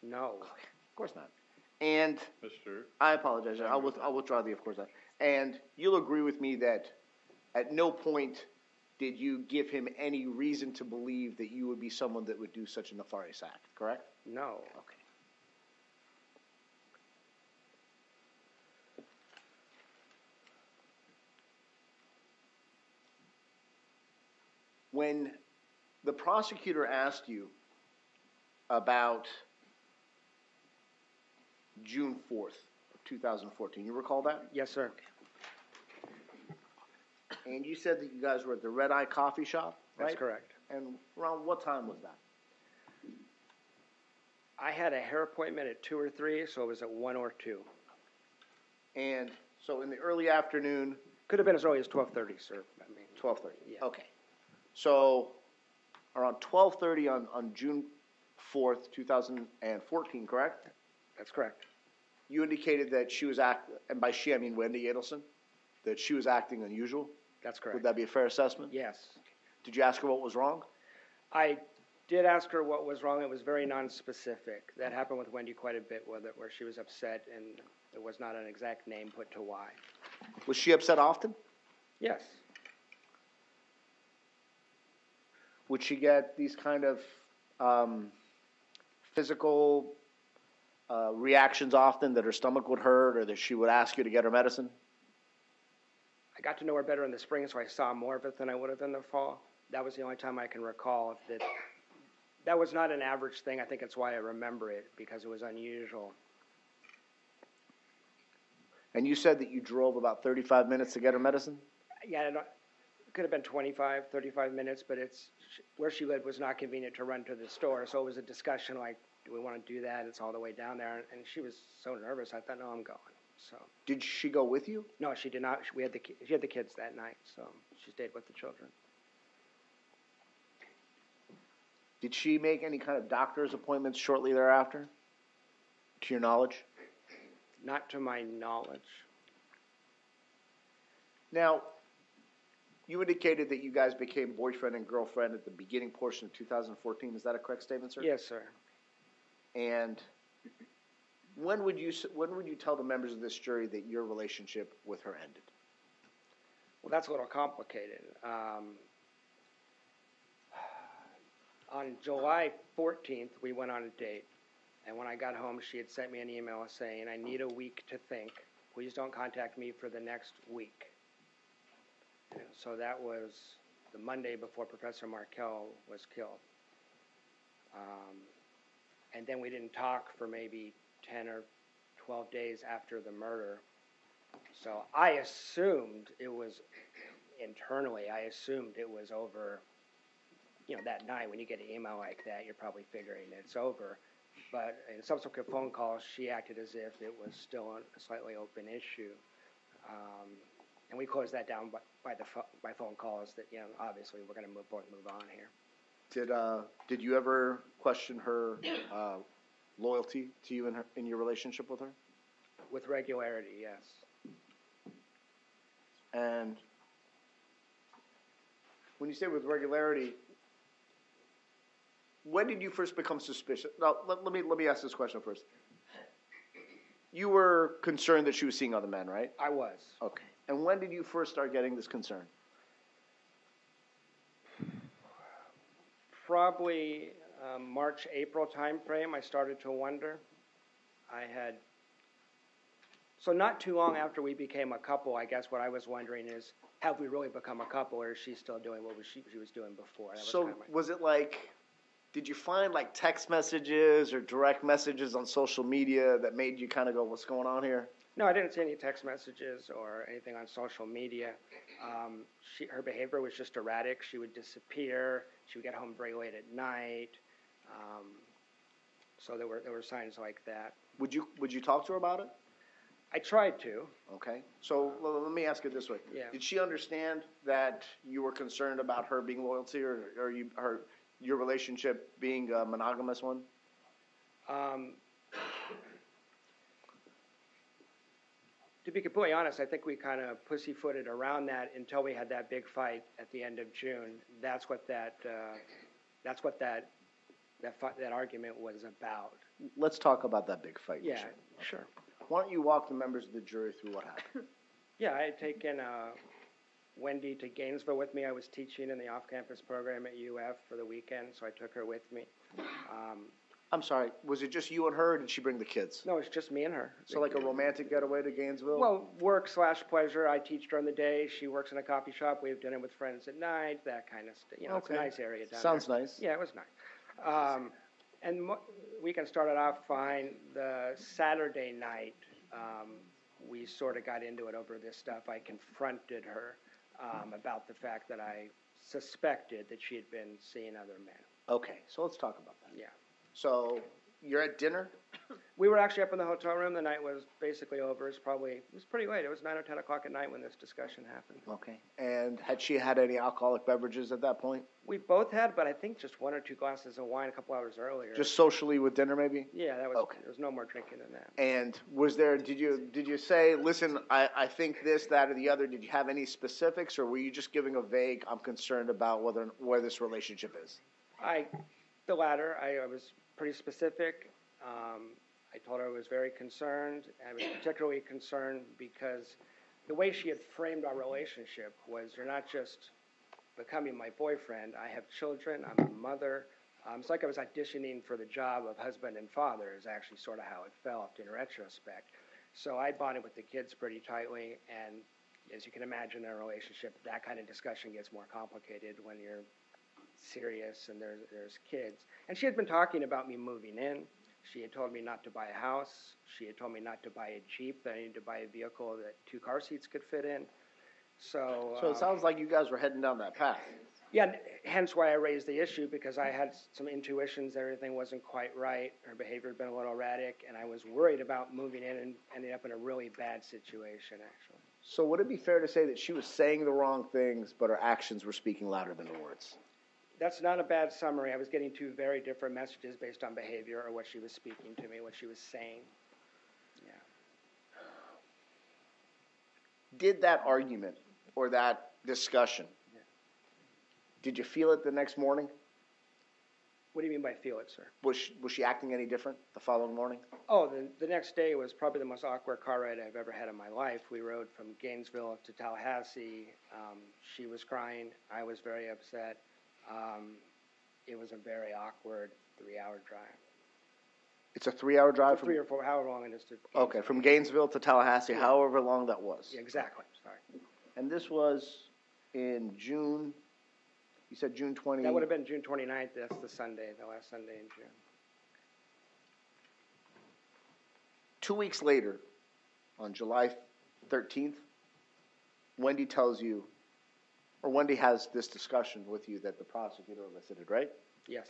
[SPEAKER 7] No.
[SPEAKER 6] Of course not. And
[SPEAKER 1] Mr.
[SPEAKER 6] I apologize. I'll, with- I'll withdraw the of course not. And you'll agree with me that at no point did you give him any reason to believe that you would be someone that would do such a nefarious act, correct?
[SPEAKER 7] No.
[SPEAKER 6] Okay. When the prosecutor asked you about June 4th, 2014, you recall that?
[SPEAKER 7] Yes, sir.
[SPEAKER 6] And you said that you guys were at the Red Eye Coffee Shop, right?
[SPEAKER 7] That's correct.
[SPEAKER 6] And around what time was that?
[SPEAKER 7] I had a hair appointment at two or three, so it was at one or two.
[SPEAKER 6] And so in the early afternoon,
[SPEAKER 7] Could have been as early as twelve thirty, sir. I mean,
[SPEAKER 6] Twelve thirty.
[SPEAKER 7] Yeah.
[SPEAKER 6] Okay. So around twelve thirty on, on June fourth, two thousand and fourteen, correct?
[SPEAKER 7] that's correct.
[SPEAKER 6] You indicated that she was act, and by she I mean Wendy Adelson, that she was acting unusual.
[SPEAKER 7] That's correct.
[SPEAKER 6] Would that be a fair assessment?
[SPEAKER 7] yes.
[SPEAKER 6] Did you ask her what was wrong?
[SPEAKER 7] I did ask her what was wrong. It was very nonspecific. That happened with Wendy quite a bit, whether where she was upset and there was not an exact name put to why.
[SPEAKER 6] Was she upset often?
[SPEAKER 7] Yes.
[SPEAKER 6] Would she get these kind of um, physical uh, reactions often that her stomach would hurt or that she would ask you to get her medicine?
[SPEAKER 7] I got to know her better in the spring, so I saw more of it than I would have in the fall. That was the only time I can recall that that was not an average thing. I think it's why I remember it because it was unusual.
[SPEAKER 6] And you said that you drove about 35 minutes to get her medicine?
[SPEAKER 7] Yeah, I don't, it could have been 25, 35 minutes, but it's where she lived was not convenient to run to the store. So it was a discussion like, do we want to do that? It's all the way down there. And she was so nervous. I thought, no, I'm going. So
[SPEAKER 6] Did she go with you?
[SPEAKER 7] no, she did not. We had the ki- she had the kids that night, so she stayed with the children.
[SPEAKER 6] Did she make any kind of doctor's appointments shortly thereafter? To your knowledge?
[SPEAKER 7] Not to my knowledge.
[SPEAKER 6] Now, you indicated that you guys became boyfriend and girlfriend at the beginning portion of 2014. Is that a correct statement, sir?
[SPEAKER 7] Yes, sir.
[SPEAKER 6] And when would you s- when would you tell the members of this jury that your relationship with her ended?
[SPEAKER 7] Well, that's a little complicated. Um, on July 14th, we went on a date, and when I got home, she had sent me an email saying, I need a week to think. Please don't contact me for the next week. And so that was the Monday before Professor Markell was killed. Um, and then we didn't talk for maybe 10 or 12 days after the murder. So I assumed it was internally, I assumed it was over, you know, that night when you get an email like that, you're probably figuring it's over. But in subsequent phone calls, she acted as if it was still a slightly open issue. Um, and we closed that down by, by the, pho- by phone calls that, you know, obviously we're gonna move, both move on here.
[SPEAKER 6] Did uh, did you ever question her uh, loyalty to you in her in your relationship with her?
[SPEAKER 7] With regularity, yes.
[SPEAKER 6] And when you say with regularity, when did you first become suspicious? Now, let, let me let me ask this question first. You were concerned that she was seeing other men, right?
[SPEAKER 7] I was.
[SPEAKER 6] Okay. And when did you first start getting this concern?
[SPEAKER 7] probably um, March, April timeframe, I started to wonder. I had, so not too long after we became a couple, I guess what I was wondering is, have we really become a couple, or is she still doing what was she, she was doing before? That was
[SPEAKER 6] So
[SPEAKER 7] kinda my-
[SPEAKER 6] was it like did you find like text messages or direct messages on social media that made you kind of go, "What's going on here?"
[SPEAKER 7] no, I didn't see any text messages or anything on social media. Um, she, her behavior was just erratic. She would disappear. She would get home very late at night. Um, so there were there were signs like that.
[SPEAKER 6] Would you would you talk to her about it?
[SPEAKER 7] I tried to.
[SPEAKER 6] Okay. So l- let me ask it this way:
[SPEAKER 7] Yeah.
[SPEAKER 6] Did she understand that you were concerned about her being loyalty, or, or you her your relationship being a monogamous one?
[SPEAKER 7] Um, to be completely honest, I think we kind of pussyfooted around that until we had that big fight at the end of June. That's what that uh, that's what that that fi- that argument was about.
[SPEAKER 6] Let's talk about that big fight.
[SPEAKER 7] Yeah,
[SPEAKER 6] Michelle.
[SPEAKER 7] sure.
[SPEAKER 6] Why don't you walk the members of the jury through what happened?
[SPEAKER 7] Yeah, I had taken uh, Wendy to Gainesville with me. I was teaching in the off-campus program at UF for the weekend, so I took her with me. Um,
[SPEAKER 6] I'm sorry. Was it just you and her, or did she bring the kids?
[SPEAKER 7] no, it's just me and her.
[SPEAKER 6] So like a romantic getaway to Gainesville.
[SPEAKER 7] Well, work slash pleasure. I teach during the day. She works in a coffee shop. We have dinner with friends at night. That kind of stuff. You know, it's a
[SPEAKER 6] Okay.
[SPEAKER 7] nice area down
[SPEAKER 6] sounds
[SPEAKER 7] there.
[SPEAKER 6] nice.
[SPEAKER 7] Yeah, it was nice. Um, and mo- weekend started off fine. The Saturday night, um, we sort of got into it over this stuff. I confronted her um, about the fact that I suspected that she had been seeing other men.
[SPEAKER 6] Okay. So let's talk about that.
[SPEAKER 7] Yeah.
[SPEAKER 6] So you're at dinner.
[SPEAKER 7] We were actually up in the hotel room. The night was basically over. It's probably it was pretty late. It was nine or ten o'clock at night when this discussion happened.
[SPEAKER 6] Okay. And had she had any alcoholic beverages at that point?
[SPEAKER 7] We both had, but I think just one or two glasses of wine a couple hours earlier.
[SPEAKER 6] Just socially with dinner, maybe.
[SPEAKER 7] yeah, that was
[SPEAKER 6] okay.
[SPEAKER 7] there was no more drinking than that.
[SPEAKER 6] And was there? Did you did you say? Listen, I, I think this, that, or the other. Did you have any specifics, or were you just giving a vague? I'm concerned about whether where this relationship is.
[SPEAKER 7] I, the latter, I, I was pretty specific. Um, I told her I was very concerned. I was particularly concerned because the way she had framed our relationship was you're not just becoming my boyfriend, I have children, I'm a mother. Um, it's like I was auditioning for the job of husband and father, is actually sort of how it felt in retrospect. So I bonded with the kids pretty tightly, and as you can imagine in a relationship, that kind of discussion gets more complicated when you're serious and there's there's kids. And she had been talking about me moving in. She had told me not to buy a house. She had told me not to buy a jeep. That I needed to buy a vehicle that two car seats could fit in. So,
[SPEAKER 6] So
[SPEAKER 7] um,
[SPEAKER 6] it sounds like you guys were heading down that path.
[SPEAKER 7] yeah, and hence why I raised the issue because I had s- some intuitions that everything wasn't quite right. Her behavior had been a little erratic, and I was worried about moving in and ending up in a really bad situation. Actually,
[SPEAKER 6] So would it be fair to say that she was saying the wrong things, but her actions were speaking louder than her words?
[SPEAKER 7] that's not a bad summary. I was getting two very different messages based on behavior or what she was speaking to me, what she was saying.
[SPEAKER 6] Did that argument or that discussion? Did you feel it the next morning?
[SPEAKER 7] What do you mean by feel it, sir?
[SPEAKER 6] Was she, was she acting any different the following morning?
[SPEAKER 7] Oh, the, the next day was probably the most awkward car ride I've ever had in my life. We rode from Gainesville to Tallahassee. Um, she was crying. I was very upset. Um, it was a very awkward three hour drive.
[SPEAKER 6] It's a three-hour drive.
[SPEAKER 7] three
[SPEAKER 6] From,
[SPEAKER 7] or four, however long it is to.
[SPEAKER 6] okay, from Gainesville to Tallahassee, however long that was.
[SPEAKER 7] Yeah, exactly. Sorry.
[SPEAKER 6] And this was in June. You said June twenty.
[SPEAKER 7] That would have been June 29th. That's the Sunday, the last Sunday in June.
[SPEAKER 6] two weeks later, on July thirteenth. Wendy tells you or Wendy has this discussion with you that the prosecutor elicited, right?
[SPEAKER 7] Yes.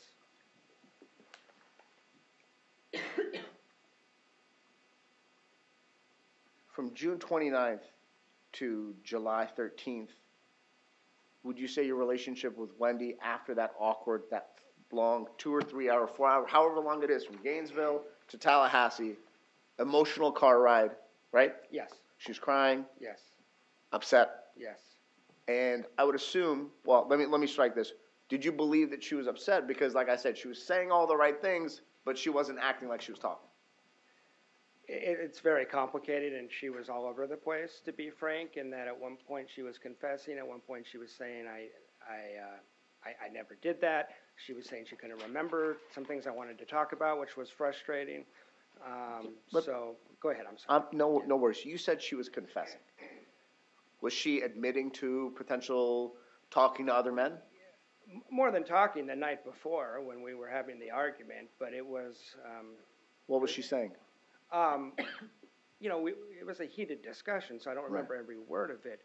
[SPEAKER 6] From June 29th to July 13th, would you say your relationship with Wendy after that awkward, that long two or three hour, four hour, however long it is from Gainesville to Tallahassee, emotional car ride, right?
[SPEAKER 7] Yes.
[SPEAKER 6] She's crying,
[SPEAKER 7] Yes.
[SPEAKER 6] upset,
[SPEAKER 7] Yes.
[SPEAKER 6] and I would assume, well, let me let me strike this. Did you believe that she was upset because like I said, she was saying all the right things, but she wasn't acting like she was talking?
[SPEAKER 7] It, it's very complicated, and she was all over the place, to be frank. In that, at one point she was confessing, at one point she was saying, "I, I, uh, I, I never did that." She was saying she couldn't remember some things I wanted to talk about, which was frustrating. Um,
[SPEAKER 6] But-
[SPEAKER 7] so, go ahead. I'm sorry.
[SPEAKER 6] Um, no no worries. You said she was confessing. Was she admitting to potential talking to other men?
[SPEAKER 7] More than talking the night before when we were having the argument, but it was. Um,
[SPEAKER 6] What was she saying?
[SPEAKER 7] Um, you know, we, it was a heated discussion, so I don't remember every word of it.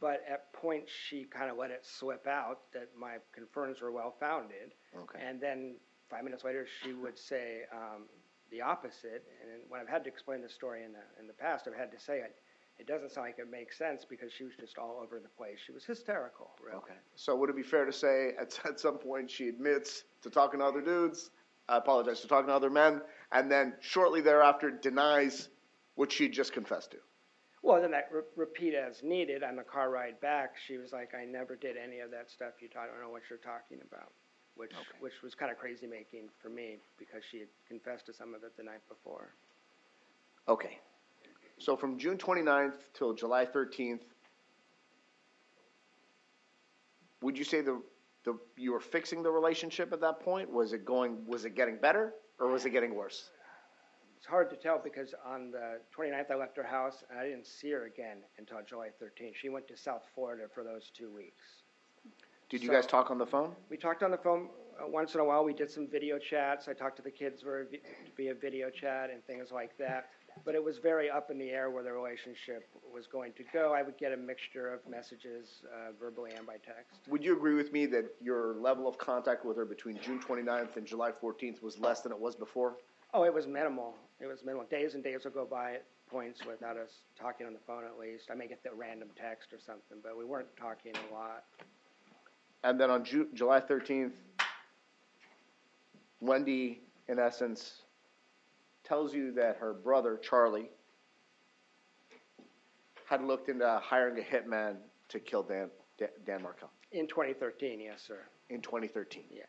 [SPEAKER 7] But at points, she kind of let it slip out that my concerns were well founded.
[SPEAKER 6] Okay.
[SPEAKER 7] And then five minutes later, she would say um, the opposite. And when I've had to explain the story in the, in the past, I've had to say it. It doesn't sound like it makes sense because she was just all over the place. She was hysterical, really.
[SPEAKER 6] Okay. So would it be fair to say at, at some point she admits to talking to other dudes? I apologize to talking to other men, and then shortly thereafter denies what she had just confessed to.
[SPEAKER 7] Well, then that re- repeat as needed on the car ride back, she was like, "I never did any of that stuff. You ta- I don't know what you're talking about," which which was kind of crazy making for me because she had confessed to some of it the night before.
[SPEAKER 6] Okay. So from June 29th till July 13th, would you say the, the you were fixing the relationship at that point? Was it going? Was it getting better or was it getting worse?
[SPEAKER 7] It's hard to tell because on the 29th I left her house and I didn't see her again until July 13th. She went to South Florida for those two weeks.
[SPEAKER 6] Did you guys
[SPEAKER 7] So-
[SPEAKER 6] talk on the phone?
[SPEAKER 7] We talked on the phone uh, once in a while. We did some video chats. I talked to the kids via, vi- via video chat and things like that. But it was very up in the air where the relationship was going to go. I would get a mixture of messages uh, verbally and by text.
[SPEAKER 6] Would you agree with me that your level of contact with her between June 29th and July 14th was less than it was before?
[SPEAKER 7] Oh, it was minimal. It was minimal. Days and days will go by at points without us talking on the phone, at least. I may get the random text or something, but we weren't talking a lot.
[SPEAKER 6] And then on Ju- July 13th, Wendy, in essence, tells you that her brother, Charlie, had looked into hiring a hitman to kill Dan, Da- Dan Markell
[SPEAKER 7] In 2013, yes, sir.
[SPEAKER 6] in 2013.
[SPEAKER 7] Yes.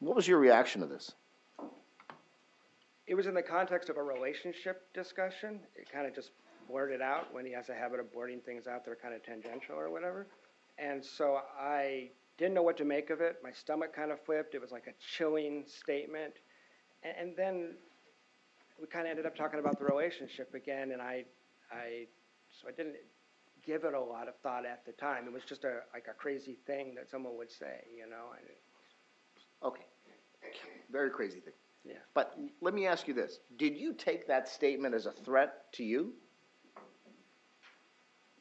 [SPEAKER 6] What was your reaction to this?
[SPEAKER 7] it was in the context of a relationship discussion. It kind of just blurted out when he has a habit of blurting things out that are kind of tangential or whatever. And so I didn't know what to make of it. My stomach kind of flipped. It was like a chilling statement. And, and then we kind of ended up talking about the relationship again. And I, I, so I didn't give it a lot of thought at the time. It was just a like a crazy thing that someone would say, you know. And
[SPEAKER 6] Okay. Very crazy thing.
[SPEAKER 7] Yeah.
[SPEAKER 6] But let me ask you this Did you take that statement as a threat to you?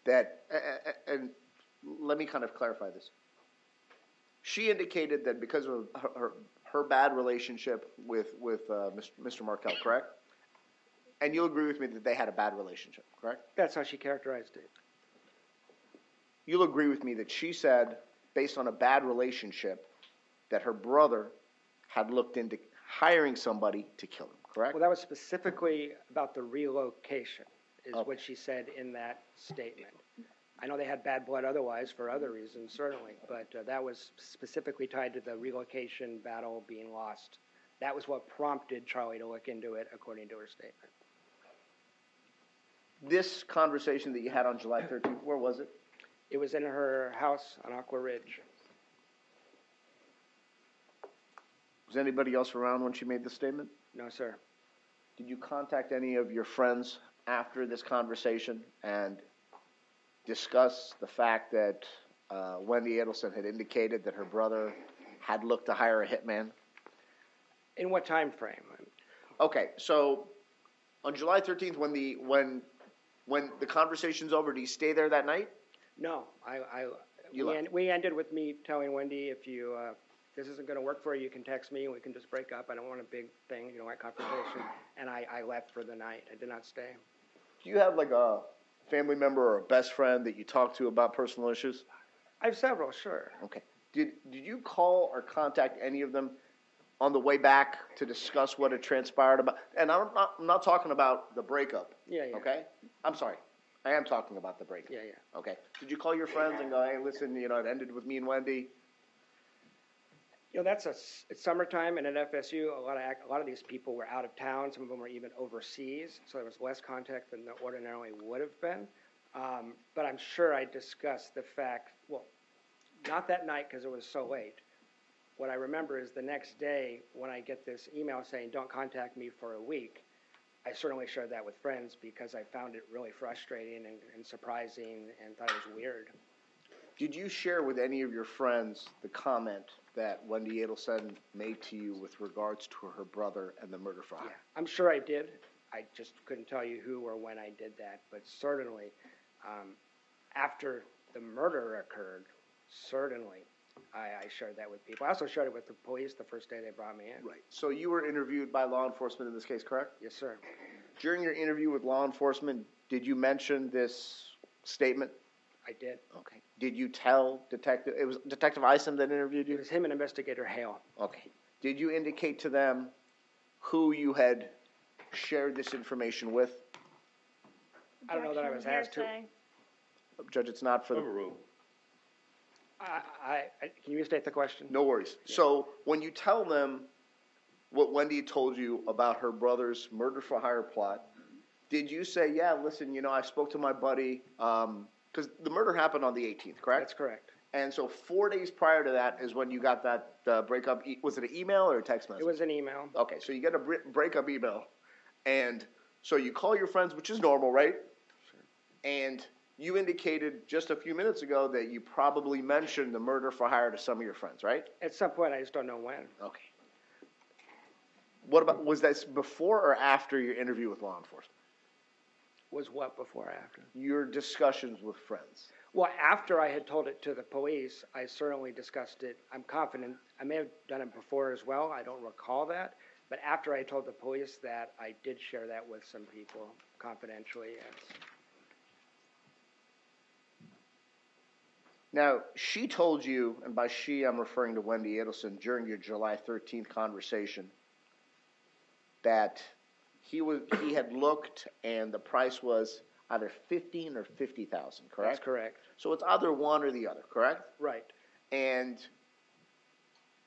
[SPEAKER 6] That, a- a- a- and let me kind of clarify this. She indicated that because of her, her, her bad relationship with, with uh, Mr. Markell, correct? And you'll agree with me that they had a bad relationship, correct?
[SPEAKER 7] that's how she characterized it.
[SPEAKER 6] You'll agree with me that she said, based on a bad relationship, that her brother had looked into hiring somebody to kill him, correct?
[SPEAKER 7] Well, that was specifically about the relocation, is
[SPEAKER 6] Okay.
[SPEAKER 7] what she said in that statement. I know they had bad blood otherwise for other reasons, certainly, but uh, that was specifically tied to the relocation battle being lost. That was what prompted Charlie to look into it, according to her statement.
[SPEAKER 6] this conversation that you had on July 13th, where was it?
[SPEAKER 7] It was in her house on Aqua Ridge.
[SPEAKER 6] Was anybody else around when she made this statement?
[SPEAKER 7] No, sir.
[SPEAKER 6] Did you contact any of your friends after this conversation and discuss the fact that uh, Wendy Adelson had indicated that her brother had looked to hire a hitman?
[SPEAKER 7] In what time frame?
[SPEAKER 6] Okay, so on July 13th, when the when when the conversation's over, do you stay there that night?
[SPEAKER 7] No, I, I,
[SPEAKER 6] You
[SPEAKER 7] we,
[SPEAKER 6] left.
[SPEAKER 7] en- we ended with me telling Wendy, if you, uh, this isn't gonna work for you, you can text me, we can just break up, I don't want a big thing, you don't want confrontation, and I, I left for the night, I did not stay.
[SPEAKER 6] Do you have like a family member or a best friend that you talk to about personal issues?
[SPEAKER 7] I have several, sure.
[SPEAKER 6] Okay. Did did you call or contact any of them on the way back to discuss what had transpired about? And I'm not, I'm not talking about the breakup.
[SPEAKER 7] Yeah, yeah.
[SPEAKER 6] Okay. I'm sorry. I am talking about the breakup.
[SPEAKER 7] Yeah, yeah.
[SPEAKER 6] Okay. Did you call your friends and go, hey, listen, you know, it ended with me and Wendy.
[SPEAKER 7] You know, that's a, s- it's summertime and at FSU, a lot of, ac- a lot of these people were out of town, some of them were even overseas, so there was less contact than there ordinarily would have been. Um, but I'm sure I discussed the fact, well, not that night because it was so late. What I remember is the next day, when I get this email saying, don't contact me for a week, I certainly shared that with friends because I found it really frustrating and, and surprising and thought it was weird.
[SPEAKER 6] Did you share with any of your friends the comment that Wendy Adelson made to you with regards to her brother and the murder for hire?
[SPEAKER 7] Yeah, I'm sure I did. I just couldn't tell you who or when I did that, but certainly, um, after the murder occurred, certainly, I, I shared that with people. I also shared it with the police the first day they brought me in.
[SPEAKER 6] Right. So you were interviewed by law enforcement in this case, correct?
[SPEAKER 7] Yes, sir.
[SPEAKER 6] During your interview with law enforcement, did you mention this statement?
[SPEAKER 7] I did.
[SPEAKER 6] Okay. Did you tell Detective, it was Detective Isom that interviewed
[SPEAKER 7] It
[SPEAKER 6] you?
[SPEAKER 7] was him and Investigator Hale.
[SPEAKER 6] Okay. Did you indicate to them who you had shared this information with?
[SPEAKER 7] I don't know that I was asked to.
[SPEAKER 2] Hearsay.
[SPEAKER 6] Judge, it's not for the
[SPEAKER 1] Overruled.
[SPEAKER 7] I, I, I, can you restate the question?
[SPEAKER 6] No worries. So when you tell them what Wendy told you about her brother's murder for hire plot, did you say, "Yeah, listen, you know, I spoke to my buddy"? Because the murder happened on the 18th, correct?
[SPEAKER 7] That's correct.
[SPEAKER 6] And so four days prior to that is when you got that uh, breakup. E- was it an email or a text message?
[SPEAKER 7] It was an email.
[SPEAKER 6] Okay, so you get a bre- breakup email, and so you call your friends, which is normal, right? And you indicated just a few minutes ago that you probably mentioned the murder for hire to some of your friends, right?
[SPEAKER 7] At some point, I just don't know when.
[SPEAKER 6] Okay. What about, was that before or after your interview with law enforcement?
[SPEAKER 7] Was what before or after?
[SPEAKER 6] Your discussions with friends?
[SPEAKER 7] Well, after I had told it to the police, I certainly discussed it. I'm confident, I may have done it before as well, I don't recall that. But after I told the police that, I did share that with some people confidentially, yes.
[SPEAKER 6] Now, she told you, and by she I'm referring to Wendy Adelson, during your July 13th conversation, that he was he had looked and the price was either 15 or 50,000, correct?
[SPEAKER 7] That's correct,
[SPEAKER 6] So it's either one or the other, correct?
[SPEAKER 7] right.
[SPEAKER 6] And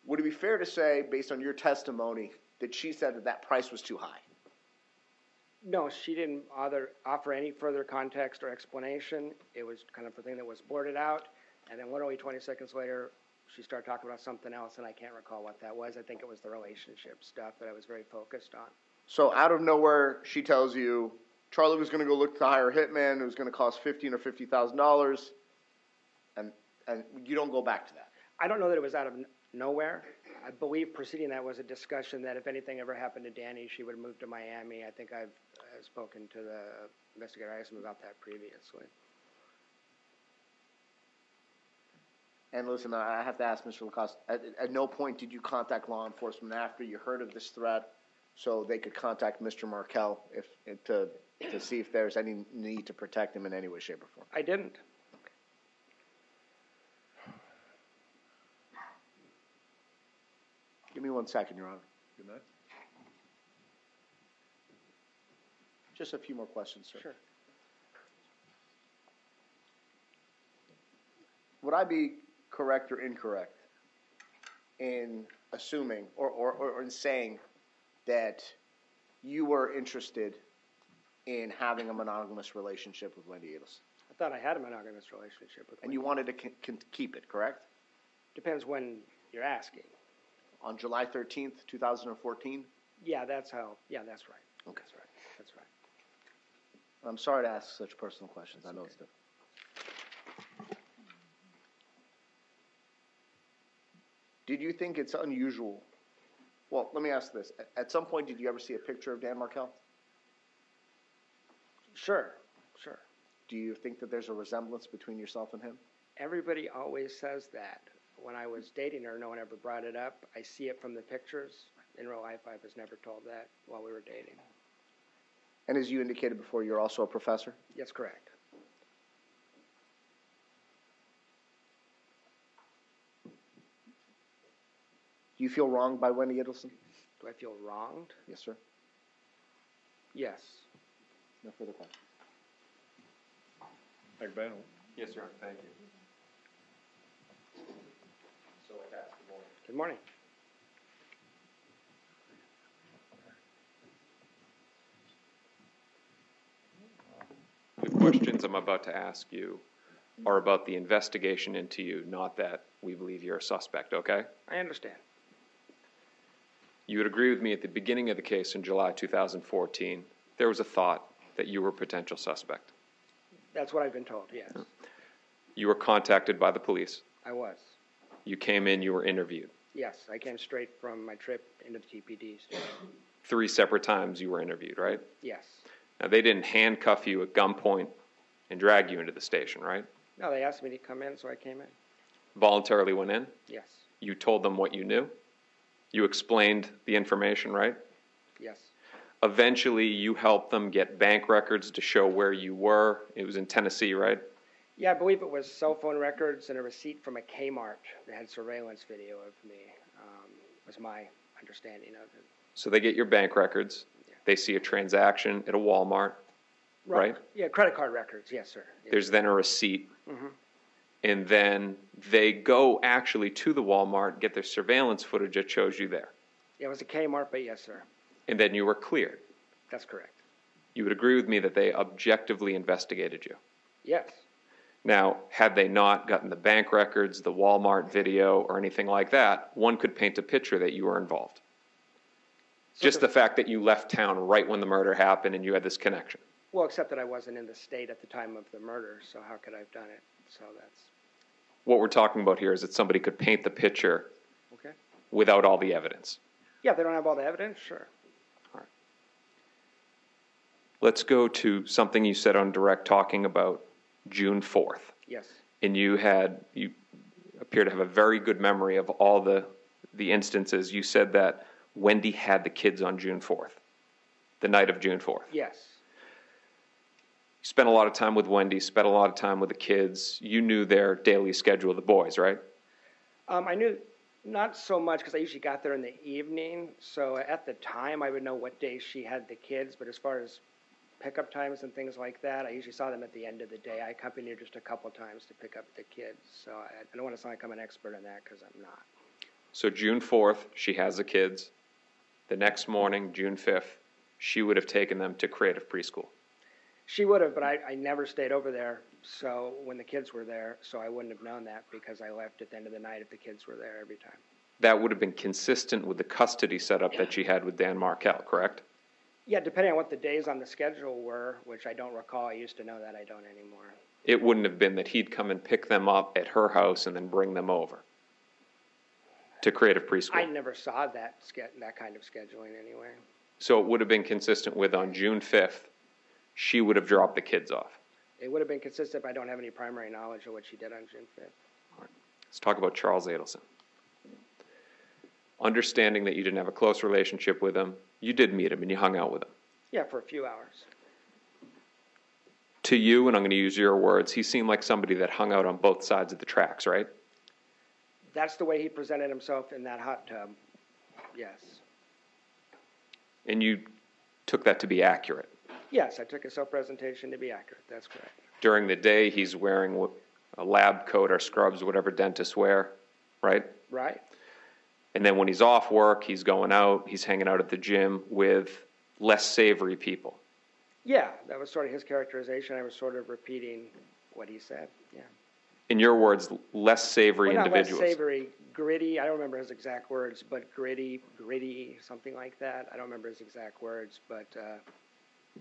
[SPEAKER 6] would it be fair to say, based on your testimony, that she said that that price was too high?
[SPEAKER 7] No, she didn't other, offer any further context or explanation. It was kind of a thing that was blurted out. And then literally twenty seconds later, she started talking about something else, and I can't recall what that was. I think it was the relationship stuff that I was very focused on.
[SPEAKER 6] So out of nowhere, she tells you Charlie was going to go look to hire a hitman who's going to cost fifteen or fifty thousand dollars, and and you don't go back to that.
[SPEAKER 7] I don't know that it was out of n- nowhere. I believe preceding that was a discussion that if anything ever happened to Danny, she would move to Miami. I think I've uh, spoken to the investigator Isom about that previously.
[SPEAKER 6] And listen, I I have to ask Mr. Lacoste. At, at no point did you contact law enforcement after you heard of this threat, so they could contact Mr. Markel if to to see if there's any need to protect him in any way, shape, or form.
[SPEAKER 7] I didn't.
[SPEAKER 6] Give me one second, Your Honor.
[SPEAKER 1] Good night.
[SPEAKER 6] Just a few more questions, sir.
[SPEAKER 7] Sure.
[SPEAKER 6] Would I be correct or incorrect in assuming or, or, or or in saying that you were interested in having a monogamous relationship with Wendy Adelson?
[SPEAKER 7] I thought I had a monogamous relationship with.
[SPEAKER 6] And you
[SPEAKER 7] Wendy.
[SPEAKER 6] wanted to con- con- keep it, correct?
[SPEAKER 7] Depends when you're asking.
[SPEAKER 6] On July 13th, 2014?
[SPEAKER 7] Yeah, that's how. Yeah, that's right.
[SPEAKER 6] Okay.
[SPEAKER 7] That's right. That's right.
[SPEAKER 6] I'm sorry to ask such personal questions. I know it's difficult. Did you think it's unusual? Well, let me ask this. At- At some point, did you ever see a picture of Dan Markell?
[SPEAKER 7] Sure. Sure.
[SPEAKER 6] Do you think that there's a resemblance between yourself and him?
[SPEAKER 7] Everybody always says that. When I was dating her, no one ever brought it up. I see it from the pictures. In real life, I was never told that while we were dating.
[SPEAKER 6] And as you indicated before, you're also a professor.
[SPEAKER 7] Yes, correct.
[SPEAKER 6] Do you feel wronged by Wendy Idelson?
[SPEAKER 7] Do I feel wronged?
[SPEAKER 6] Yes, sir.
[SPEAKER 7] Yes.
[SPEAKER 6] No further questions.
[SPEAKER 8] Yes, sir, thank you. So I pass the board.
[SPEAKER 7] Good morning.
[SPEAKER 8] The questions I'm about to ask you are about the investigation into you, not that we believe you're a suspect, okay?
[SPEAKER 7] I understand.
[SPEAKER 8] You would agree with me at the beginning of the case in July 2014, there was a thought that you were a potential suspect.
[SPEAKER 7] That's what I've been told, yes.
[SPEAKER 8] You were contacted by the police.
[SPEAKER 7] I was.
[SPEAKER 8] You came in, you were interviewed.
[SPEAKER 7] Yes, I came straight from my trip into the TPD.
[SPEAKER 8] Three separate times you were interviewed, right?
[SPEAKER 7] Yes.
[SPEAKER 8] Now, they didn't handcuff you at gunpoint and drag you into the station, right?
[SPEAKER 7] No, they asked me to come in, so I came in.
[SPEAKER 8] Voluntarily went in.
[SPEAKER 7] Yes,
[SPEAKER 8] You told them what you knew. You explained the information, right?
[SPEAKER 7] yes,
[SPEAKER 8] Eventually, you helped them get bank records to show where you were. It was in Tennessee, right?
[SPEAKER 7] Yeah, I believe it was cell phone records and a receipt from a Kmart that had surveillance video of me, um, was my understanding of it.
[SPEAKER 8] So they get your bank records. They see a transaction at a Walmart. Right.
[SPEAKER 7] Yeah, credit card records, yes, sir. Yeah. Mm-hmm.
[SPEAKER 8] There's then a receipt. And then they go actually to the Walmart, get their surveillance footage that shows you there.
[SPEAKER 7] It was a Kmart, but yes, sir,
[SPEAKER 8] And then you were cleared.
[SPEAKER 7] that's correct.
[SPEAKER 8] You would agree with me that they objectively investigated you.
[SPEAKER 7] Yes,
[SPEAKER 8] Now, had they not gotten the bank records, the Walmart video, or anything like that, one could paint a picture that you were involved. Just the fact that you left town right when the murder happened and you had this connection.
[SPEAKER 7] well, except that I wasn't in the state at the time of the murder, so how could I have done it? So that's,
[SPEAKER 8] What we're talking about here is that somebody could paint the picture
[SPEAKER 7] okay.
[SPEAKER 8] without all the evidence.
[SPEAKER 7] Yeah, they don't have all the evidence, sure.
[SPEAKER 8] Let's go to something you said on direct talking about June 4th.
[SPEAKER 7] Yes,
[SPEAKER 8] And you had, you appear to have a very good memory of all the, the instances. You said that Wendy had the kids on June 4th, the night of June 4th.
[SPEAKER 7] yes,
[SPEAKER 8] spent a lot of time with Wendy, spent a lot of time with the kids. You knew their daily schedule, the boys, right?
[SPEAKER 7] Um, I knew not so much because I usually got there in the evening. So at the time, I would know what day she had the kids. But as far as pickup times and things like that, I usually saw them at the end of the day. I accompanied her just a couple times to pick up the kids. So I, I don't want to sound like I'm an expert in that because I'm not.
[SPEAKER 8] So June 4th, she has the kids. The next morning, June 5th, she would have taken them to creative preschool.
[SPEAKER 7] She would have, but I, I never stayed over there. So when the kids were there, so I wouldn't have known that because I left at the end of the night if the kids were there every time.
[SPEAKER 8] That would have been consistent with the custody setup that she had with Dan Markell, correct?
[SPEAKER 7] Yeah, depending on what the days on the schedule were, which I don't recall. I used to know that. I don't anymore.
[SPEAKER 8] It wouldn't have been that he'd come and pick them up at her house and then bring them over to creative preschool.
[SPEAKER 7] I never saw that ske- that kind of scheduling anyway.
[SPEAKER 8] So it would have been consistent with on June 5th, she would have dropped the kids off.
[SPEAKER 7] It would have been consistent if I don't have any primary knowledge of what she did on June fifth.
[SPEAKER 8] Let's talk about Charles Adelson. Understanding that you didn't have a close relationship with him, you did meet him and you hung out with him.
[SPEAKER 7] Yeah, for a few hours.
[SPEAKER 8] To you, and I'm going to use your words, he seemed like somebody that hung out on both sides of the tracks, right?
[SPEAKER 7] That's the way he presented himself in that hot tub. Yes.
[SPEAKER 8] And you took that to be accurate.
[SPEAKER 7] Yes, I took his self-presentation to be accurate. That's correct.
[SPEAKER 8] During the day, he's wearing wh- a lab coat or scrubs, whatever dentists wear, right?
[SPEAKER 7] Right?
[SPEAKER 8] And then when he's off work, he's going out, he's hanging out at the gym with less savory people.
[SPEAKER 7] Yeah, that was sort of his characterization. I was sort of repeating what he said. Yeah.
[SPEAKER 8] In your words, l- less savory
[SPEAKER 7] Well, not less
[SPEAKER 8] individuals.
[SPEAKER 7] savory, gritty. I don't remember his exact words, but gritty, gritty, something like that. I don't remember his exact words, but uh,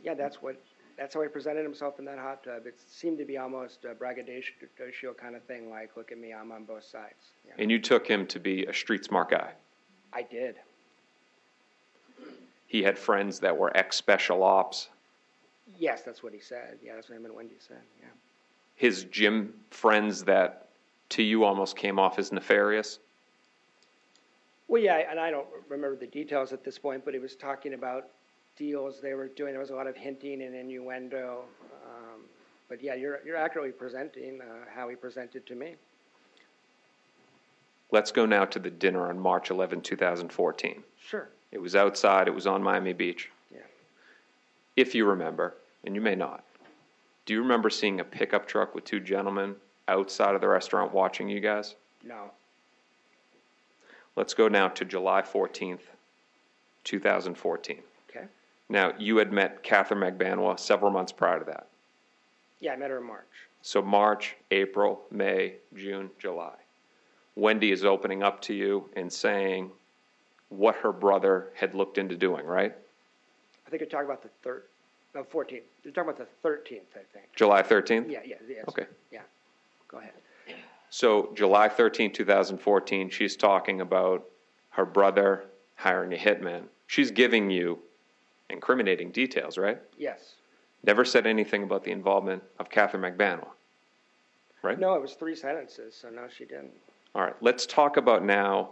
[SPEAKER 7] yeah, that's what. That's how he presented himself in that hot tub. It seemed to be almost a braggadocio kind of thing, like "Look at me, I'm on both sides." Yeah.
[SPEAKER 8] And you took him to be a street smart guy.
[SPEAKER 7] I did.
[SPEAKER 8] He had friends that were ex special ops.
[SPEAKER 7] Yes, that's what he said. Yeah, that's what him and Wendy said, yeah.
[SPEAKER 8] His gym friends that to you almost came off as nefarious?
[SPEAKER 7] Well, yeah, and I don't remember the details at this point, but he was talking about deals they were doing. There was a lot of hinting and innuendo. Um, but yeah, you're, you're accurately presenting uh, how he presented to me.
[SPEAKER 8] Let's go now to the dinner on March 11, 2014.
[SPEAKER 7] Sure.
[SPEAKER 8] It was outside, it was on Miami Beach.
[SPEAKER 7] Yeah.
[SPEAKER 8] If you remember, and you may not, do you remember seeing a pickup truck with two gentlemen outside of the restaurant watching you guys?
[SPEAKER 7] No.
[SPEAKER 8] Let's go now to July 14th, 2014.
[SPEAKER 7] Okay.
[SPEAKER 8] Now, you had met Catherine McBanwa several months prior to that.
[SPEAKER 7] Yeah, I met her in March.
[SPEAKER 8] So March, April, May, June, July. Wendy is opening up to you and saying what her brother had looked into doing, right?
[SPEAKER 7] I think you're talking about the third, no, 14th. You're talking about the 13th, I think.
[SPEAKER 8] July 13th?
[SPEAKER 7] Yeah, yeah, yes.
[SPEAKER 8] Okay.
[SPEAKER 7] Yeah. Go ahead.
[SPEAKER 8] So July 13, 2014, she's talking about her brother hiring a hitman. She's giving you incriminating details, right?
[SPEAKER 7] Yes.
[SPEAKER 8] Never said anything about the involvement of Catherine McBanwa.
[SPEAKER 7] No, it was three sentences, so no, she didn't.
[SPEAKER 8] All right, let's talk about now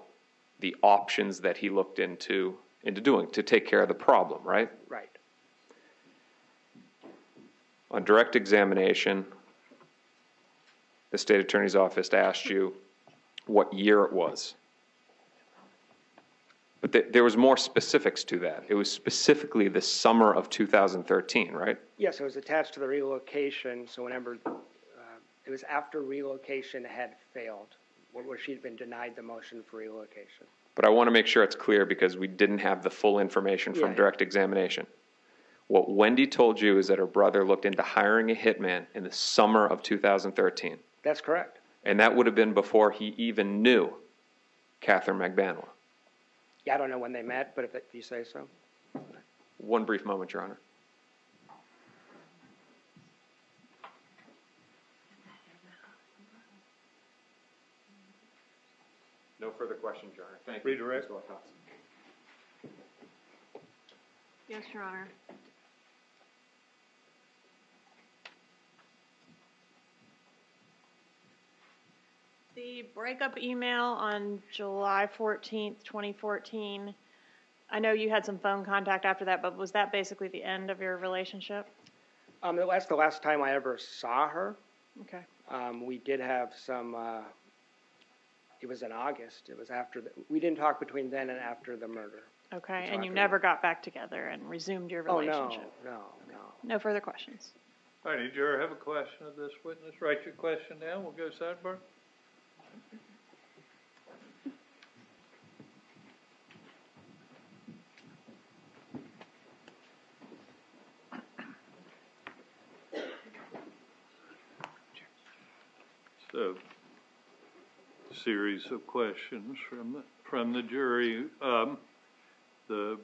[SPEAKER 8] the options that he looked into into doing to take care of the problem, right?
[SPEAKER 7] Right.
[SPEAKER 8] On direct examination, the state attorney's office asked you what year it was. But there, there was more specifics to that. It was specifically the summer of 2013, right?
[SPEAKER 7] Yes, it was attached to the relocation, so whenever, uh, it was after relocation had failed, where where she'd been denied the motion for relocation.
[SPEAKER 8] But I want to make sure it's clear because we didn't have the full information from
[SPEAKER 7] Yeah.
[SPEAKER 8] direct examination. What Wendy told you is that her brother looked into hiring a hitman in the summer of 2013.
[SPEAKER 7] That's correct.
[SPEAKER 8] And that would have been before he even knew Catherine McBanwa.
[SPEAKER 7] Yeah, I don't know when they met, but if that- if you say so.
[SPEAKER 8] One brief moment, Your Honor. No further questions, Your Honor. Thank you.
[SPEAKER 1] Redirect.
[SPEAKER 8] Ms. Wilcox.
[SPEAKER 2] Yes, Your Honor. The breakup email on July fourteenth, twenty fourteen, I know you had some phone contact after that, but was that basically the end of your relationship?
[SPEAKER 7] Um, that's the last time I ever saw her.
[SPEAKER 2] Okay.
[SPEAKER 7] Um, we did have some, uh, it was in August. It was after, the, we didn't talk between then and after the murder.
[SPEAKER 2] Okay, and you
[SPEAKER 7] talking.
[SPEAKER 2] never got back together and resumed your
[SPEAKER 7] Oh, no,
[SPEAKER 2] relationship?
[SPEAKER 7] no, no.
[SPEAKER 2] No further questions.
[SPEAKER 1] All right, did you have a question of this witness? Write your question down, we'll go sidebar. So, series of questions from, the from the jury. Um, The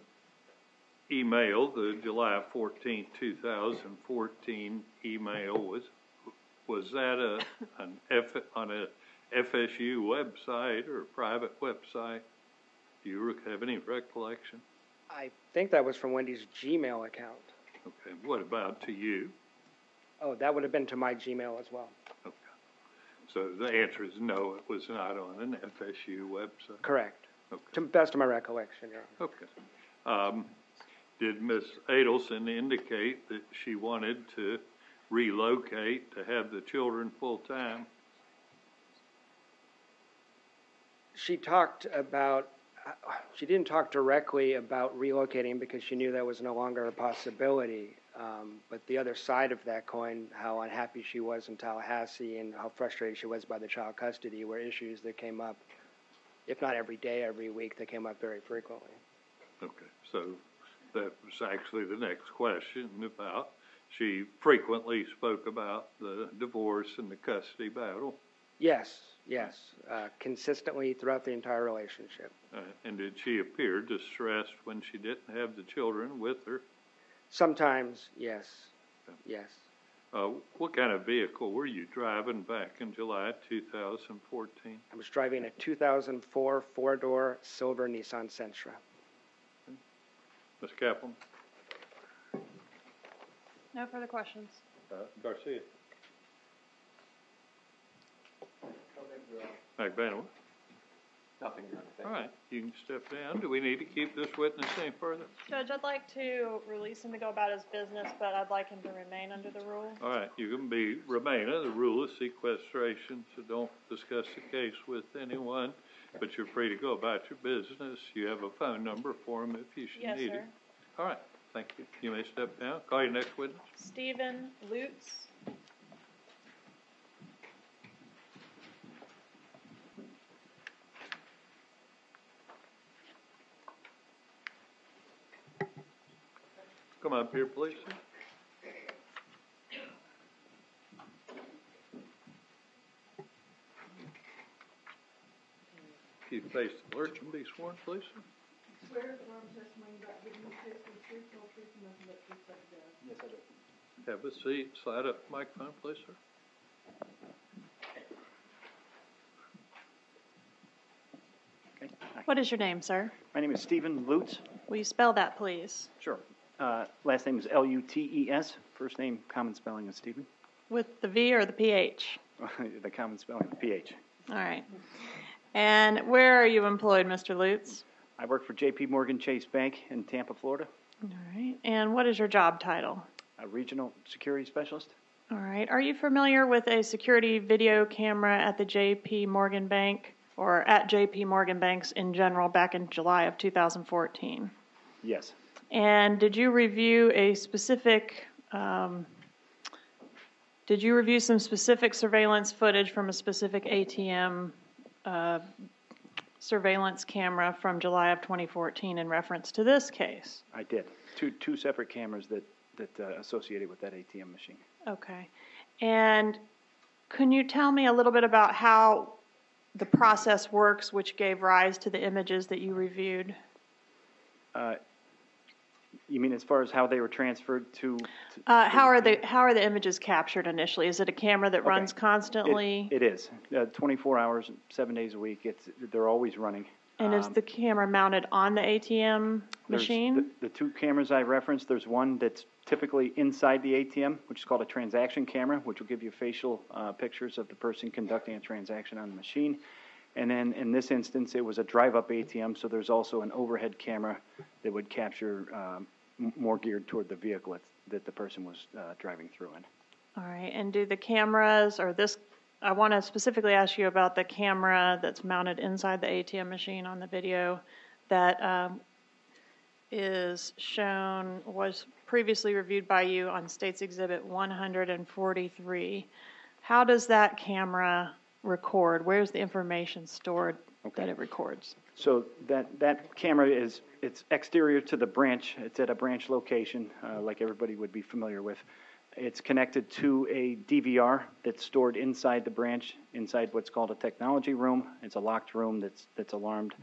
[SPEAKER 1] email, the July fourteenth, two thousand fourteen email was, was that a, an F, on a FSU website or a private website? Do you rec- have any recollection?
[SPEAKER 7] I think that was from Wendy's Gmail account.
[SPEAKER 1] Okay, what about to you?
[SPEAKER 7] Oh, that would have been to my Gmail as well.
[SPEAKER 1] Okay. So the answer is no, it was not on an FSU website.
[SPEAKER 7] Correct.
[SPEAKER 1] Okay.
[SPEAKER 7] To best of my recollection, Your Honor.
[SPEAKER 1] Okay. Um, Did Ms. Adelson indicate that she wanted to relocate to have the children full-time?
[SPEAKER 7] She talked about, uh, she didn't talk directly about relocating because she knew that was no longer a possibility. Um, but the other side of that coin, how unhappy she was in Tallahassee and how frustrated she was by the child custody were issues that came up, if not every day, every week, that came up very frequently.
[SPEAKER 1] Okay, so that was actually the next question about, she frequently spoke about the divorce and the custody battle.
[SPEAKER 7] Yes, yes, uh, consistently throughout the entire relationship.
[SPEAKER 1] Uh, And did she appear distressed when she didn't have the children with her?
[SPEAKER 7] Sometimes, yes, yes.
[SPEAKER 1] Uh, What kind of vehicle were you driving back in July 2014?
[SPEAKER 7] I was driving a 2004 four-door silver Nissan Sentra.
[SPEAKER 1] Ms. Kaplan?
[SPEAKER 2] No further questions.
[SPEAKER 1] Uh, Garcia. McBannon.
[SPEAKER 8] Nothing, Your Honor.
[SPEAKER 1] All right, you can step down. Do we need to keep this witness any further?
[SPEAKER 2] Judge, I'd like to release him to go about his business, but I'd like him to remain under the rule.
[SPEAKER 1] All right, you can be remainer. The rule is sequestration, so don't discuss the case with anyone. But you're free to go about your business. You have a phone number for him if you should
[SPEAKER 2] Yes,
[SPEAKER 1] need it.
[SPEAKER 2] sir.
[SPEAKER 1] All right, thank you. You may step down. Call your next witness.
[SPEAKER 2] Stephen Lutz.
[SPEAKER 1] Come up here, please. Can you face the clerk and be sworn, please? sir?
[SPEAKER 4] Swear affirm testimony about giving the truth, the truth, the whole truth, and nothing but the truth, so help you
[SPEAKER 6] Yes, I do.
[SPEAKER 1] Have a seat. Slide up the microphone, please, sir.
[SPEAKER 2] What is your name, sir?
[SPEAKER 9] My name is Stephen Lutz.
[SPEAKER 2] Will you spell that, please?
[SPEAKER 9] Sure. Uh, last name is L U T E S. First name, common spelling is Stephen.
[SPEAKER 2] With the V or the PH?
[SPEAKER 9] the common spelling is PH.
[SPEAKER 2] All right. And where are you employed, Mr. Lutz?
[SPEAKER 9] I work for JP Morgan Chase Bank in Tampa, Florida,
[SPEAKER 2] All right. And what is your job title?
[SPEAKER 9] a regional security specialist.
[SPEAKER 2] All right. Are you familiar with a security video camera at the JP Morgan Bank or at JP Morgan Banks in general back in July of 2014?
[SPEAKER 9] Yes.
[SPEAKER 2] And did you review a specific, um, did you review some specific surveillance footage from a specific ATM uh, surveillance camera from July of 2014 in reference to this case?
[SPEAKER 9] I did. Two, two separate cameras that, that uh, associated with that ATM machine.
[SPEAKER 2] Okay. And can you tell me a little bit about how the process works which gave rise to the images that you reviewed?
[SPEAKER 9] Uh, you mean as far as how they were transferred to? to
[SPEAKER 2] Uh, how are the, how are the images captured initially? Is it a camera that runs
[SPEAKER 9] It-
[SPEAKER 2] constantly?
[SPEAKER 9] it is. Uh, 24 hours, seven days a week. It's, they're always running.
[SPEAKER 2] And is
[SPEAKER 9] Um,
[SPEAKER 2] the camera mounted on the ATM
[SPEAKER 9] There's
[SPEAKER 2] machine?
[SPEAKER 9] The, the two cameras I referenced, there's one that's typically inside the ATM, which is called a transaction camera, which will give you facial uh, pictures of the person conducting a transaction on the machine. And then in this instance, it was a drive up ATM, so there's also an overhead camera that would capture um, m- more geared toward the vehicle that, that the person was uh, driving through in.
[SPEAKER 2] All right, and do the cameras or this, I want to specifically ask you about the camera that's mounted inside the ATM machine on the video that um, is shown, was previously reviewed by you on State's Exhibit 143. How does that camera record? Where's the information stored that
[SPEAKER 9] Okay.
[SPEAKER 2] it records?
[SPEAKER 9] So that, that camera is, it's exterior to the branch, it's at a branch location, uh, like everybody would be familiar with. It's connected to a DVR that's stored inside the branch, inside what's called a technology room. It's a locked room that's, that's alarmed.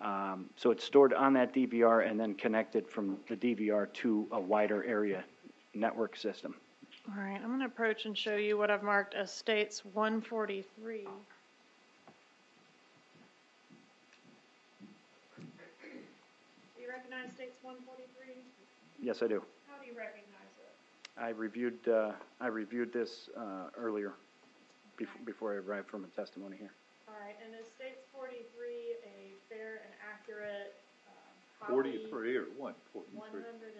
[SPEAKER 9] Um, so it's stored on that DVR and then connected from the DVR to a wider area network system.
[SPEAKER 2] All right, I'm going to approach and show you what I've marked as states 143. Do you recognize states 143?
[SPEAKER 9] Yes, I do.
[SPEAKER 2] How do you recognize it?
[SPEAKER 9] I reviewed, uh, I reviewed this, uh, earlier, bef- before I arrived from a testimony here.
[SPEAKER 2] All right, and is states 43 a fair and accurate um, copy?
[SPEAKER 1] Forty-three or one forty-three?
[SPEAKER 2] 143,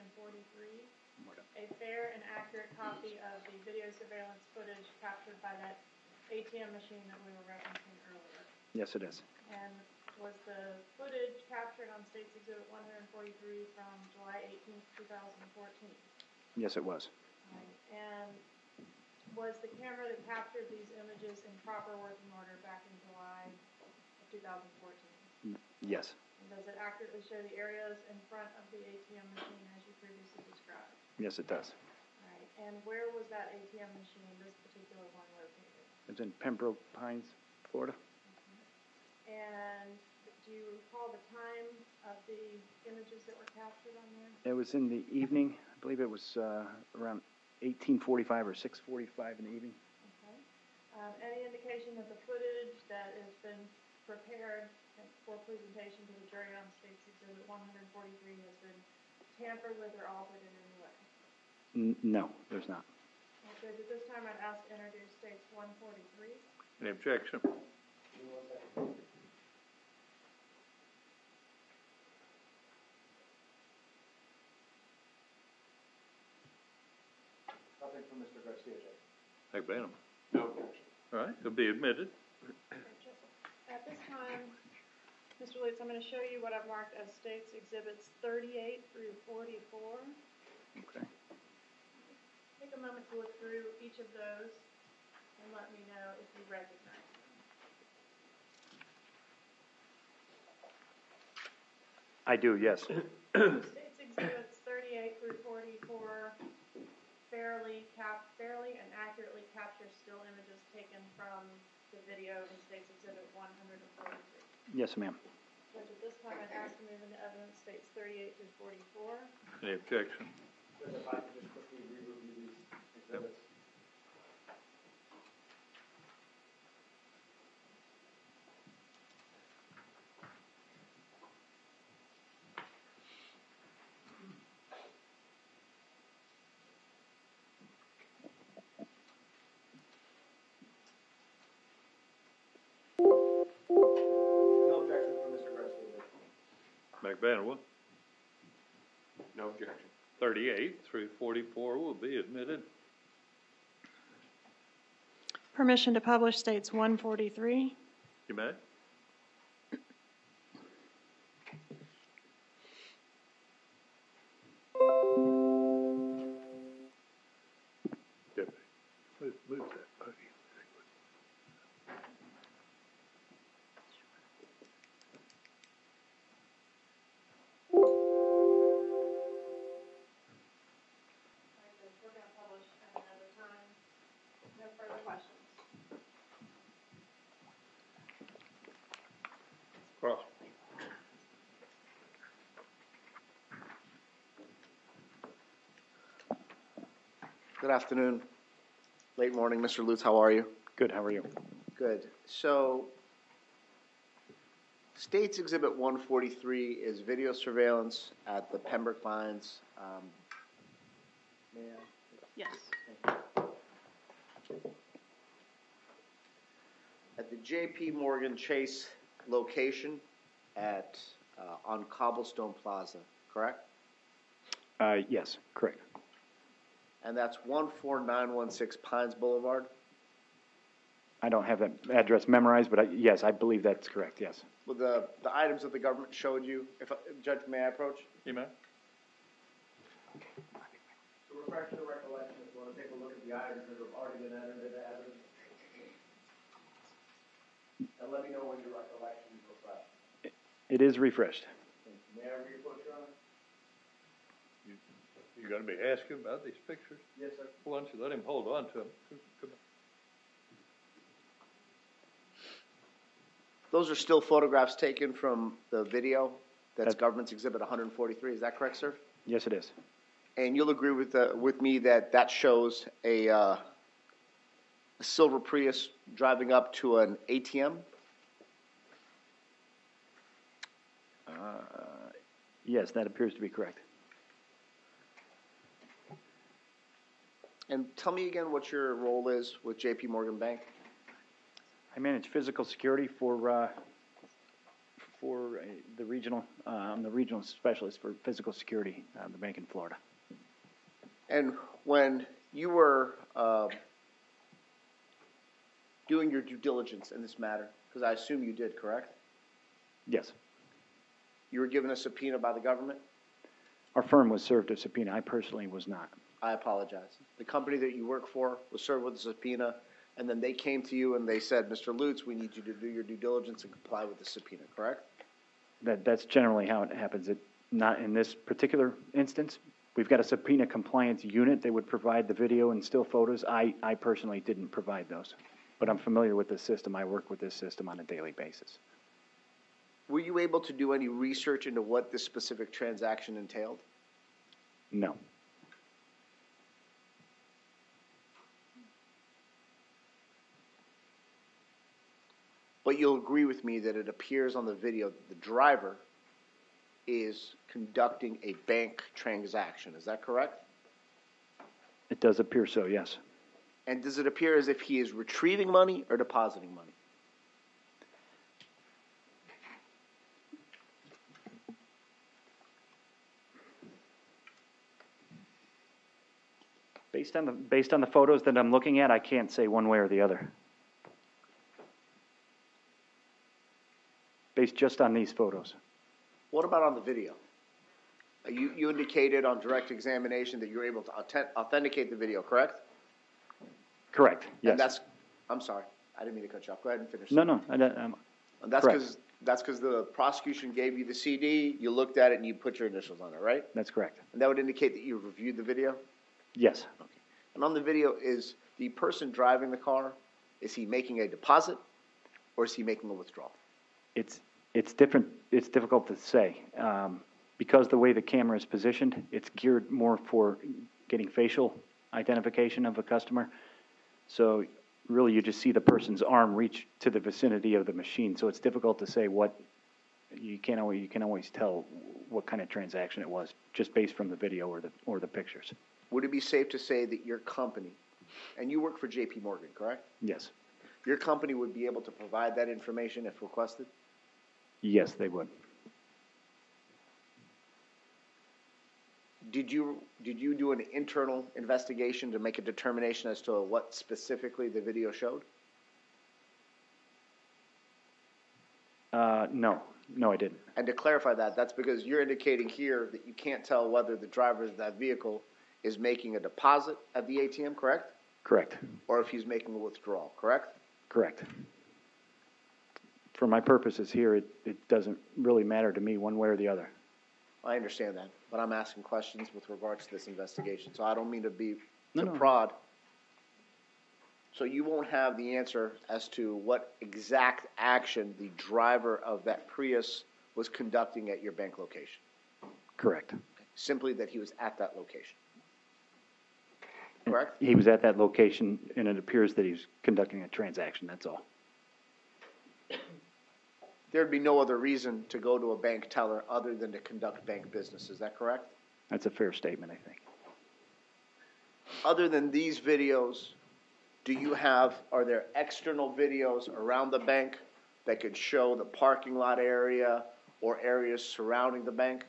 [SPEAKER 2] a fair and accurate copy of the video surveillance footage captured by that ATM machine that we were referencing earlier.
[SPEAKER 9] Yes, it is.
[SPEAKER 2] And was the footage captured on State's Exhibit 143 from July 18, 2014?
[SPEAKER 9] Yes, it was.
[SPEAKER 2] And was the camera that captured these images in proper working order back in July of 2014?
[SPEAKER 9] Yes,
[SPEAKER 2] And does it accurately show the areas in front of the ATM machine as you previously described?
[SPEAKER 9] yes, it does.
[SPEAKER 2] All right, and where was that ATM machine, this particular one located?
[SPEAKER 9] It's in Pembroke Pines, Florida.
[SPEAKER 2] And do you recall the time of the images that were captured on there?
[SPEAKER 9] It was in the evening. I believe it was uh, around 1845 or 645 in the evening.
[SPEAKER 2] Okay. Um, any indication that the footage that has been prepared for presentation to the jury on State's Exhibit one hundred and forty-three has been tampered with or altered in any way?
[SPEAKER 9] N- No, there's not.
[SPEAKER 2] Okay, at this time, I'd ask to introduce case one forty-three.
[SPEAKER 1] Any objection?
[SPEAKER 6] Nothing from Mr. Garcia.
[SPEAKER 1] Take Benham.
[SPEAKER 6] No objection.
[SPEAKER 1] All right, he'll be admitted.
[SPEAKER 2] At this time, Mr. Leeds, I'm gonna show you what I've marked as states exhibits thirty-eight through forty-four.
[SPEAKER 9] Okay.
[SPEAKER 2] Take a moment to look through each of those and let me know if you recognize.
[SPEAKER 9] I do, yes.
[SPEAKER 2] States exhibits thirty-eight through forty-four fairly cap, fairly and accurately capture still images taken from the video in States Exhibit one hundred and forty-three.
[SPEAKER 9] Yes, ma'am.
[SPEAKER 2] Judge, at this time, I'd ask to move into evidence States thirty-eight through forty-four.
[SPEAKER 1] Any objection?
[SPEAKER 10] if I could just quickly re-review these exhibits. No objection from Mr. Garcia.
[SPEAKER 1] McBanwa,
[SPEAKER 10] No objection.
[SPEAKER 1] thirty-eight through forty-four will be admitted.
[SPEAKER 11] Permission to publish states 143.
[SPEAKER 1] You may. Deputy, move, move that podium.
[SPEAKER 2] Judge, we're gonna publish at another time. No further questions.
[SPEAKER 1] Cross.
[SPEAKER 6] Good afternoon, late morning, Mr. Lutz, how are you?
[SPEAKER 9] Good, how are you?
[SPEAKER 6] Good. So, States Exhibit 143 is video surveillance at the Pembroke Pines. um, may I-
[SPEAKER 11] Yes.
[SPEAKER 6] At the JP Morgan Chase location at, uh, on Cobblestone Plaza, correct?
[SPEAKER 9] Uh, yes, correct.
[SPEAKER 6] And that's 14916 Pines Boulevard?
[SPEAKER 9] I don't have that address memorized, but I, yes, I believe that's correct, yes.
[SPEAKER 6] With the, the items that the government showed you, if, I- Judge, may I approach?
[SPEAKER 1] You may.
[SPEAKER 10] To refresh your recollection, if you want to take a look at the items that have already been entered into evidence. And let me know when your recollection is refreshed.
[SPEAKER 9] It is refreshed.
[SPEAKER 10] Thank you. May I re-put your honor?
[SPEAKER 1] You're gonna be asking about these pictures?
[SPEAKER 10] Yes, sir.
[SPEAKER 1] Why don't you let him hold on to them? Come on.
[SPEAKER 6] Those are still photographs taken from the video, that's
[SPEAKER 9] That's-
[SPEAKER 6] Government's Exhibit 143, is that correct, sir?
[SPEAKER 9] Yes, it is.
[SPEAKER 6] And you'll agree with, uh, with me that that shows a, uh, silver Prius driving up to an ATM?
[SPEAKER 9] Uh, Yes, that appears to be correct.
[SPEAKER 6] And tell me again what your role is with JP Morgan Bank?
[SPEAKER 9] I manage physical security for, uh, for uh, the regional, uh, I'm the regional specialist for physical security, uh, the bank in Florida.
[SPEAKER 6] And when you were uh, doing your due diligence in this matter, because I assume you did, correct?
[SPEAKER 9] Yes.
[SPEAKER 6] You were given a subpoena by the government?
[SPEAKER 9] Our firm was served a subpoena. I personally was not.
[SPEAKER 6] I apologize. The company that you work for was served with a subpoena, and then they came to you and they said, Mr. Lutz, we need you to do your due diligence and comply with the subpoena, correct?
[SPEAKER 9] That, that's generally how it happens. It, not in this particular instance. We've got a subpoena compliance unit that would provide the video and still photos. I, I personally didn't provide those. But I'm familiar with this system. I work with this system on a daily basis.
[SPEAKER 6] Were you able to do any research into what this specific transaction entailed?
[SPEAKER 9] No.
[SPEAKER 6] But you'll agree with me that it appears on the video that the driver is conducting a bank transaction. Is that correct?
[SPEAKER 9] It does appear so, yes.
[SPEAKER 6] And does it appear as if he is retrieving money or depositing money?
[SPEAKER 9] Based on the, based on the photos that I'm looking at, I can't say one way or the other. Based just on these photos.
[SPEAKER 6] What about on the video? Uh, You, you indicated on direct examination that you were able to authen- authenticate the video, correct?
[SPEAKER 9] Correct,
[SPEAKER 6] And
[SPEAKER 9] yes.
[SPEAKER 6] that's, I'm sorry, I didn't mean to cut you off. Go ahead and finish.
[SPEAKER 9] No, no, I don't- um,
[SPEAKER 6] And that's
[SPEAKER 9] correct.
[SPEAKER 6] because, that's because the prosecution gave you the CD, you looked at it and you put your initials on it, right?
[SPEAKER 9] that's correct.
[SPEAKER 6] And that would indicate that you reviewed the video?
[SPEAKER 9] Yes,
[SPEAKER 6] And on the video, is the person driving the car, is he making a deposit or is he making a withdrawal?
[SPEAKER 9] it's, it's different, it's difficult to say. Um, Because the way the camera is positioned, it's geared more for getting facial identification of a customer. So really, you just see the person's arm reach to the vicinity of the machine, so it's difficult to say what, you can't always, you can always tell what kind of transaction it was, just based from the video or the, or the pictures.
[SPEAKER 6] Would it be safe to say that your company, and you work for JP Morgan, correct?
[SPEAKER 9] Yes,
[SPEAKER 6] Your company would be able to provide that information if requested?
[SPEAKER 9] yes, they would.
[SPEAKER 6] Did you, did you do an internal investigation to make a determination as to what specifically the video showed?
[SPEAKER 9] Uh, No, no, I didn't.
[SPEAKER 6] And to clarify that, that's because you're indicating here that you can't tell whether the driver of that vehicle is making a deposit at the ATM, correct?
[SPEAKER 9] Correct,
[SPEAKER 6] Or if he's making a withdrawal, correct?
[SPEAKER 9] correct. For my purposes here, it, it doesn't really matter to me one way or the other.
[SPEAKER 6] I understand that, but I'm asking questions with regards to this investigation, so I don't mean to be,
[SPEAKER 9] No,
[SPEAKER 6] to
[SPEAKER 9] no.
[SPEAKER 6] prod. So you won't have the answer as to what exact action the driver of that Prius was conducting at your bank location,
[SPEAKER 9] Correct.
[SPEAKER 6] simply that he was at that location. Correct?
[SPEAKER 9] He was at that location, and it appears that he's conducting a transaction, that's all.
[SPEAKER 6] There'd be no other reason to go to a bank teller other than to conduct bank business, is that correct?
[SPEAKER 9] That's a fair statement, I think.
[SPEAKER 6] other than these videos, do you have, are there external videos around the bank that could show the parking lot area or areas surrounding the bank?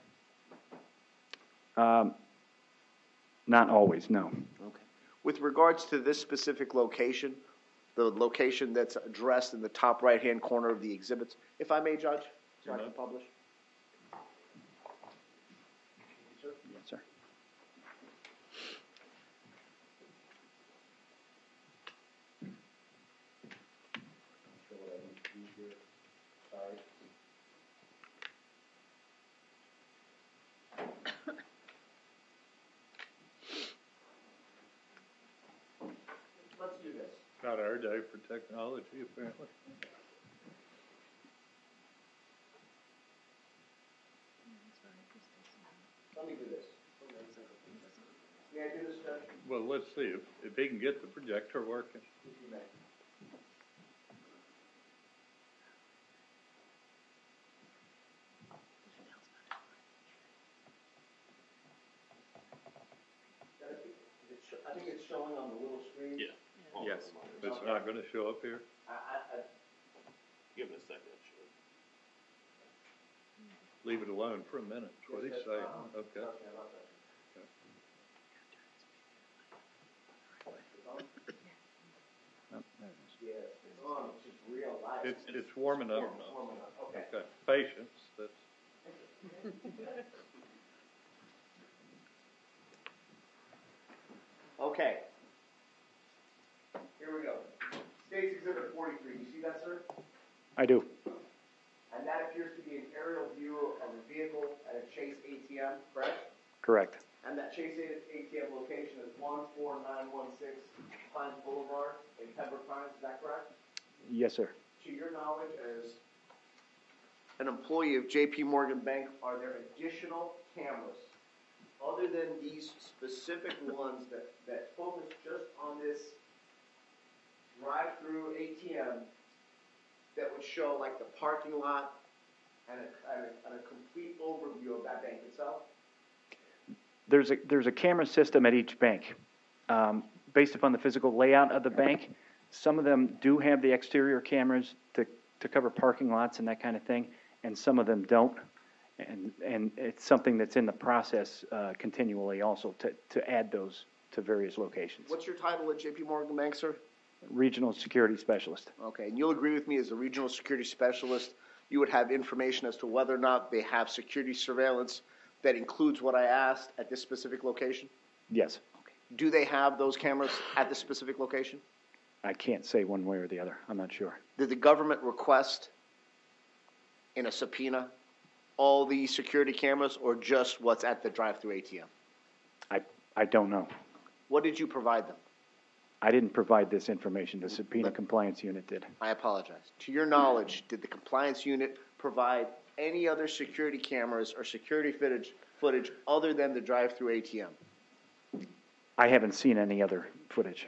[SPEAKER 9] Um, Not always, no.
[SPEAKER 6] Okay. With regards to this specific location, the location that's addressed in the top right-hand corner of the exhibits, if I may, Judge, so I can publish?
[SPEAKER 9] Yes, sir.
[SPEAKER 10] Let's do this.
[SPEAKER 1] Not our day for technology, apparently.
[SPEAKER 10] Let me do this. May I do this, Judge?
[SPEAKER 1] Well, let's see if, if he can get the projector working.
[SPEAKER 10] If you may. Judge, is it sho- I think it's showing on the little screen.
[SPEAKER 1] Yeah. Yes. It's not gonna show up here.
[SPEAKER 10] I, I, I,
[SPEAKER 12] Give it a second, sure.
[SPEAKER 1] Leave it alone for a minute. What he's saying, okay.
[SPEAKER 10] um, okay, I'm not touching.
[SPEAKER 1] Oh,
[SPEAKER 10] Yes, it's on, it's just real life.
[SPEAKER 1] It's, it's warming up.
[SPEAKER 10] Warm enough, okay.
[SPEAKER 1] Okay, patience, that's.
[SPEAKER 6] Okay.
[SPEAKER 10] Here we go. State's Exhibit forty-three, you see that, sir?
[SPEAKER 9] I do.
[SPEAKER 10] And that appears to be an aerial view of a vehicle at a Chase ATM, correct?
[SPEAKER 9] Correct.
[SPEAKER 10] And that Chase ATM location is one four nine one six Pines Boulevard in Pembroke Pines, is that correct?
[SPEAKER 9] Yes, sir.
[SPEAKER 10] To your knowledge, as
[SPEAKER 6] An employee of JP Morgan Bank, are there additional cameras
[SPEAKER 10] other than these specific ones that, that focus just on this drive-through ATM
[SPEAKER 6] that would show like the parking lot and a, and a, and a complete overview of that bank itself?
[SPEAKER 9] There's a, there's a camera system at each bank. Um, Based upon the physical layout of the bank, some of them do have the exterior cameras to, to cover parking lots and that kind of thing, and some of them don't. And, and it's something that's in the process uh, continually also to, to add those to various locations.
[SPEAKER 6] What's your title at JP Morgan Bank, sir?
[SPEAKER 9] Regional security specialist.
[SPEAKER 6] Okay, and you'll agree with me as a regional security specialist, you would have information as to whether or not they have security surveillance that includes what I asked at this specific location?
[SPEAKER 9] Yes,
[SPEAKER 6] Do they have those cameras at this specific location?
[SPEAKER 9] I can't say one way or the other, I'm not sure.
[SPEAKER 6] Did the government request in a subpoena all the security cameras or just what's at the drive-through ATM?
[SPEAKER 9] I, I don't know.
[SPEAKER 6] What did you provide them?
[SPEAKER 9] I didn't provide this information, the subpoena compliance unit did.
[SPEAKER 6] I apologize. To your knowledge, did the compliance unit provide any other security cameras or security footage, footage other than the drive-through ATM?
[SPEAKER 9] I haven't seen any other footage.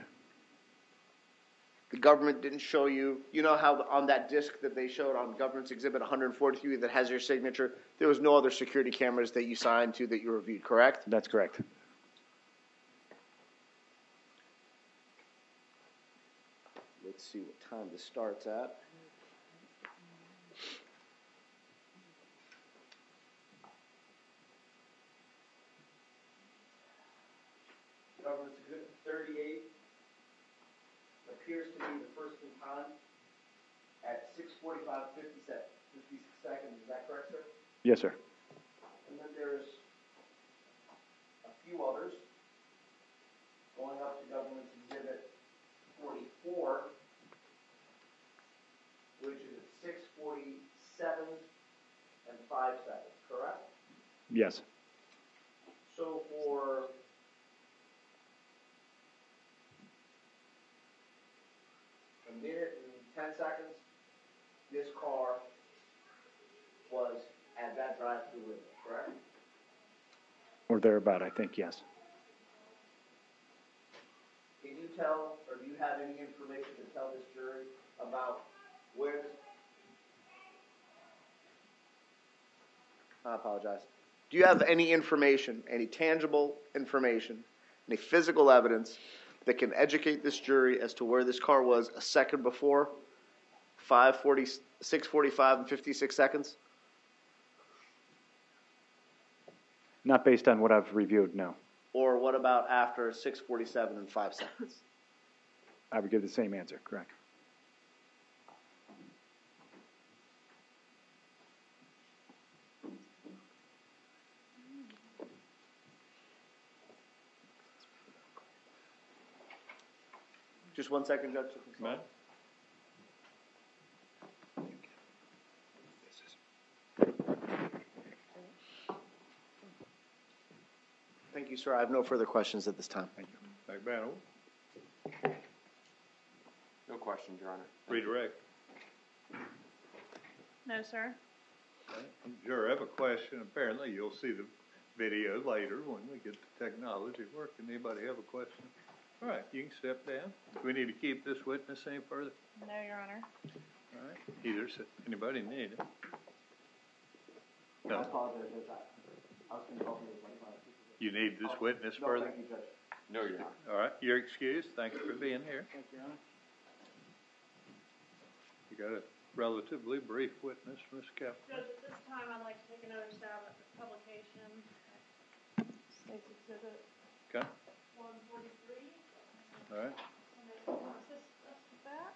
[SPEAKER 6] The government didn't show you, you know how on that disc that they showed on government's exhibit 143 that has your signature, there was no other security cameras that you signed to that you reviewed, correct?
[SPEAKER 9] That's correct.
[SPEAKER 6] Let's see what time this starts at.
[SPEAKER 10] Government's Exhibit thirty-eight appears to be the first in time at six forty-five fifty sec, fifty seconds, is that correct, sir?
[SPEAKER 9] Yes, sir.
[SPEAKER 10] And then there's a few others going up to Government's Exhibit forty-four, which is at six forty-seven and five seconds, correct?
[SPEAKER 9] Yes.
[SPEAKER 10] So for a minute and ten seconds, this car was at that drive-through window, correct?
[SPEAKER 9] Or thereabout, I think, yes.
[SPEAKER 10] Can you tell, or do you have any information to tell this jury about where this
[SPEAKER 6] I apologize. Do you have any information, any tangible information, any physical evidence that can educate this jury as to where this car was a second before 540, 645 and 56 seconds?
[SPEAKER 9] Not based on what I've reviewed, no.
[SPEAKER 6] Or what about after 647 and 5 seconds?
[SPEAKER 9] I would give the same answer, correct.
[SPEAKER 6] Just one second, Judge.
[SPEAKER 1] Matt?
[SPEAKER 6] Thank you, sir. I have no further questions at this time. Thank you.
[SPEAKER 12] Back battle.
[SPEAKER 8] No questions, Your Honor.
[SPEAKER 1] Redirect.
[SPEAKER 2] No, sir.
[SPEAKER 1] Sure, I have a question. Apparently, you'll see the video later when we get the technology working. Anybody have a question? All right, you can step down. Do we need to keep this witness any further?
[SPEAKER 2] No, Your Honor.
[SPEAKER 1] All right, either, s- anybody need it?
[SPEAKER 10] I
[SPEAKER 1] No,
[SPEAKER 10] apologize, Judge. I- I was gonna help you with my client.
[SPEAKER 1] you need this witness
[SPEAKER 10] No,
[SPEAKER 1] further?
[SPEAKER 10] thank you, Judge.
[SPEAKER 8] No, Your Honor.
[SPEAKER 1] All right, you're excused. Thank you for being here.
[SPEAKER 10] Thank you, Your Honor.
[SPEAKER 1] You got a relatively brief witness, Ms. Kaplan.
[SPEAKER 4] Judge, at this time, I'd like to take another stab at the publication, State's Exhibit
[SPEAKER 1] Okay,
[SPEAKER 4] one forty-three,
[SPEAKER 1] all right.
[SPEAKER 4] somebody can assist us with that.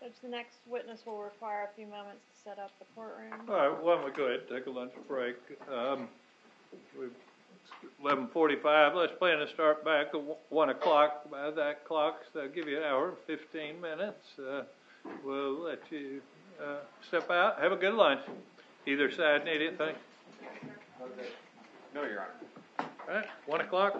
[SPEAKER 2] Judge, the next witness will require a few moments to set up the courtroom.
[SPEAKER 1] All right, why don't we go ahead and take a lunch break? Um, we've, eleven forty-five, let's plan to start back at one- one o'clock. By that clock, so that'll give you an hour and fifteen minutes. Uh, we'll let you, uh, step out, have a good lunch. Either side need anything?
[SPEAKER 10] No, Your Honor.
[SPEAKER 1] All right, one o'clock?